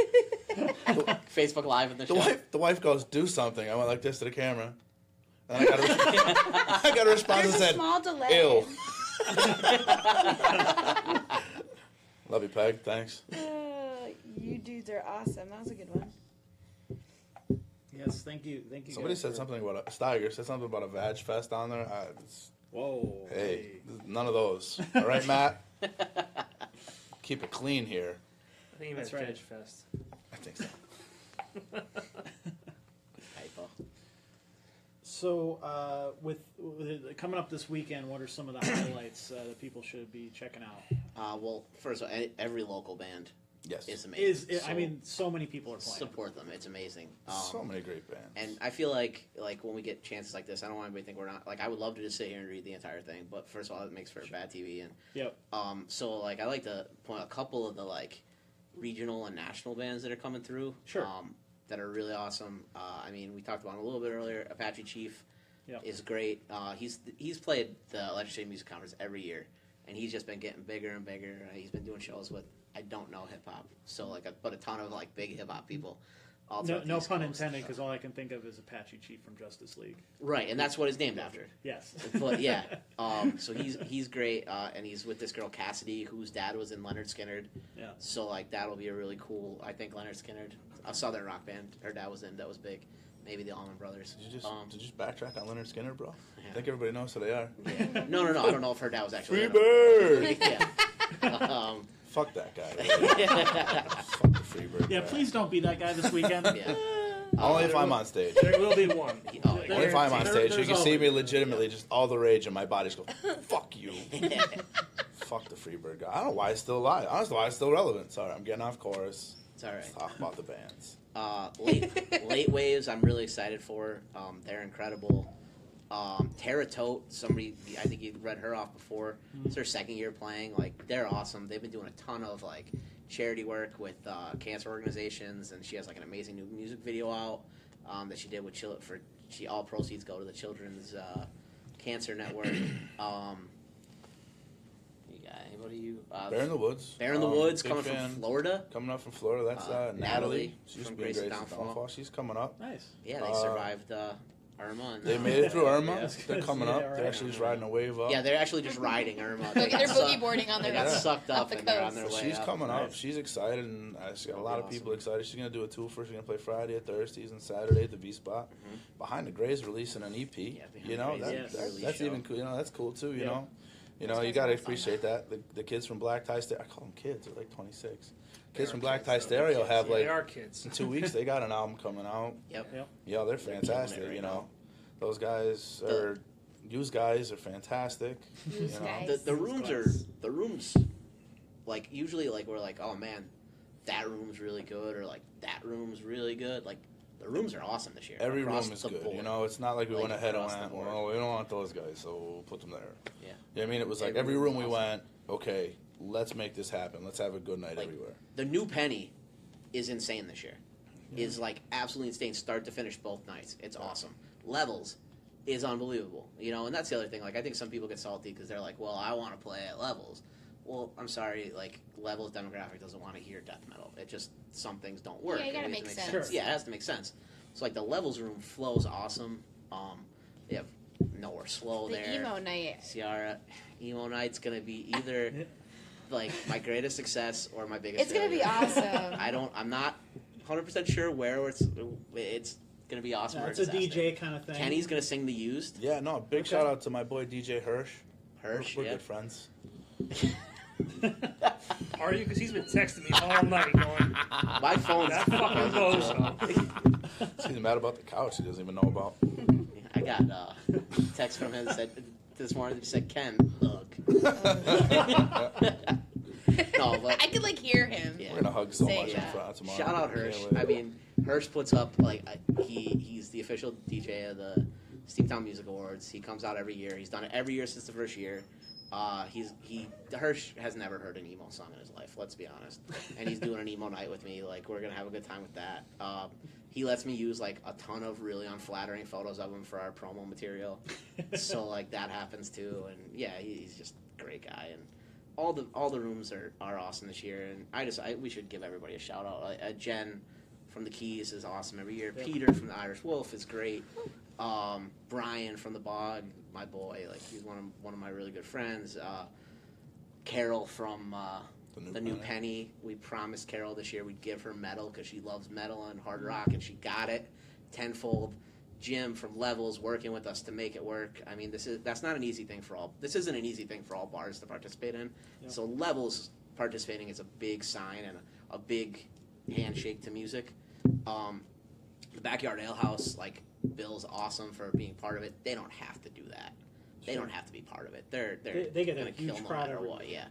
S4: Facebook Live in the,
S5: The
S4: show.
S5: wife, the wife goes, "Do something." I went like this to the camera, and I got a, I got a response
S6: There's
S5: that
S6: a
S5: said,
S6: small delay.
S5: "Ew." Love you, Peg. Thanks.
S6: Uh, you dudes are awesome. That was a good one.
S1: Yes, thank you, thank you.
S5: Somebody
S1: guys
S5: said
S1: for-
S5: something about a Steiger said something about a Vag Fest on there. I, it's-
S8: Whoa.
S5: hey, none of those. All right, Matt. Keep it clean here.
S2: I think you meant
S1: That's right.
S2: Veg Fest.
S5: I think so.
S4: Typo.
S1: So, uh, with, with it coming up this weekend, what are some of the highlights uh, that people should be checking out?
S4: Uh, well, first of all, e- every local band
S5: Yes.
S4: is amazing.
S1: Is
S4: So
S1: I mean, so many people are playing.
S4: support them. It's amazing. Um,
S5: so many great bands.
S4: And I feel like like when we get chances like this, I don't want anybody to think we're not like I would love to just sit here and read the entire thing, but first of all, it makes for bad TV. And
S1: Yep.
S4: um, so like I like to point a couple of the like regional and national bands that are coming through.
S1: Sure.
S4: Um, that are really awesome. Uh, I mean, we talked about 'em a little bit earlier. Apache Chief
S1: Yep.
S4: is great. Uh, he's he's played the Electric City Music Conference every year, and he's just been getting bigger and bigger. Uh, He's been doing shows with I don't know hip hop, so like a, but a ton of like big hip hop people. All
S1: No,
S4: throughout the
S1: no
S4: East
S1: pun
S4: Coast.
S1: intended, because all I can think of is Apache Chief from Justice League.
S4: Right, and that's what it's named after.
S1: Yes.
S4: But yeah, um, so he's he's great, uh, and he's with this girl Cassidy, whose dad was in Leonard Skinner.
S1: Yeah.
S4: So like that'll be a really cool. I think Leonard Skinner, a Southern rock band, her dad was in that was big. Maybe the Allman Brothers.
S5: Did you just
S4: Um,
S5: did you just backtrack on Leonard Skinner, bro?
S4: Yeah.
S5: I think everybody knows who they are.
S4: no, no, no. I don't know if her dad was actually. in
S5: Freebird.
S4: it. yeah. Um,
S5: Fuck that guy. really. Fuck the Freebird.
S1: Yeah,
S5: guy.
S1: please don't be that guy this weekend.
S4: yeah.
S5: Only if I'm on stage.
S2: There will be one.
S4: Oh, yeah.
S5: Only if I'm on
S1: There-
S5: stage. You
S1: there's
S5: can see me
S1: always-
S5: legitimately just all the rage, and my body just goes, "Fuck you." Fuck the Freebird guy. I don't know why it's still alive. I don't know why it's still relevant. Sorry, I'm getting off course.
S4: It's all right.
S5: Let's talk about the bands.
S4: Uh, late, late waves, I'm really excited for. Um, they're incredible. Um, Tara Tote, somebody, I think you read her off before. It's her second year playing. Like, they're awesome. They've been doing a ton of like charity work with uh, cancer organizations, and she has like an amazing new music video out um, that she did with Chil- for. She all proceeds go to the Children's uh, Cancer Network. um, you got anybody you? Uh,
S5: Bear in the Woods.
S4: Bear in the
S5: Um,
S4: Woods,
S5: big
S4: coming
S5: fan.
S4: from Florida.
S5: Coming up from Florida. That's
S4: Uh,
S5: uh, Natalie.
S4: Natalie
S5: She
S4: from
S5: used to be in
S4: Grace
S5: Grace's
S4: Downfall.
S5: Downfall. She's coming up.
S1: Nice.
S4: Yeah, they
S5: Uh,
S4: survived uh, Irma. And,
S5: They
S4: uh,
S5: made it through Irma.
S1: Yeah, I was
S5: They're
S1: gonna
S5: coming
S1: say
S5: up.
S1: that
S5: They're
S1: right
S5: actually
S1: now.
S5: just riding a wave up.
S4: Yeah, they're actually just riding Irma. They
S7: They're
S4: got
S7: boogie
S4: sucked,
S7: boarding on
S4: they
S7: their
S4: got
S5: uh, Yeah.
S4: sucked
S7: Off
S4: up
S7: the
S4: and they're on
S7: coast.
S4: their
S5: So
S4: way
S5: she's
S4: up.
S5: coming up.
S1: Nice.
S5: She's excited, and uh, she's got a
S4: That'll
S5: lot
S4: be
S5: of people
S4: awesome.
S5: excited. She's gonna do a tour first. She's gonna play Friday at Thursdays and Saturday at the V Spot. Behind the Grays releasing an EP.
S4: Mm-hmm. Behind
S5: you
S4: the
S5: know
S4: Grays
S5: that,
S1: is a
S5: that-
S4: release
S5: that's
S4: show.
S5: even cool. You know that's cool too. You
S1: Yeah.
S5: know, you know you gotta appreciate that. The, the kids from Black Tie Stereo. I call them kids. They're like 26. Kids
S4: are
S5: from Black
S4: kids, though.
S5: Tie
S4: They're
S5: Stereo
S4: kids,
S5: have
S4: yeah.
S5: like
S2: They are kids.
S5: in two weeks. They got an album coming out.
S4: Yep.
S1: Yep.
S5: Yeah, they're
S4: They're killing it
S5: fantastic.
S4: right
S5: you
S4: now.
S5: know, those guys
S4: The-
S5: are. Use guys are fantastic.
S6: Yous
S5: you know.
S6: guys.
S4: The, the rooms are
S1: Nice.
S4: the rooms. Like usually, like we're like, oh man, that room's really good, or like that room's really good. Like the rooms are awesome this year.
S5: Every
S4: across
S5: room is
S4: the
S5: good. You
S4: board.
S5: know, it's not like we
S4: Like,
S5: went ahead and
S4: across the
S5: went,
S4: board.
S5: well, we don't want those guys, so we'll put them there.
S4: Yeah.
S5: You know what I mean? It was like
S4: Every
S5: every
S4: room
S5: room we
S4: was
S5: went, okay, let's make this happen. Let's have a good night
S4: Like,
S5: everywhere.
S4: The new Penny is insane this year. Is like absolutely insane, start to finish both nights. It's awesome. Levels is unbelievable. You know, and that's the other thing. Like I think some people get salty because they're like, "Well, I want to play at Levels." Well, I'm sorry. Like Levels demographic doesn't want to hear death metal. It just some things don't work.
S3: Yeah, you
S4: and
S3: gotta
S4: we have to
S3: make sense.
S4: Yeah, it has to make sense. So like the Levels room flows awesome. Um, they have nowhere slow there.
S6: The emo night.
S4: Ciara, emo night's gonna be either like my greatest success or my biggest.
S6: It's gonna be
S4: failure.
S6: awesome.
S4: I don't. I'm not 100 percent sure where it's. It's gonna be awesome. or
S1: That's a
S4: disaster.
S1: DJ kind of thing.
S4: Kenny's gonna sing the used.
S5: Yeah, no, big
S1: Okay.
S5: shout out to my boy DJ Hirsch.
S4: Hirsch,
S5: We're, we're
S4: yeah.
S5: good friends.
S2: Are you? Because he's been texting me all night going,
S4: My phone's.
S2: that fucking bozo.
S5: He's mad about the couch he doesn't even know about.
S4: I got uh, text from him that said this morning. He said, "Ken, hug." no, but
S7: I could like hear him.
S4: Oh, yeah.
S5: We're gonna hug so
S7: Say
S5: much in
S7: that.
S5: front tomorrow.
S4: Shout out
S5: Can't
S4: Hirsch.
S5: wait.
S4: I mean, Hirsch puts up like I- he he's the official DJ of the Steamtown Music Awards. He comes out every year. He's done it every year since the first year. Uh, he's he Hirsch has never heard an emo song in his life. Let's be honest. And he's doing an emo night with me. Like we're gonna have a good time with that. Um, he lets me use like a ton of really unflattering photos of him for our promo material. so like that happens too. And yeah, he, he's just a great guy. And all the all the rooms are, are awesome this year, and I just I, we should give everybody a shout out. Like, uh, Jen from the Keys is awesome every year.
S1: Yep.
S4: Peter from the Irish Wolf is great. Um, Brian from the Bog, my boy, like he's one of one of my really good friends. Uh, Carol from uh,
S5: The new
S4: the new
S5: planet.
S4: penny. We promised Carol this year we'd give her metal because she loves metal and hard rock, and she got it tenfold. Jim from Levels working with us to make it work. I mean, this is that's not an easy thing for all. This isn't an easy thing for all bars to participate in.
S1: Yeah.
S4: So Levels participating is a big sign and a, a big handshake to music. Um, the backyard ale house, like Bill's awesome for being part of it. They don't have to do that. They don't have to be part of it. They're they're
S1: They- they get a
S4: gonna kill
S1: huge
S4: no
S1: crowd
S4: matter
S1: every
S4: what. Yeah,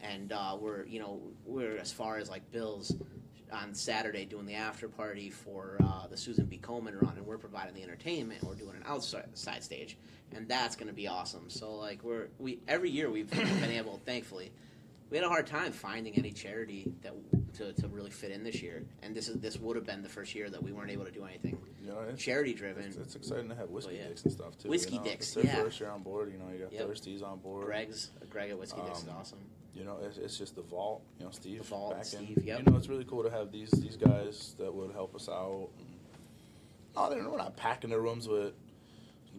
S4: and uh, we're you know we're as far as like Bill's on Saturday doing the after party for uh, the Susan B. Coleman run, and we're providing the entertainment. We're doing an outside side stage, and that's going to be awesome. So like we're we every year we've been able, thankfully, we had a hard time finding any charity that to, to really fit in this year, and this is this would have been the first year that we weren't able to do anything
S5: You know, it's,
S4: charity
S5: it's,
S4: driven.
S5: it's exciting to have whiskey
S4: Oh, yeah.
S5: dicks and stuff too.
S4: Whiskey
S5: you know?
S4: Dicks,
S5: It's their
S4: yeah.
S5: first year on board. You know, you got
S4: Yep.
S5: Thirsties on board.
S4: Greg's Greg at Whiskey Dicks is
S5: Um,
S4: awesome.
S5: You know, it's, it's just the vault. You know, Steve.
S4: The vault,
S5: back in.
S4: Steve, yep.
S5: You know, it's really cool to have these these guys that would help us out. And, no, they're, we're not packing the rooms with,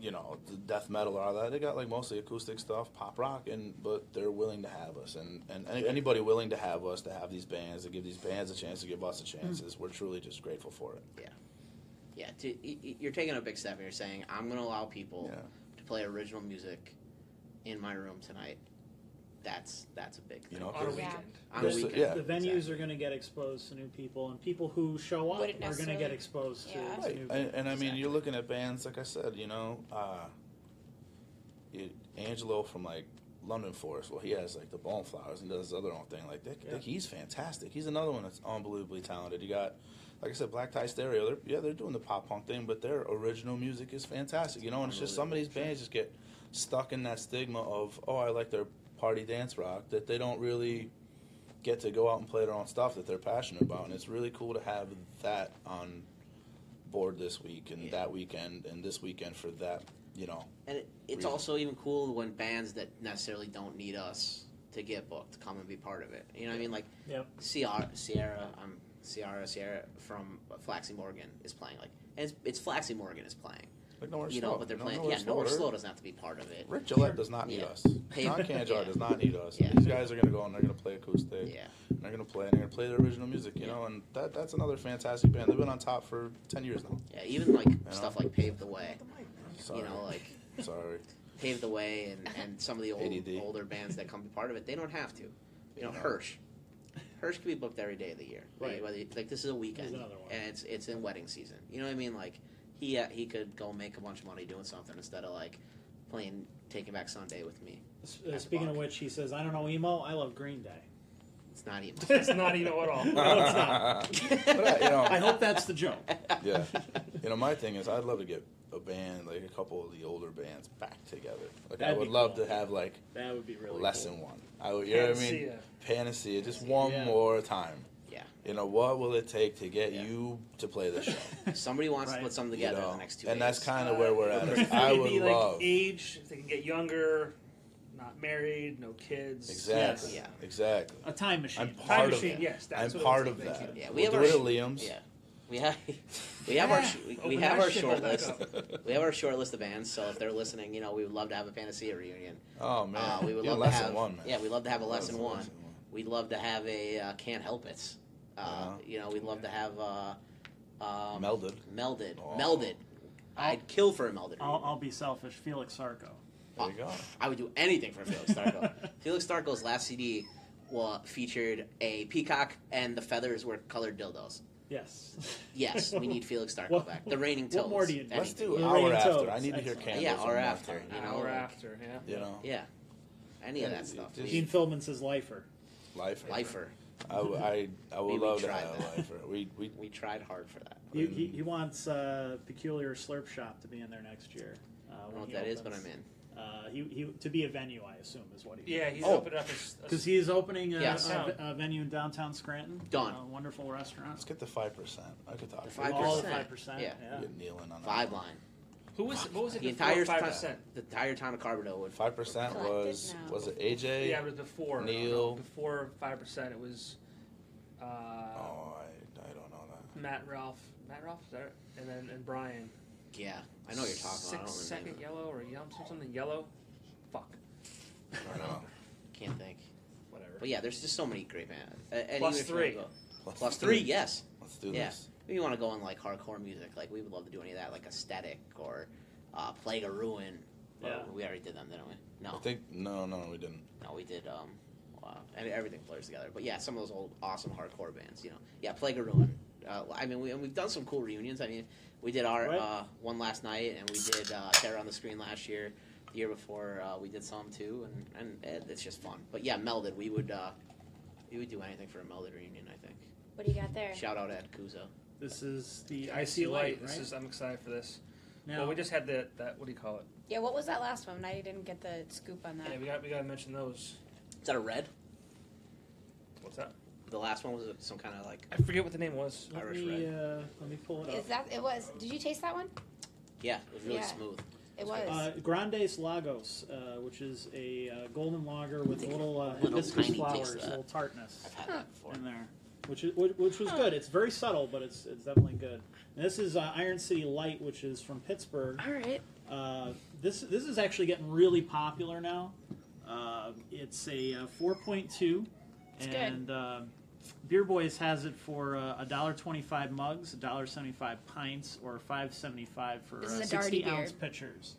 S5: you know, the death metal or all that. They got like mostly acoustic stuff, pop rock, and but they're willing to have us, and and any, anybody willing to have us to have these bands to give these bands a chance to give us a chance is we're truly just grateful for it.
S4: Yeah, to, y- y- you're taking a big step. and You're saying I'm going to allow people
S5: Yeah.
S4: to play original music in my room tonight. That's that's a big thing.
S5: You know,
S2: on a
S5: Yeah.
S2: weekend.
S4: on a
S5: There's-
S4: weekend.
S5: yeah.
S1: The venues are going to get exposed to new people, and people who show up
S6: Wouldn't
S1: are going to get
S6: necessarily-
S1: exposed to,
S6: Yeah.
S1: to
S5: Right.
S1: new
S5: And, and I mean,
S4: Exactly.
S5: you're looking at bands, like I said, you know, uh, it, Angelo from like London Forest, well, he has like the Bone Flowers and does his other own thing. Like, that,
S1: Yeah.
S5: that- he's fantastic. He's another one that's unbelievably talented. You got, like I said, Black Tie Stereo. They're, yeah, they're doing the pop punk thing, but their original music is fantastic, you know, and it's just some of these bands just get stuck in that stigma of, oh, I like their party dance rock, that they don't really get to go out and play their own stuff that they're passionate about. And it's really cool to have that on board this week and
S4: Yeah.
S5: that weekend and this weekend for that, you know.
S4: And it, it's
S5: Reason.
S4: also even cool when bands that necessarily don't need us to get booked come and be part of it. You know what I mean? Like
S1: Yep.
S4: Sierra, Sierra, um, Sierra, Sierra from Flaxy Morgan is playing. Like and it's, it's Flaxy Morgan is playing.
S5: Like nowhere
S4: you
S5: slow.
S4: know, but they're
S5: No-
S4: playing.
S5: Nowhere
S4: yeah, Nowhere
S5: Slower.
S4: Slow doesn't have to be part of it.
S5: Rick Gillette does not need
S4: Yeah.
S5: us.
S4: Hey,
S5: John Canjar
S4: yeah.
S5: does not need us.
S4: Yeah.
S5: These guys are going to go and they're going to play acoustic.
S4: Yeah.
S5: And they're going to play and they're going to play their original music, you
S4: Yeah.
S5: know. And that that's another fantastic band. They've been on top for ten years now.
S4: Yeah, even like stuff like Pave the Way.
S5: Sorry,
S4: You know, like
S5: sorry.
S4: Pave the Way and, and some of the old,
S5: ADD.
S4: older bands that come be part of it, they don't have to. You know,
S5: Yeah.
S4: Hirsch. Hirsch can be booked every day of the year. Right.
S1: Right.
S4: Whether like this is a weekend
S1: another one.
S4: and it's it's in wedding season. You know what I mean? Like he uh, he could go make a bunch of money doing something instead of like playing Taking Back Sunday with me.
S1: S-
S4: At
S1: Uh,
S4: the
S1: speaking of
S4: bar.
S1: which, he says, "I don't know emo. I love Green Day."
S4: It's not even.
S2: It's not emo at all.
S1: No, it's not.
S5: But I, uh, you know,
S1: I hope that's the joke.
S5: yeah. You know, my thing is, I'd love to get a band, like a couple of the older bands, back together. Like, I
S1: That'd
S5: would
S1: be
S5: love
S1: cool.
S5: to have like
S1: That would be really
S5: lesson
S1: cool.
S5: one. I would, you know what I mean?
S2: Panacea.
S5: Panacea, just one
S1: Yeah.
S5: more time.
S4: Yeah.
S5: You know, what will it take to get
S4: Yeah.
S5: you to play the show?
S4: If somebody wants
S1: Right.
S4: to put something
S5: you
S4: together in
S5: know?
S4: the next two
S5: and
S4: days,
S5: that's kind of where we're at. is
S2: Uh,
S5: I
S2: it'd
S5: would
S2: be, like,
S5: love.
S2: age if they can get younger, not married, no kids.
S5: Exactly.
S4: Yes.
S5: Exactly.
S1: A time machine.
S5: I'm
S2: Time
S5: part of
S2: machine.
S5: that.
S2: Yes, that's
S5: I'm
S2: what
S5: part
S2: it was
S5: of that.
S2: thinking.
S4: Yeah, we
S5: we'll
S4: have
S5: do
S4: our
S5: it at
S4: sh-
S5: Liam's.
S4: yeah. We have we have our sh- we, we
S2: Open
S4: have
S2: that
S4: our
S2: shit
S4: short
S2: back
S4: list.
S2: up.
S4: We have our short list of bands, so if they're listening, you know, we would love to have a Panacea reunion.
S5: Oh man,
S4: Uh, we would
S5: yeah,
S4: love
S5: lesson
S4: to have,
S5: one, man.
S4: Yeah, we'd love to have a
S5: That was
S4: lesson
S5: the
S4: one.
S5: lesson one.
S4: We'd love to have a uh, Can't Help It. Uh,
S5: Uh-huh.
S4: You know, we'd love to have uh, um,
S5: Melded.
S4: Melded.
S5: Oh.
S4: Melded. I'd kill for a Melded.
S1: I'll,
S4: reunion.
S1: I'll be selfish. Felix Sarko.
S5: There you go.
S4: I would do anything for Felix Starko. Felix Starko's last CD well, featured a peacock, and the feathers were colored dildos.
S1: Yes.
S4: Yes, we need Felix Starko
S1: What-
S4: back. The reigning
S1: what
S4: toads.
S1: more do you need?
S4: Anything.
S5: Let's do
S1: Lorraine
S5: hour after. I
S1: Toads,
S5: need to hear
S1: excellent.
S5: candles.
S4: Yeah,
S5: one
S4: hour
S5: more
S4: after.
S5: time,
S4: You know,
S2: Hour
S4: like-
S2: after, yeah.
S5: You know,
S4: Yeah. Any of
S5: Yeah,
S4: that
S5: it-
S4: stuff.
S5: just-
S1: Gene Philbin says lifer.
S5: lifer.
S4: Lifer.
S5: I, w- I, I would
S4: We- we
S5: love to
S4: tried
S5: have
S4: that.
S5: a lifer. We, we,
S4: We tried hard for that.
S1: He, he, he wants uh, Peculiar Slurp Shop to be in there next year. Uh,
S4: I
S1: when
S4: don't know what
S1: he
S4: Oh, that is, but
S1: opens.
S4: I'm in.
S1: Uh, he, he, to be a venue, I assume, is what he
S2: Yeah, he's
S4: Oh.
S2: opened up his.
S1: Because he is opening a,
S4: Yes.
S1: a, a venue in downtown Scranton.
S4: Done.
S1: A wonderful restaurant.
S5: let's get the five percent. I could talk.
S4: The
S5: to you.
S1: All
S4: 5%.
S1: five percent.
S4: Yeah.
S5: Get kneeling on that.
S4: Vibe line.
S2: Who was what was it?
S4: The
S2: before
S4: entire
S2: five
S4: ti-
S2: percent.
S4: the entire town of Carbondale would.
S5: Five percent
S6: Collected
S5: was
S6: now.
S5: was it AJ?
S2: Yeah, it was before no, no,
S5: Neil.
S2: before five percent. It was uh,
S5: Oh, I, I don't know that.
S2: Matt Ralph, Matt Ralph, is that it? and then and Brian.
S4: Yeah, I know what you're talking
S2: Six
S4: about. I don't remember.
S2: second yellow or yellow something yellow. Fuck.
S5: I don't know.
S4: Can't think.
S2: Whatever.
S4: But yeah, there's just so many great bands. A- any
S2: Plus
S4: which way
S2: three.
S4: you go. Plus three, yes.
S5: Let's do
S4: Yeah.
S5: this.
S4: If you want to go in like hardcore music, like we would love to do any of that, like aesthetic or uh, Plague of Ruin. But
S1: Yeah.
S4: We already did them, didn't we?
S5: I
S4: No,
S5: think no, no, we didn't.
S4: no, we did. Um, uh, I mean, everything blurs together. But yeah, some of those old awesome hardcore bands, you know. Yeah, Plague of Ruin. Uh, I mean, we, and we've done some cool reunions. I mean, we did our
S1: Right.
S4: uh, one last night, and we did uh, Terror on the Screen last year. The year before, uh, we did some too, and, and it, it's just fun. But yeah, Melded, we would uh, we would do anything for a Melded reunion. I think.
S3: What do you got there?
S4: Shout out Ed Kuzo.
S1: This is the
S2: I
S1: icy
S2: see
S1: light,
S2: light.
S1: right?
S2: This is I'm excited for this.
S1: now,
S2: Well, we just had the that what do you call it?
S6: Yeah, what was that last one? I didn't get the scoop on
S2: Yeah,
S6: that.
S2: we got we got to mention those.
S4: Is that a red?
S2: What's that?
S4: The last one was some kind of like
S2: I forget what the name was.
S1: let
S4: Irish
S1: me uh, let me pull it up.
S6: Is that it was? Did you taste that one?
S4: yeah, it was really
S6: Yeah.
S4: smooth.
S6: It
S4: That's
S6: was.
S1: Uh, Grandes Lagos, uh, which is a uh, golden lager with
S4: Take a
S1: little uh,
S4: little
S1: hibiscus
S4: tiny
S1: flowers,
S4: taste of that.
S1: little tartness
S4: I've had that before.
S1: in there, which is which, which was good. It's very subtle, but it's it's definitely good. And this is uh, Iron City Light, which is from Pittsburgh.
S6: All right.
S1: Uh, this this is actually getting really popular now. Uh, it's a uh, 4.2,
S6: It's good.
S1: and uh, Beer Boys has it for uh, a dollar twenty-five mugs, a dollar seventy-five pints, or five seventy-five for
S6: This
S1: uh,
S6: is a Darty
S1: sixty
S6: beer.
S1: ounce pitchers.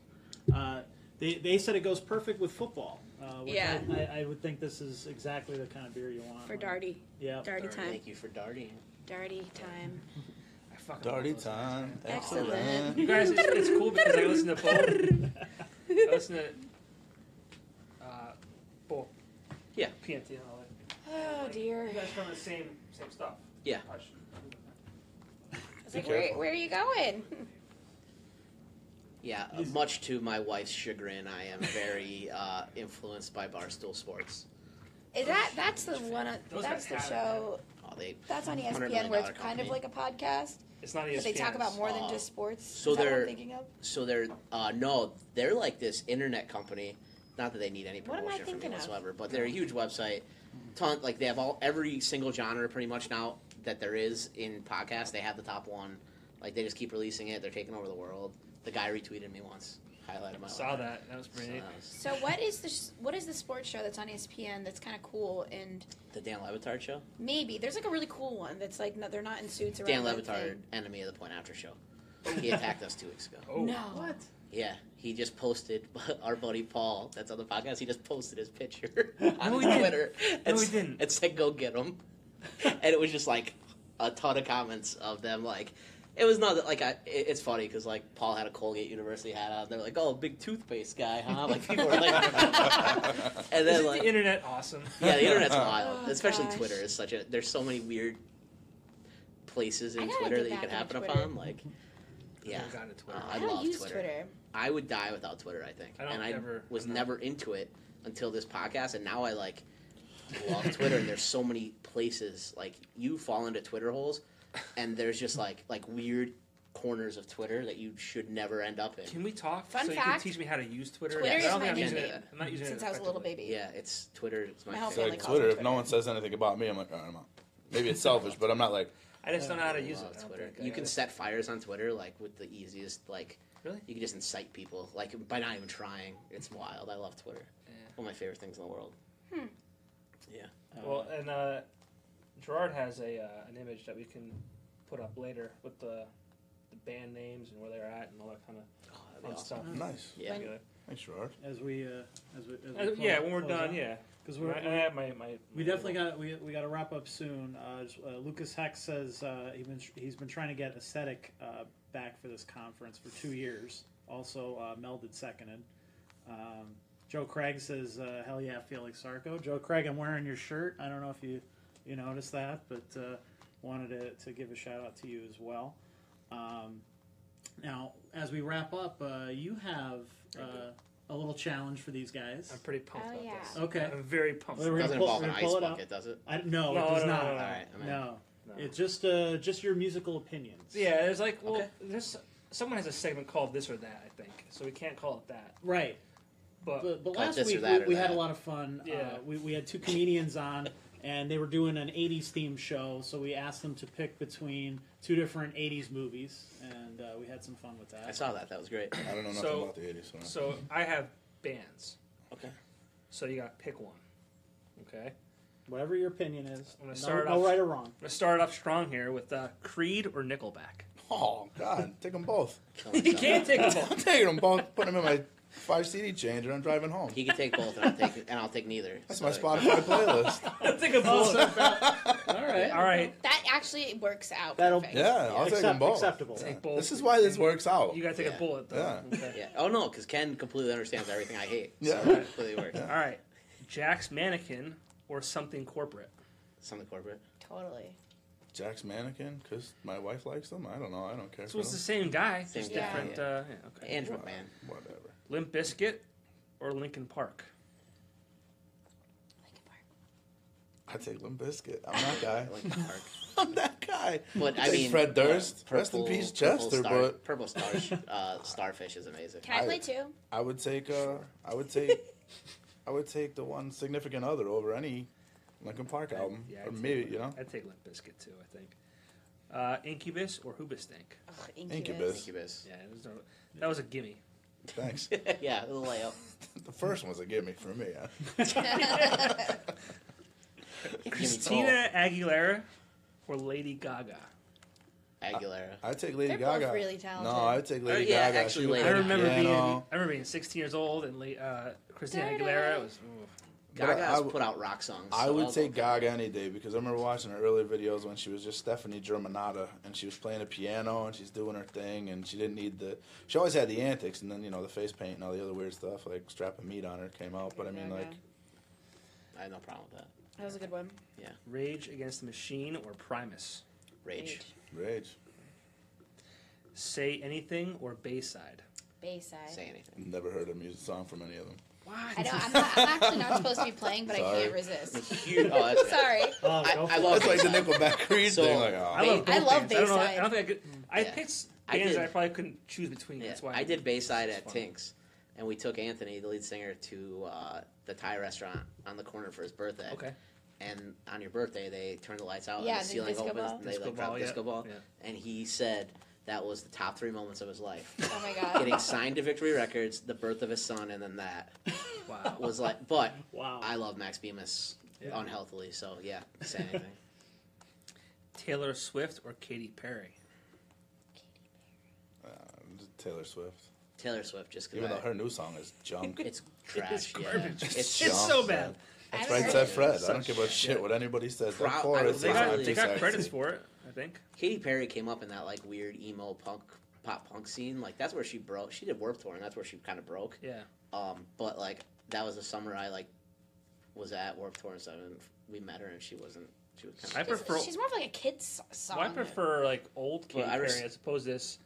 S1: Uh, they, they said it goes perfect with football. Uh, which
S6: Yeah.
S1: I, I, I would think this is exactly the kind of beer you want
S6: For
S1: when-
S6: Darty.
S1: Yeah,
S6: Darty
S4: Darty,
S6: time.
S4: Thank you for darting.
S6: Darty time.
S2: I fucking
S5: Dirty
S2: love those guys.
S5: time.
S6: Excellent.
S2: You guys, it's, it's cool because I listen to both. I listen to uh, both.
S4: Yeah.
S2: PNT and all that.
S6: Oh dear.
S2: You guys from the same same stuff.
S4: Yeah.
S2: I should-
S6: I was
S5: Be
S6: like, where,
S5: careful.
S6: where are you going?
S4: Yeah, uh, much to my wife's chagrin, I am very uh, influenced by Barstool Sports.
S6: Is that that's the one?
S2: Those
S6: That's the
S2: guys have it,
S6: show.
S4: Oh, they
S6: That's on E
S4: $100 million
S6: ESPN where it's
S4: dollar
S6: kind of
S4: company.
S6: like a podcast,
S2: It's not E ESPN.
S6: but they talk about
S2: it's-
S6: more than
S4: Oh.
S6: just sports.
S4: So
S6: Is that what I'm
S4: they're-
S6: thinking of.
S4: so they're uh, no, they're like this internet company. Not that they need any
S6: What am I
S4: promotion from me
S6: thinking of?
S4: whatsoever, but they're a huge website. Ton like they have all every single genre pretty much now that there is in podcasts. They have the top one. Like they just keep releasing it. They're taking over the world. The guy retweeted me once. Highlighted my
S2: I saw
S4: life.
S2: that. That was pretty.
S4: So
S2: neat.
S4: that was
S6: So what is the sh- what is the sports show that's on E ESPN that's kind of cool and
S4: the Dan Levitard show.
S6: maybe there's like a really cool one that's like no, they're not in suits or
S4: Dan
S6: anything.
S4: Levitard, enemy of the Point After show. He attacked us two weeks ago.
S2: Oh,
S6: No.
S4: Yeah, he just posted our buddy Paul. That's on the podcast. He just posted his picture on
S2: No, he didn't.
S4: Twitter. and
S2: No, he
S4: s-
S2: didn't.
S4: And said, "Go get him." and it was just like a ton of comments of them. Like, it was not that like I. It, it's funny because like Paul had a Colgate University hat on. They're like, "Oh, big toothpaste guy, huh?" Like people were like, and
S2: Isn't
S4: then like
S2: the internet awesome?
S4: yeah, the internet's wild,
S6: Oh,
S4: especially
S6: gosh.
S4: Twitter is such a. There's so many weird places
S6: I
S4: in
S6: gotta
S4: Twitter
S6: get
S4: that you
S6: back
S4: can
S6: on
S4: happen
S6: Twitter.
S4: upon. Like, yeah,
S2: I've gone to Twitter.
S4: Uh,
S6: I,
S4: I
S6: don't
S4: love
S6: use Twitter.
S4: Twitter. I would die without Twitter. I think,
S2: I don't
S4: and I
S2: ever-
S4: was
S2: I'm not-
S4: never into it until this podcast, and now I like love Twitter. And there's so many places like you fall into Twitter holes, and there's just like like weird corners of Twitter that you should never end up in.
S2: Can we talk?
S6: Fun
S2: so you
S6: fact,
S2: can teach me how to use Twitter.
S6: Twitter
S2: I
S6: is
S2: don't
S6: my
S2: think I'm using
S4: nickname
S2: it. I'm not using it
S6: Since I was a little
S2: effectively.
S6: baby.
S4: Yeah, it's Twitter. It's my,
S6: My whole
S5: It's
S4: favorite.
S6: family
S5: like
S6: calls it
S5: Twitter. If
S6: Twitter.
S5: no one says anything about me, I'm like, all right, I'm out. Maybe it's selfish, but I'm not like,
S2: I just don't know how to
S4: I
S2: use it.
S4: love
S2: I don't
S4: Twitter.
S2: think I
S4: You can
S2: use it.
S4: set fires on Twitter like with the easiest like.
S2: Really?
S4: You can just incite people like by not even trying. It's wild. I love Twitter.
S2: Yeah.
S4: One of my favorite things in the world. Oh,
S2: Well, and uh, Gerard has a uh, an image that we can put up later with the the band names and where they're at and all that kind of
S4: Oh, that'd be
S2: fun
S4: awesome.
S2: stuff.
S5: nice.
S4: Yeah.
S2: Yeah.
S5: Thanks, Gerard.
S1: as we uh, as we,
S2: Uh,
S1: as we
S2: yeah, when we're done, yeah.
S1: because
S2: When
S1: we're,
S2: I, I have my, my
S1: We definitely got we, we got to wrap up soon. Uh, just, uh, Lucas Heck says uh, he's been he's been trying to get aesthetic uh, back for this conference for two years. Also, uh, melded seconded. Um, Joe Craig says, uh, "Hell yeah, Felix Sarko." Joe Craig, I'm wearing your shirt. I don't know if you you noticed that, but uh, wanted to, to give a shout out to you as well. Um, now, as we wrap up, uh, you have uh, a little challenge for these guys.
S2: I'm pretty pumped
S6: Oh,
S2: about
S6: yeah.
S2: this.
S1: Okay.
S2: I'm very pumped.
S1: Well, we're
S4: Doesn't
S1: gonna pull-
S4: involve
S1: we're
S4: an
S1: gonna
S4: ice
S1: pull it up.
S4: bucket, does it?
S1: I, no,
S2: No,
S1: it does
S2: no, no,
S1: not.
S2: no,
S4: All right. I'm in.
S1: No,
S2: No.
S1: it's just uh, just your musical opinions.
S2: Yeah, there's like well,
S4: Okay.
S2: there's someone has a segment called this or that, I think. So we can't call it that.
S1: Right.
S2: But
S1: But, but
S4: Called
S1: last
S4: this or
S1: week
S4: that
S1: we,
S4: or
S1: we had a
S4: that.
S1: lot of fun.
S2: Yeah.
S1: Uh, we, we had two comedians on, and they were doing an '80s themed show. So we asked them to pick between two different '80s movies, and uh, we had some fun with
S4: I
S1: that.
S4: saw that. That was great.
S5: I don't know nothing
S2: So-
S5: about the 80s. So.
S2: so I have bands.
S4: Okay.
S2: So you got to pick one. Okay.
S1: Whatever your opinion is,
S2: I'm gonna
S1: no,
S2: start
S1: no
S2: off-
S1: right or wrong.
S2: I'm going to start off strong here with uh, Creed or Nickelback.
S5: oh, God. Take them both.
S4: Kill myself.
S2: take them
S5: I'm taking them both, putting them in my five CD changer, and I'm driving home.
S4: He can take both, and I'll take and I'll take neither.
S5: That's
S4: So,
S5: my
S4: like,
S5: Spotify playlist.
S2: both. take them both.
S1: All right.
S2: All right.
S7: That actually works out.
S1: That'll-
S7: perfect.
S5: Yeah, I'll take them
S1: Accept-
S5: both.
S1: acceptable.
S5: Yeah.
S2: Take both.
S5: This is why this works out.
S2: You got to take a
S4: Yeah.
S2: bullet, though.
S5: Yeah.
S2: Okay.
S4: Yeah. Oh no, because Ken completely understands everything I hate.
S5: Yeah.
S4: So it completely works.
S2: All right. Jack's Mannequin or something corporate.
S4: Something corporate.
S6: Totally.
S5: Jack's mannequin, because my wife likes them. I don't know. I don't care.
S2: So
S5: for
S2: it's the
S5: them.
S2: same guy,
S4: Same
S2: just
S4: guy,
S2: different.
S4: yeah.
S2: Uh, yeah, okay.
S4: And man.
S5: Whatever.
S2: Limp Biscuit or Linkin Park.
S5: I take Limp Bizkit. I'm that guy.
S4: Like Park.
S5: I'm that guy.
S4: But I
S5: Take
S4: mean,
S5: Fred Durst.
S4: uh,
S5: Rest in
S4: Purple-
S5: peace,
S4: Purple
S5: Chester.
S4: Star-
S5: But
S4: purple star, uh, starfish is amazing.
S3: Can I
S5: I-
S3: play two?
S5: I would take. Uh, I would take. I would take the one significant other over any Lincoln Park album,
S2: Yeah,
S5: or
S2: I'd
S5: maybe
S2: take,
S5: Oh, you know.
S2: I'd take Limp Biscuit too. I think. Uh, Incubus or Hoobastank.
S6: Ugh,
S5: Incubus.
S4: Incubus.
S2: Yeah, there's no- that was a gimme.
S5: Thanks.
S4: yeah, the layout.
S5: the first one's a gimme for me. I-
S2: Christina
S5: Oh.
S2: Aguilera or Lady Gaga.
S4: Aguilera.
S5: I take Lady
S6: They're both
S5: Gaga.
S6: really talented.
S5: No, I take Lady
S4: Oh, yeah,
S5: Gaga.
S4: actually,
S5: She would
S4: Lady
S2: I
S5: play
S4: Gaga.
S5: the
S2: remember being
S5: piano.
S2: I remember being 16 years old and La- uh, Christina Aguilera was. ooh.
S5: But
S4: Gaga
S5: I-
S4: has
S5: I-
S4: put out rock songs.
S5: I
S4: so
S5: would
S4: I'll
S5: take
S4: go-
S5: Gaga any day because I remember watching her earlier videos when she was just Stephanie Germanata and she was playing the piano and she's doing her thing and she didn't need the. She always had the antics and then you know the face paint and all the other weird stuff like strapping meat on her came out. But I mean
S6: Gaga.
S5: like
S4: I have no problem with that.
S6: That was a good one.
S2: Rage Against the Machine or Primus.
S4: Rage.
S5: rage.
S2: Say Anything or Bayside.
S6: Bayside.
S4: Say anything.
S5: Never heard a music song from any of them.
S2: Why?
S6: I don't. I'm, not, I'm actually not supposed to be playing, but I
S5: Sorry.
S6: can't resist.
S4: Huge. Oh, that's right.
S6: Sorry.
S1: Oh,
S4: I,
S1: go
S4: I
S1: for it.
S4: love
S5: That's like the
S4: Bayside.
S5: Nickelback Creed
S4: So-
S5: thing. Like, oh,
S2: I love.
S6: I
S2: both
S6: love
S2: bands. I don't know. I
S6: Bayside.
S2: don't think I could. I
S4: Yeah.
S2: picked
S4: I
S2: bands
S4: did.
S2: that I probably couldn't choose between.
S4: Yeah,
S2: That's why
S4: I did Bayside
S2: That's
S4: at
S2: fine.
S4: Tinks, and we took Anthony, the lead singer, to uh, the Thai restaurant on the corner for his birthday.
S2: Okay.
S4: And on your birthday, they turn the lights out,
S6: Yeah, the
S4: and the ceiling
S6: disco
S4: opens,
S6: ball.
S4: and they
S2: Disco
S4: like drop
S2: ball, yeah.
S4: disco ball.
S2: Yeah.
S4: And he said that was the top three moments of his life:
S6: Oh my god.
S4: getting signed to Victory Records, the birth of his son, and then that
S2: Wow.
S4: was like. But
S1: Wow.
S4: I love Max Bemis
S2: Yeah.
S4: unhealthily, so yeah, say anything.
S2: Taylor Swift or Katy Perry.
S5: Taylor Swift.
S4: Taylor Swift, just
S5: Even
S4: because
S5: though her new song is junk.
S4: it's trash, yeah,
S2: garbage.
S4: it's
S2: It's
S4: just
S2: so bad.
S5: That's
S6: I
S5: right,
S6: haven't
S5: said
S4: heard
S5: Fred.
S2: it.
S5: I don't give a
S2: Such
S5: shit
S2: shit.
S5: what anybody says.
S4: Pro-
S5: That
S4: I
S5: chorus
S4: don't-
S5: is
S2: They
S5: not
S2: got,
S4: Exactly.
S2: they got
S5: sexy.
S2: credits for it, I think.
S4: Katy Perry came up in that like weird emo punk pop punk scene. Like that's where she broke. She did Warped Tour, and that's where she kind of broke.
S2: Yeah.
S4: Um, but like that was the summer I like was at Warped Tour and stuff, and we met her, and she wasn't. She was kind
S2: I
S4: of.
S2: prefer.
S6: She's more of like a kid's song.
S2: Well, I prefer like old Katy
S4: Well, I
S2: Perry
S4: res-
S2: as opposed to this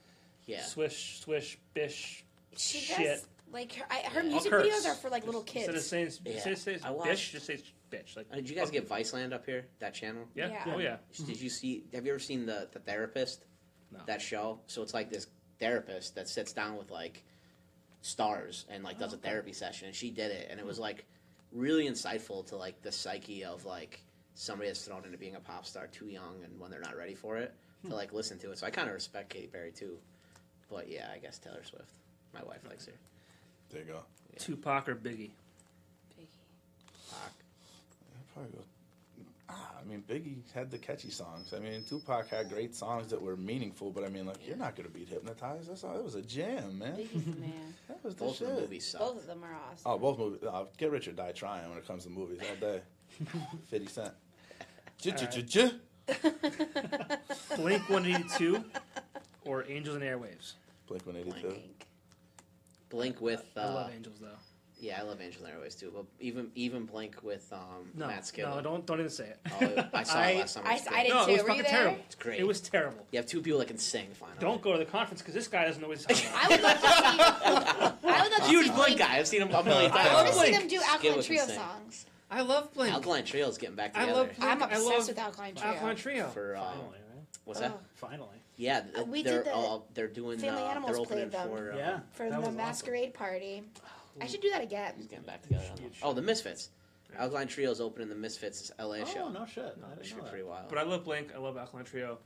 S4: Yeah.
S2: swish swish bish.
S6: She
S2: Shit.
S6: does. Like her, I, her
S4: Yeah.
S6: music
S2: I'll curse.
S6: videos are for like little
S2: Instead of
S6: kids.
S2: saying
S4: Yeah.
S2: say, say,
S4: I
S2: bish,
S4: watched-
S2: just say sh- bitch. Like
S4: Uh, Did you guys
S2: fuck.
S4: get Viceland up here? That channel?
S2: Yeah.
S6: Yeah.
S2: Oh yeah.
S4: Did you see? Have you ever seen the the therapist?
S2: No.
S4: That show. So it's like this therapist that sits down with like stars and like
S2: Oh,
S4: does a therapy session, and she did it, and it
S2: Hmm.
S4: was like really insightful to like the psyche of like somebody that's thrown into being a pop star too young and when they're not ready for it
S2: Hmm.
S4: to like listen to it. So I kind of respect Katy Perry too, but yeah, I guess Taylor Swift. My wife likes her.
S5: There you go.
S2: Tupac or Biggie.
S5: I'd probably go. Ah, I mean, Biggie had the catchy songs. I mean, Tupac had great songs that were meaningful, but I mean, like, you're not gonna beat hypnotized. That's all. That was a jam, man.
S6: Biggie's the man.
S5: That was the
S4: Both
S5: shit.
S4: of the movies suck.
S6: Both of them are awesome.
S5: Oh, both movies. Uh, get rich or die trying when it comes to movies all day. Fifty Cent. J- j- j- j-
S2: Blink 182 or Angels and Airwaves.
S5: Blink One Eighty Two.
S4: Blink with uh,
S2: I love Angels though.
S4: yeah, I love Angel in Airways too, but even even Blink with um,
S2: No,
S4: Matt Skiba.
S2: no, don't don't even say it.
S4: Oh, I saw
S2: I-
S4: it last summer.
S6: I,
S4: It's
S6: I
S4: great.
S6: did
S2: No, it was
S6: too. Were you
S2: fucking
S6: there?
S2: terrible.
S4: It's great.
S2: It was terrible.
S4: You have two people that can sing. Finally,
S2: Don't go to the conference because this guy doesn't know what he's talking about.
S6: I would love to see. I would love to
S4: Huge
S6: see.
S4: Blink guy. I've seen him a million
S2: I
S4: times.
S6: I want to see
S2: Blink.
S6: them do
S4: Skip
S6: Alkaline
S4: was
S6: Trio
S4: insane.
S6: songs.
S2: I love Blink.
S4: Alkaline Trio's getting back
S2: I
S4: together.
S2: love Blink.
S6: I'm
S2: I
S6: obsessed
S2: love
S6: with Alkaline Trio.
S2: Alkaline Trio.
S4: for uh,
S1: Finally, right?
S4: what's that?
S6: Ugh.
S1: Finally.
S4: Yeah,
S3: Uh, we
S4: they're
S3: did the
S4: all they're doing.
S6: Family
S4: uh,
S6: Animals
S4: they're opening
S6: played them.
S4: for uh,
S1: Yeah.
S6: For
S1: that
S6: the
S1: was awesome.
S6: masquerade party.
S3: I should do that again.
S4: He's getting back together. I don't know. Oh, the Misfits. Alkaline Trio's opening the Misfits LA
S1: Oh,
S4: show.
S1: no shit. I
S4: That
S1: didn't
S4: should
S1: know
S4: be
S1: that.
S4: pretty wild.
S2: But I love Blink. I love Alkaline Trio.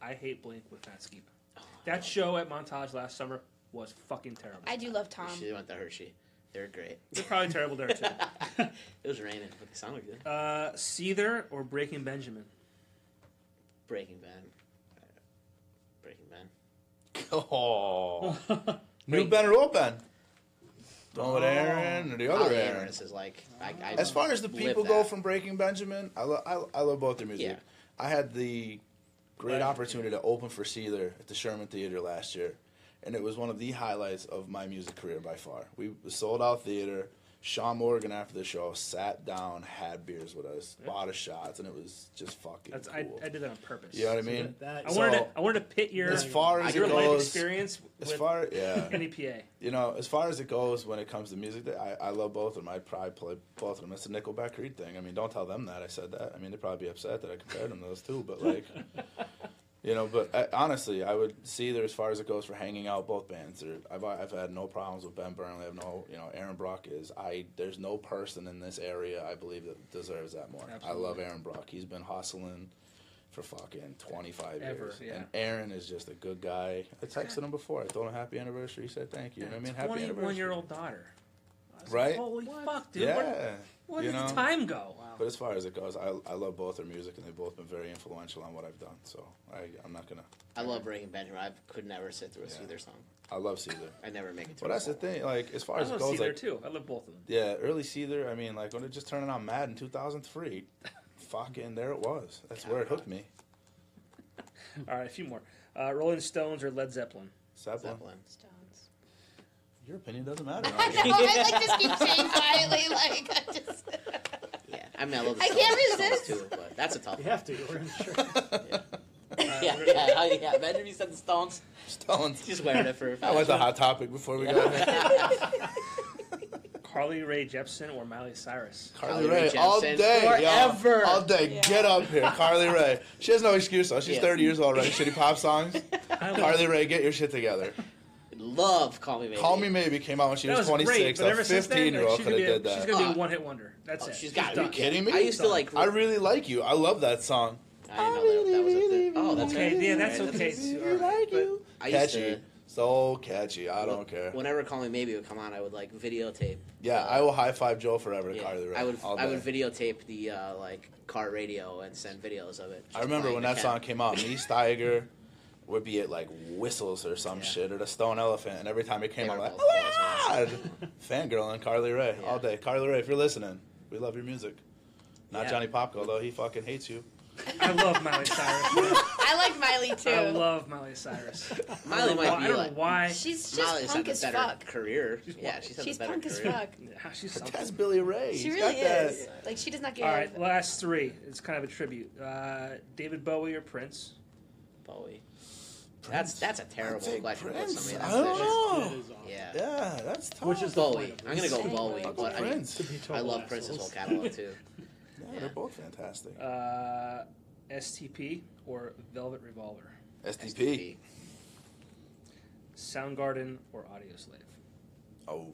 S2: I hate Blink with Matt Skiba.
S4: Oh,
S2: That show at Montage last summer was fucking terrible.
S6: I do love Tom.
S4: We should went to Hershey. They're great.
S2: They're probably terrible there too.
S4: It was raining, but they sounded good.
S2: Uh, Seether or Breaking Benjamin?
S4: Breaking Ben. Breaking Ben.
S5: Oh, new
S2: Wait.
S5: Ben or old Ben? The one with Aaron or the other
S4: Holly
S5: Aaron?
S4: Amaris is like I, I
S5: As far as the
S4: live
S5: people
S4: that.
S5: go from Breaking Benjamin, I, lo- I, I love both their music.
S4: Yeah.
S5: I had the great
S2: Right.
S5: opportunity to open for Seether at the Sherman Theater last year, and it was one of the highlights of my music career by far. We it was sold out theater. Sean Morgan after the show sat down, had beers with us, bought us shots, and it was just fucking
S2: That's I,
S5: cool.
S2: I did that on purpose.
S5: you know what I mean?
S1: That-
S2: I wanted
S5: So-
S2: to, I wanted to pit your
S5: As far as
S2: your
S5: it
S2: life
S5: goes-
S2: experience
S5: As
S2: with E
S5: far yeah,
S2: NEPA.
S5: you know, as far as it goes when it comes to music, that I, I love both of them. I probably play both of them. It's a Nickelback Creed thing. I mean, don't tell them that I said that. I mean, they'd probably be upset that I compared them to those two. But like, you know, but I, honestly, I would see there as far as it goes for hanging out both bands. There, I've I've had no problems with Ben Burnley. I've no, you know, Aaron Brock is I. There's no person in this area I believe that deserves that more. I love Aaron Brock. He's been hustling. For fucking twenty five
S2: Ever,
S5: years,
S2: yeah.
S5: and Aaron is just a good guy. I texted him before. I told him happy anniversary. He said thank you. You know what I mean? Happy
S2: Twenty-one
S5: anniversary.
S2: year old daughter.
S5: Right?
S2: Holy fuck, dude! Where,
S5: yeah.
S2: where
S5: you
S2: did the
S5: know?
S2: time go?
S5: But as far as it goes, I, I love both their music, and they've both been very influential on what I've done. So I, I'm not gonna.
S4: I love Breaking Benjamin. I could never sit through a
S5: Yeah.
S4: Seether song.
S5: I love Caesar.
S4: I never make it.
S5: But
S4: through a
S5: that's the
S4: song.
S5: thing. Like as far
S2: I
S5: as
S2: love
S5: it goes,
S2: Seether
S5: like
S2: too. I love both of them.
S5: yeah, early Caesar. I mean, like when it just turning on Mad in 2003, fucking there it was. That's where it hooked me.
S2: All right, a few more. Uh, Rolling Stones or Led Zeppelin?
S5: Zeppelin.
S4: Zeppelin.
S6: Stones.
S5: Your opinion doesn't matter.
S7: I know, I like just keep saying quietly, like I just.
S4: Yeah, I mean I love. The
S7: I can't
S4: Stones
S7: resist.
S4: too, but that's a tough.
S1: You
S4: one.
S1: have to. We're in the
S2: Uh,
S4: Yeah, yeah, yeah, yeah. Imagine if you said the Stones.
S5: Stones.
S4: Just wearing it for.
S5: I went to Hot Topic before we got here.
S2: Carly Rae Jepsen or Miley Cyrus?
S5: Carly
S4: Carly Rae
S5: Rae all
S4: Jepsen.
S5: day, y'all.
S4: Forever.
S5: all day.
S6: Yeah.
S5: Get up here, Carly Rae. She has no excuse though. She's
S4: Yeah.
S5: 30 years old, right? Shitty pop songs.
S2: I love-
S5: Carly Rae, get your shit together.
S4: Love Call Me Maybe.
S5: Call Me Maybe came out when she
S2: That
S5: was,
S2: was great,
S5: 26.
S2: but ever
S5: A
S2: since then,
S5: 15 year
S2: like,
S5: old
S2: she's
S5: could
S2: gonna
S5: have
S2: be a,
S5: did
S2: she's
S5: that.
S2: gonna be a
S4: Ah.
S2: one-hit wonder. That's
S4: Oh,
S2: it.
S4: she's got
S5: Are
S4: to
S5: you
S4: be
S5: kidding me?
S4: I used to like.
S5: I really like you. I love that song.
S4: I didn't know that, that was a thing. Oh, that's
S2: Okay,
S4: right.
S2: yeah, that's
S4: Alright,
S2: okay.
S5: Really like you.
S4: I used
S5: catchy,
S4: to-
S5: so catchy. I don't care.
S4: Whenever Call Me Maybe would come on, I would like videotape.
S5: yeah, I will high five Joe forever to
S4: Yeah,
S5: Carly Rae.
S4: I would
S5: all
S4: I would
S5: day.
S4: videotape the uh, like car radio and send videos of it.
S5: I remember when that song came out, me Steiger would be at like whistles or some
S4: Yeah.
S5: shit or the Stone Elephant, and every time it came out, I'm like,
S4: Terrible.
S5: oh my god, fangirl and Carly Rae
S4: Yeah.
S5: all day. Carly Rae, if you're listening, we love your music. Not
S2: Yeah.
S5: Johnny Popko though, he fucking hates you.
S2: I love Miley Cyrus. man.
S7: I like Miley too.
S2: I love Miley Cyrus.
S4: came. Miley
S2: Well, I
S4: might be
S2: don't
S4: like.
S2: know why.
S6: She's just
S4: Miley's had
S6: punk
S4: a
S6: as
S4: better
S6: fuck.
S4: career. yeah, she's had
S6: She's
S4: a better
S6: punk as
S4: career.
S6: fuck.
S2: Yeah, she's something.
S5: That's Billy Ray.
S6: She
S5: He's
S6: really
S5: got that-
S6: is. Like she does not give.
S2: All right, last three. It's kind of a tribute. Uh, David Bowie or Prince?
S4: Bowie. That's that's a terrible
S5: Take
S4: question to put
S5: Prince.
S4: somebody.
S5: I
S4: That's
S5: don't
S4: vicious.
S5: know.
S1: shit.
S4: Yeah.
S5: Yeah, that's tough.
S1: Which is the
S4: Bowie.
S1: point.
S4: I'm gonna go
S6: Same
S4: Bowie,
S6: way.
S4: but I,
S5: Prince.
S1: To be
S4: I
S1: total
S4: love Prince's whole
S1: assholes.
S4: catalog too.
S5: Yeah,
S4: Yeah.
S5: they're both fantastic.
S2: Uh, STP or Velvet Revolver?
S5: SDP.
S2: Soundgarden or Audio Slave?
S5: Oh,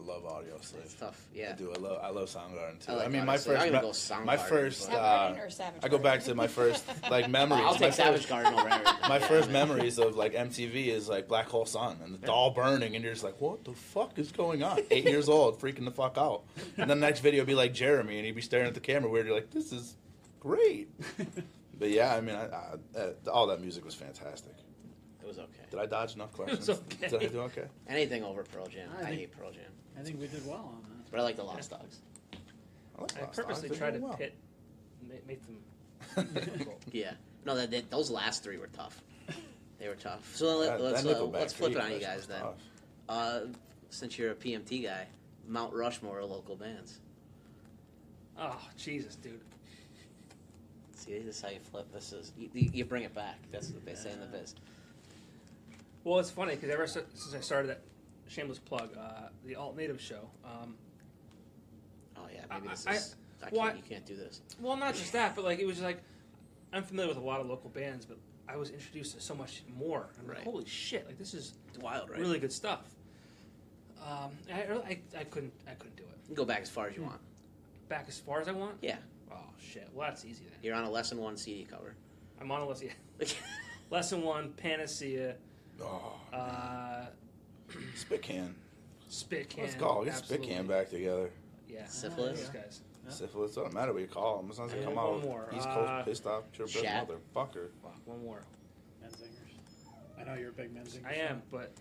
S5: love Audio
S4: It's
S5: Slave.
S4: tough.
S5: I
S4: Yeah.
S5: do. I love. I love Soundgarden too.
S4: I
S5: I,
S4: like
S5: mean,
S4: Audio Slave.
S5: my
S4: I'm gonna
S5: first.
S4: go
S5: my
S4: Soundgarden,
S5: first.
S4: but-
S5: Uh,
S6: or Savage.
S5: I go
S6: Garden?
S5: back to my first like memories.
S4: I'll
S5: my
S4: take
S5: first,
S4: Savage Garden over everything.
S5: My
S4: Yeah,
S5: first
S4: man.
S5: memories of like MTV is like Black Hole Sun and it's all burning, and you're just like, what the fuck is going on? Eight years old, freaking the fuck out. And then the next video would be like Jeremy, and he'd be staring at the camera weird. You're like, this is great. But yeah, I mean, I, I, uh, all that music was fantastic.
S4: It was okay.
S5: Did I dodge enough questions?
S2: okay.
S5: Did I do okay?
S4: Anything over Pearl Jam.
S1: I
S4: I,
S1: think-
S4: hate Pearl Jam,
S1: I think we did well on that.
S4: but I like the Lost Dogs.
S5: I, like
S2: I
S5: Lost
S2: purposely
S5: Dogs.
S2: tried
S5: They
S2: to
S5: did well.
S2: pit, ma- make them difficult.
S4: Yeah. No, that, that those last three were tough. They were tough. So let,
S5: That- that
S4: us uh,
S5: Nickelback
S4: let's flip it
S5: Creed
S4: on you
S5: question
S4: guys
S5: was
S4: then.
S5: tough.
S4: Uh, since you're a PMT guy, Mount Rushmore are local bands.
S2: Oh, Jesus, dude.
S4: See, this is how you flip. This is you, you you bring it back. That's what they say in the biz.
S2: Well, it's funny because ever si- since I started that shameless plug, uh, the alt native show. Um,
S4: Oh yeah,
S2: I-
S4: maybe this
S2: I-
S4: is. I,
S2: why-
S4: can't, you can't do this.
S2: well, not just that, but like it was like I'm familiar with a lot of local bands, but I was introduced to so much more. I'm
S4: Right.
S2: like, holy shit! Like this is
S4: It's wild, right?
S2: really good stuff. Um, I, I, I couldn't I couldn't do it.
S4: You can go back as far as you want.
S2: Back as far as I want.
S4: Yeah.
S2: Oh shit! Well, that's easy then.
S4: You're on a lesson one CD cover.
S2: I'm on a lesson. lesson one, panacea,
S5: Oh,
S2: uh,
S5: spit can.
S2: spit can.
S5: Let's call. Get spit can
S2: absolutely.
S5: back together.
S2: Yeah.
S4: Syphilis?
S2: Those guys.
S1: Yeah.
S5: Syphilis. Doesn't matter what you call them. As long as they
S2: Yeah,
S5: come
S2: one
S5: out
S2: more.
S5: East
S2: Uh,
S5: Coast pissed off, pure blood
S4: Shat.
S5: motherfucker.
S2: Fuck, one more.
S1: Menzingers. I know you're a big Menzingers.
S2: I am, but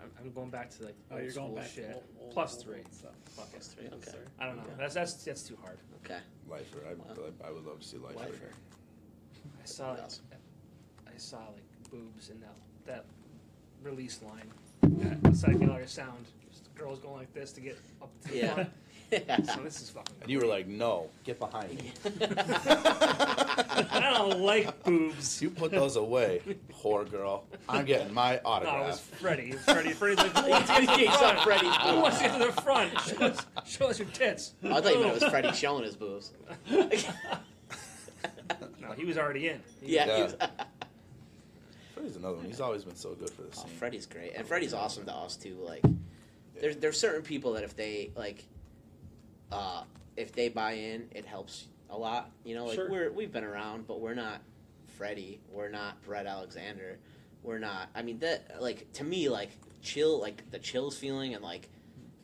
S2: I'm, I'm going back to like
S1: Oh,
S2: old
S1: you're
S2: school
S1: going back to
S2: shit.
S1: old- old-
S2: Plus
S1: old
S2: three.
S1: stuff.
S2: Fuck it.
S4: Plus three. Okay.
S1: Sorry.
S2: I don't know.
S4: Okay.
S2: That's that's that's too hard.
S4: Okay.
S5: Lifer. I,
S4: Wow.
S5: I, would love to see Lifer.
S4: Lifer.
S2: I saw
S4: What
S2: like,
S4: else?
S2: I saw like boobs in that that release line. That psychedelic sound. Just girls going like this to get up to the
S4: Yeah.
S2: front. So this is fucking.
S5: And you were like, no, get behind me.
S2: I don't like boobs.
S5: You put those away, whore girl. I'm getting my
S2: No, Oh, it was
S5: autograph.
S2: Freddie. Freddie. Freddie's like, who wants to get to the
S4: He saw
S2: front?
S4: Freddie's
S2: Who wants to get to the front? Show us, show us your tits.
S4: I thought you meant it was Freddie showing his boobs.
S2: No, he was already in. He-
S4: Yeah.
S5: Yeah.
S4: he was-
S5: Freddie's another one. He's always been so good for the
S4: Oh,
S5: scene.
S4: Freddie's great, and Freddie's awesome to us too. Like, there's there's certain people that if they like, uh, if they buy in, it helps a lot. You know, like
S1: Sure.
S4: we're we've been around, but we're not Freddie. We're not Brett Alexander. We're not. I mean, that like to me, like chill, like the chills feeling, and like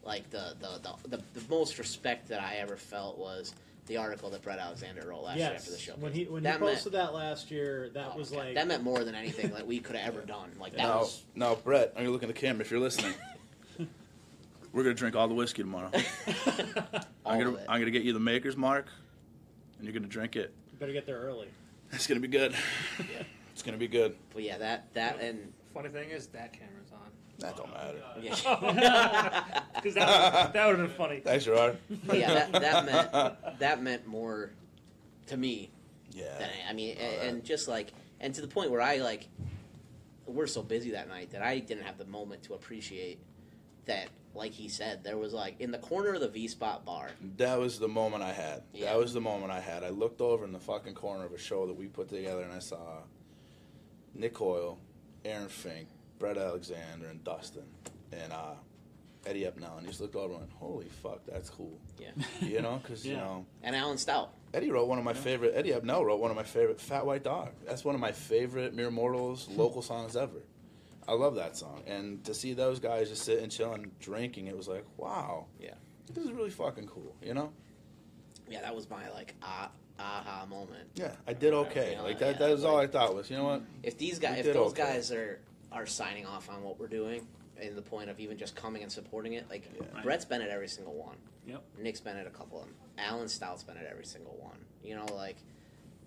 S4: like the the the, the, the most respect that I ever felt was the article that Brett Alexander wrote last year
S1: Yes.
S4: after the show.
S1: When he when
S4: That
S1: he
S4: meant-
S1: posted that last year, that
S4: Oh,
S1: was
S4: my God.
S1: like
S4: that meant more than anything that we could have ever done. Like that
S5: now,
S4: was
S5: now, Brett, I'm gonna look in the camera if you're listening. We're gonna drink all the whiskey tomorrow.
S4: all
S5: I'm gonna
S4: of it.
S5: I'm gonna get you the maker's mark, and you're gonna drink it.
S1: better get there early.
S5: It's gonna be good. It's gonna be good.
S4: but yeah, that that and
S2: Funny thing is, that camera's on.
S5: That don't matter.
S4: yeah.
S2: Because that, that would have been funny.
S5: Thanks, Gerard.
S4: But yeah, that, that meant that meant more to me than
S5: Yeah.
S4: I- I mean, and, and just like, and to the point where I like, we're so busy that night that I didn't have the moment to appreciate that. Like he said, there was like in the corner of the V spot bar.
S5: That was the moment I had.
S4: Yeah.
S5: That was the moment I had. I looked over in the fucking corner of a show that we put together, and I saw Nick Hoyle, Aaron Fink, Brett Alexander, and Dustin, and uh, Eddie Epnow. And just looked over and went, "Holy fuck, that's cool."
S4: Yeah.
S5: You know, because you
S1: Yeah.
S5: know.
S4: And Alan Stout.
S5: Eddie wrote one of my favorite. Eddie Abnell wrote one of my favorite. Fat White Dog. That's one of my favorite Mere Mortals local songs ever. I love that song. And to see those guys just sitting, chilling, drinking, it was like, wow,
S4: Yeah.
S5: this is really fucking cool. You know?
S4: Yeah, that was my like ah, aha moment.
S5: Yeah, I did okay.
S4: Yeah,
S5: like that.
S4: yeah,
S5: that was all I thought was. You know what?
S4: If these
S5: We
S4: guys, if
S5: did
S4: those
S5: okay.
S4: guys are are signing off on what we're doing, and the point of even just coming and supporting it, like
S1: Right.
S4: Brett's been at every single one.
S1: Yep.
S4: Nick's been at a couple of them. Alan Stout's been at every single one. You know, like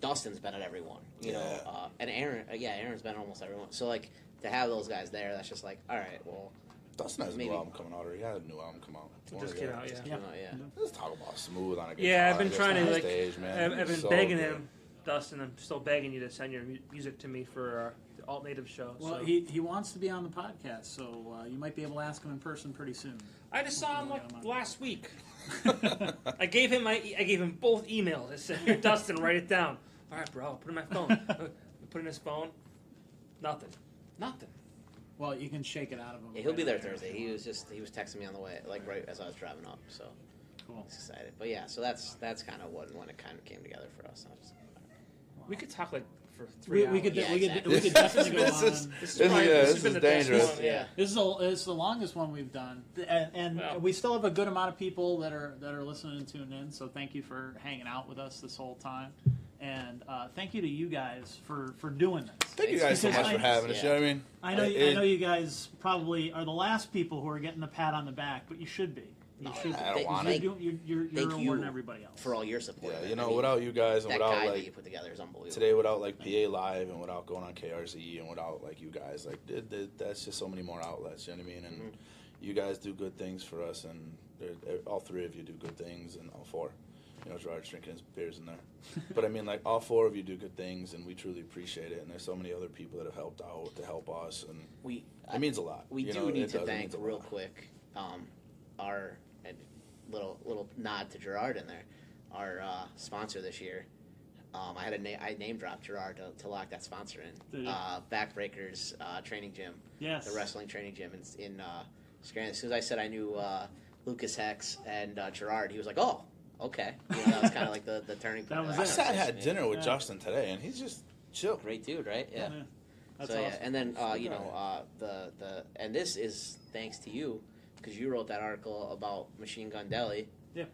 S4: Dustin's been at every one. You know,
S5: Yeah.
S4: uh, and Aaron, uh, yeah, Aaron's been at almost every one. So like to have those guys there, that's just like, all right, well,
S5: Dustin has a new
S4: Maybe.
S5: album coming out already. He had a new album come out.
S2: Just
S5: Wanna
S2: came
S5: go-
S2: out, yeah.
S4: you know, yeah.
S5: Let's talk about smooth on a guitar.
S2: Yeah, I've been
S5: just
S2: trying
S5: on
S2: to like.
S5: stage, man.
S2: I've, I've been
S5: So
S2: begging
S5: good.
S2: him, Dustin. I'm still begging you to send your mu- music to me for uh, the alt native show.
S1: Well,
S2: so.
S1: he, he wants to be on the podcast, so uh, you might be able to ask him in person pretty soon.
S2: I just saw him like
S1: Yeah, I'm on.
S2: last week. I gave him my. e- I gave him both emails. I said, "Here, Dustin, write it down." All right, bro. I'll put it in my phone. I put it in his phone. Nothing. Nothing.
S1: Well, you can shake it out of him.
S4: Yeah, he'll
S1: right
S4: be there
S1: away if
S4: Thursday.
S1: you
S4: He
S1: want.
S4: was just he was texting me on the way, like right as I was driving up. So
S1: cool.
S4: he's excited. But yeah, so that's that's kind of what when it kind of came together for us. I was just-
S2: We could talk like for three
S1: We,
S2: hours.
S1: we could
S4: Yeah,
S1: we could
S4: exactly.
S1: we could definitely go
S5: this
S1: on.
S5: is
S1: This
S2: is
S5: this is, yeah,
S2: probably- this
S5: this
S2: has been
S5: is
S2: the best
S5: dangerous.
S2: one, yeah.
S1: is the it's the longest one we've done, and, and
S2: Well.
S1: we still have a good amount of people that are that are listening and tuning in. So thank you for hanging out with us this whole time, and uh, thank you to you guys for for doing this.
S5: Thank you guys so
S1: Because
S5: much
S1: I-
S5: for having us. You know what I mean?
S1: I know,
S5: It-
S1: I know
S5: it-
S1: you guys probably are the last people who are getting the pat on the back, but you should be. You should be.
S5: I don't
S4: Thank-
S5: want
S1: You're,
S5: it.
S4: thank-
S1: doing, you're, you're, you're
S4: thank
S1: rewarding
S4: you
S1: everybody else.
S4: for all your support.
S5: Yeah,
S4: man.
S5: you
S4: I
S5: know,
S4: mean,
S5: without you guys and
S4: that
S5: without
S4: guy that you
S5: like
S4: put together is unbelievable.
S5: today, without like PA Live and without going on KRZE and without like you guys, like th- th- that's just so many more outlets. You know what I mean? And you guys do good things for us, and they're- they're- all three of you do good things, and all four. You know, Gerard's drinking his beers in there, but I mean, like all four of you do good things, and we truly appreciate it. And there's so many other people that have helped out to help us, and
S4: we
S5: it means a lot.
S4: We
S5: You
S4: do
S5: know, it
S4: need to
S5: does, it
S4: thank
S5: means a
S4: real
S5: lot.
S4: quick um, our and little little nod to Gerard in there, our uh, sponsor this year, Um, I had a na- I name dropped Gerard to, to lock that sponsor in.
S1: Did you?
S4: Uh, Backbreakers uh, Training Gym,
S1: Yes.
S4: the wrestling training gym in, in uh, Scranton. As soon as I said I knew uh, Lucas Hex and uh, Gerard, he was like, "Oh, okay." You know, that was kind of like the, the turning
S1: That
S4: point.
S1: was
S5: I
S1: it.
S5: sat and had
S4: Yeah.
S5: dinner with
S1: Yeah.
S5: Justin today, and he's just chill.
S4: Great dude, right? Yeah.
S1: That's
S4: so yeah,
S1: awesome.
S4: and then uh, you
S5: Alright.
S4: know uh, the the and this is thanks to you because you wrote that article about Machine Gun Deli.
S1: Yeah.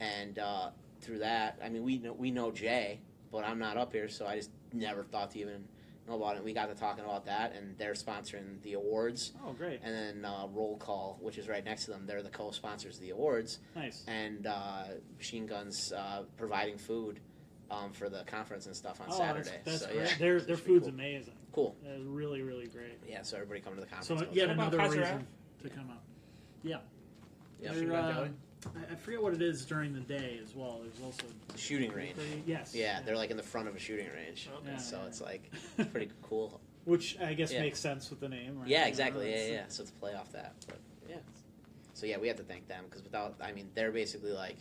S4: And uh, through that, I mean, we know we know Jay, but I'm not up here, so I just never thought to even know about it. We got to talking about that, and they're sponsoring the awards,
S1: Oh, great.
S4: and then uh, Roll Call, which is right next to them. They're the co-sponsors of the awards,
S1: Nice.
S4: and uh, Machine Guns uh, providing food um, for the conference and stuff on
S1: oh, that's-
S4: Saturday.
S1: That's,
S4: so
S1: great.
S4: yeah,
S1: Their,
S4: it's
S1: their
S4: pretty
S1: food's
S4: cool.
S1: amazing.
S4: cool.
S1: It's really, really great.
S4: Yeah, so everybody come to the conference.
S1: So
S4: goes
S1: yet
S4: to it.
S1: another
S2: Kaiser
S1: reason to come out. Yeah.
S4: Yep.
S1: They're,
S2: Shooting on
S1: uh,
S2: Deli?
S1: I, I forget what it is during the day as well. There's also
S4: shooting range.
S1: Yes.
S4: Yeah, they're like in the front of a shooting range,
S1: Okay.
S4: so
S1: Yeah.
S4: it's like pretty cool.
S1: Which I guess
S4: Yeah.
S1: makes sense with the name. Right? You
S4: Yeah,
S1: know,
S4: exactly. Yeah,
S1: it's-
S4: yeah. yeah. So to play off that, but yeah. So yeah, we have to thank them because without, I mean, they're basically like,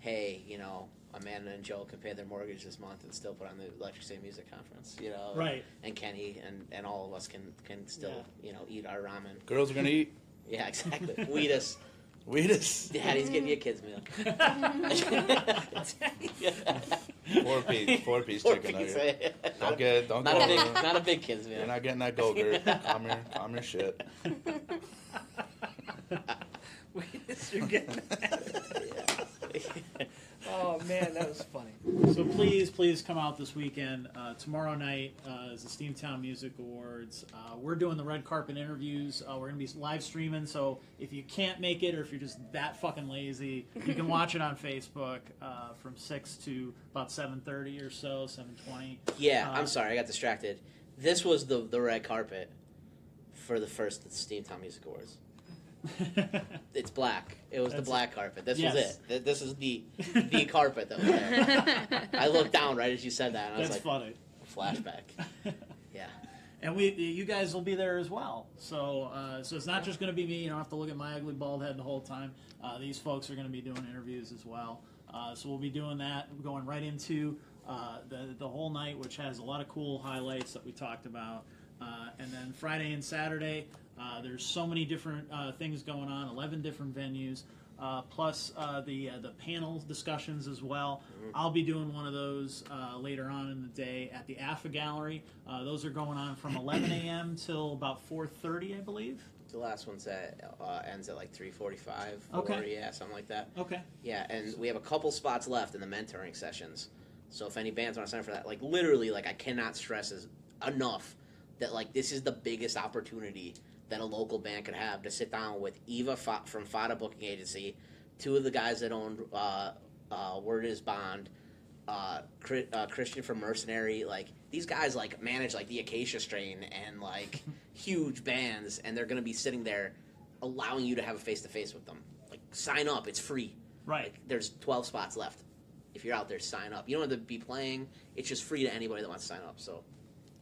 S4: hey, you know, Amanda and Joe can pay their mortgage this month and still put on the Electric State Music Conference, you know,
S1: Right.
S4: And Kenny and and all of us can can still you know eat our ramen.
S5: Girls are gonna eat.
S4: Yeah, exactly. Weed us.
S5: Weed us.
S4: Daddy's getting you a kids meal.
S5: Four piece, four piece
S4: Four
S5: chicken
S4: piece,
S5: nugget.
S4: yeah. Not a-
S5: Don't get, don't
S4: Not a
S5: get.
S4: big, not a big kids meal.
S5: You're not getting that go-gurt. calm your, calm your shit.
S2: You're getting Oh man, that was funny.
S1: So please, please come out this weekend. Uh, tomorrow night uh, is the Steamtown Music Awards. Uh, we're doing the red carpet interviews. Uh, we're going to be live streaming. So if you can't make it, or if you're just that fucking lazy, you can watch it on Facebook uh, from six to about seven thirty or so, seven twenty.
S4: Yeah,
S1: Uh,
S4: I'm sorry, I got distracted. This was the the red carpet for the first Steamtown Music Awards. It's black. It was the
S1: That's-
S4: black carpet. This was
S1: Yes.
S4: it. Th- This is the the carpet that was there. I looked down right as you said that, and I was
S1: That's
S4: like,
S1: funny.
S4: flashback. Yeah,
S1: And we, you guys will be there as well. So, uh, so it's not just going to be me. You don't have to look at my ugly bald head the whole time. Uh, these folks are going to be doing interviews as well. Uh, so we'll be doing that, We're going right into uh, the the whole night, which has a lot of cool highlights that we talked about. Uh, and then Friday and Saturday, uh, there's so many different uh, things going on. Eleven different venues. Uh, plus uh, the uh, the panel discussions as well. I'll be doing one of those uh, later on in the day at the AFA Gallery. Uh, those are going on from 11 a.m. till about 4:30, I believe.
S4: the last one's at uh, ends at like 3:45. Or,
S1: Okay.
S4: yeah, something like that.
S1: Okay.
S4: Yeah, and we have a couple spots left in the mentoring sessions. So if any bands want to sign up for that, like literally, like I cannot stress this enough that like this is the biggest opportunity that a local band could have to sit down with Eva Fa- from Fada Booking Agency, two of the guys that owned uh, uh, Word Is Bond, uh, Chri- uh, Christian from Mercenary. Like these guys like manage like the Acacia Strain and like huge bands, and they're gonna be sitting there allowing you to have a face to face with them. Like sign up, it's free.
S1: Right.
S4: Like, there's 12 spots left. If you're out there, sign up. You don't have to be playing. It's just free to anybody that wants to sign up. So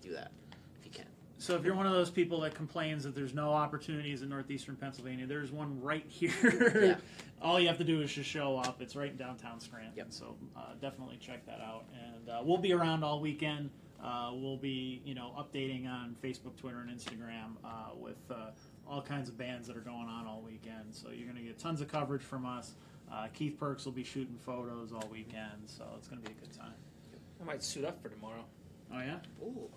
S4: do that if you can.
S1: So if you're one of those people that complains that there's no opportunities in northeastern Pennsylvania, there's one right here.
S4: Yeah.
S1: All you have to do is just show up. It's right in downtown Scranton.
S4: Yep.
S1: So uh, definitely check that out. And uh, we'll be around all weekend. Uh, we'll be, you know, updating on Facebook, Twitter, and Instagram uh, with uh, all kinds of bands that are going on all weekend. So you're going to get tons of coverage from us. Uh, Keith Perks will be shooting photos all weekend, so it's going to be a good time.
S2: I might suit up for tomorrow.
S1: Oh yeah.
S4: Ooh.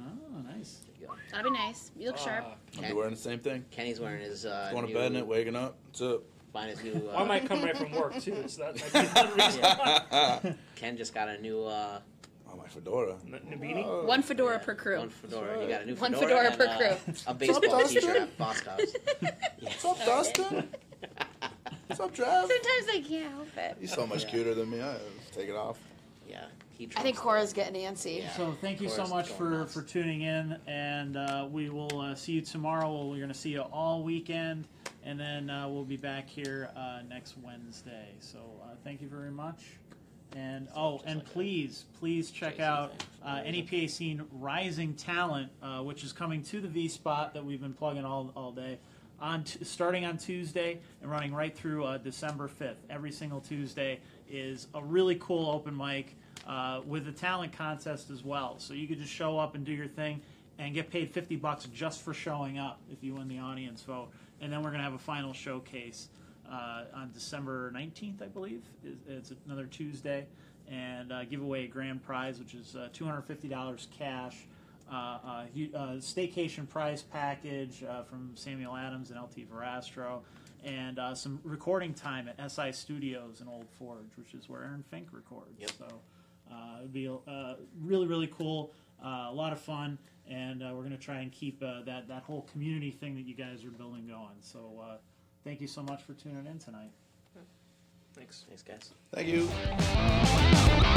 S1: Oh, nice.
S4: there you go.
S7: That'd be nice. You look sharp.
S2: Uh,
S5: I'll be wearing the same thing.
S4: Kenny's wearing his. Uh,
S5: Going to
S4: new-
S5: bed in it, waking up. What's up?
S4: Buying his new.
S2: well, I
S4: Uh,
S2: might come right from work too. So that might be another reason.
S4: Ken just got a new. Uh,
S5: Oh, my fedora.
S2: N- Nabini?
S5: Oh.
S7: One fedora per
S4: One
S7: crew.
S4: fedora. He got a new
S7: One fedora
S4: fedora. and,
S7: per
S4: uh,
S7: crew.
S4: A baseball
S5: Dustin?
S4: T-shirt at Boss Cops.
S5: What's up, Dustin? What's up, Trav?
S7: Sometimes I can't help it.
S5: You're so much
S4: Yeah.
S5: cuter than me. I take it off.
S4: Yeah. He
S7: I think
S4: trumps
S7: Cora's getting antsy.
S4: Yeah.
S1: So thank you so
S4: Chorus
S1: much
S4: going
S1: for,
S4: nuts.
S1: for tuning in, and uh, we will uh, see you tomorrow. We're going to see you all weekend, and then uh, we'll be back here uh, next Wednesday. So uh, thank you very much. And oh,
S4: just
S1: and
S4: like a
S1: please, please check
S4: Jason
S1: out
S4: thing.
S1: uh, NEPA Scene Rising Talent, uh, which is coming to the V Spot that we've been plugging all, all day, on t- starting on Tuesday and running right through uh, December 5th. Every single Tuesday is a really cool open mic. uh, with the talent contest as well. So you could just show up and do your thing and get paid 50 bucks just for showing up if you win the audience vote. And then we're going to have a final showcase uh, on December 19th, I believe. It's- It's another Tuesday. And uh, give away a grand prize, which is uh, $250 cash. Uh, uh, you- uh, staycation prize package uh, from Samuel Adams and LT Verastro, and uh, some recording time at SI Studios in Old Forge, which is where Aaron Fink records.
S4: Yep.
S1: So uh, it'd be uh, really, really cool, uh, a lot of fun, and uh, we're going to try and keep uh, that, that whole community thing that you guys are building going. So uh, thank you so much for tuning in tonight.
S2: Thanks.
S4: Thanks, guys.
S5: Thank you.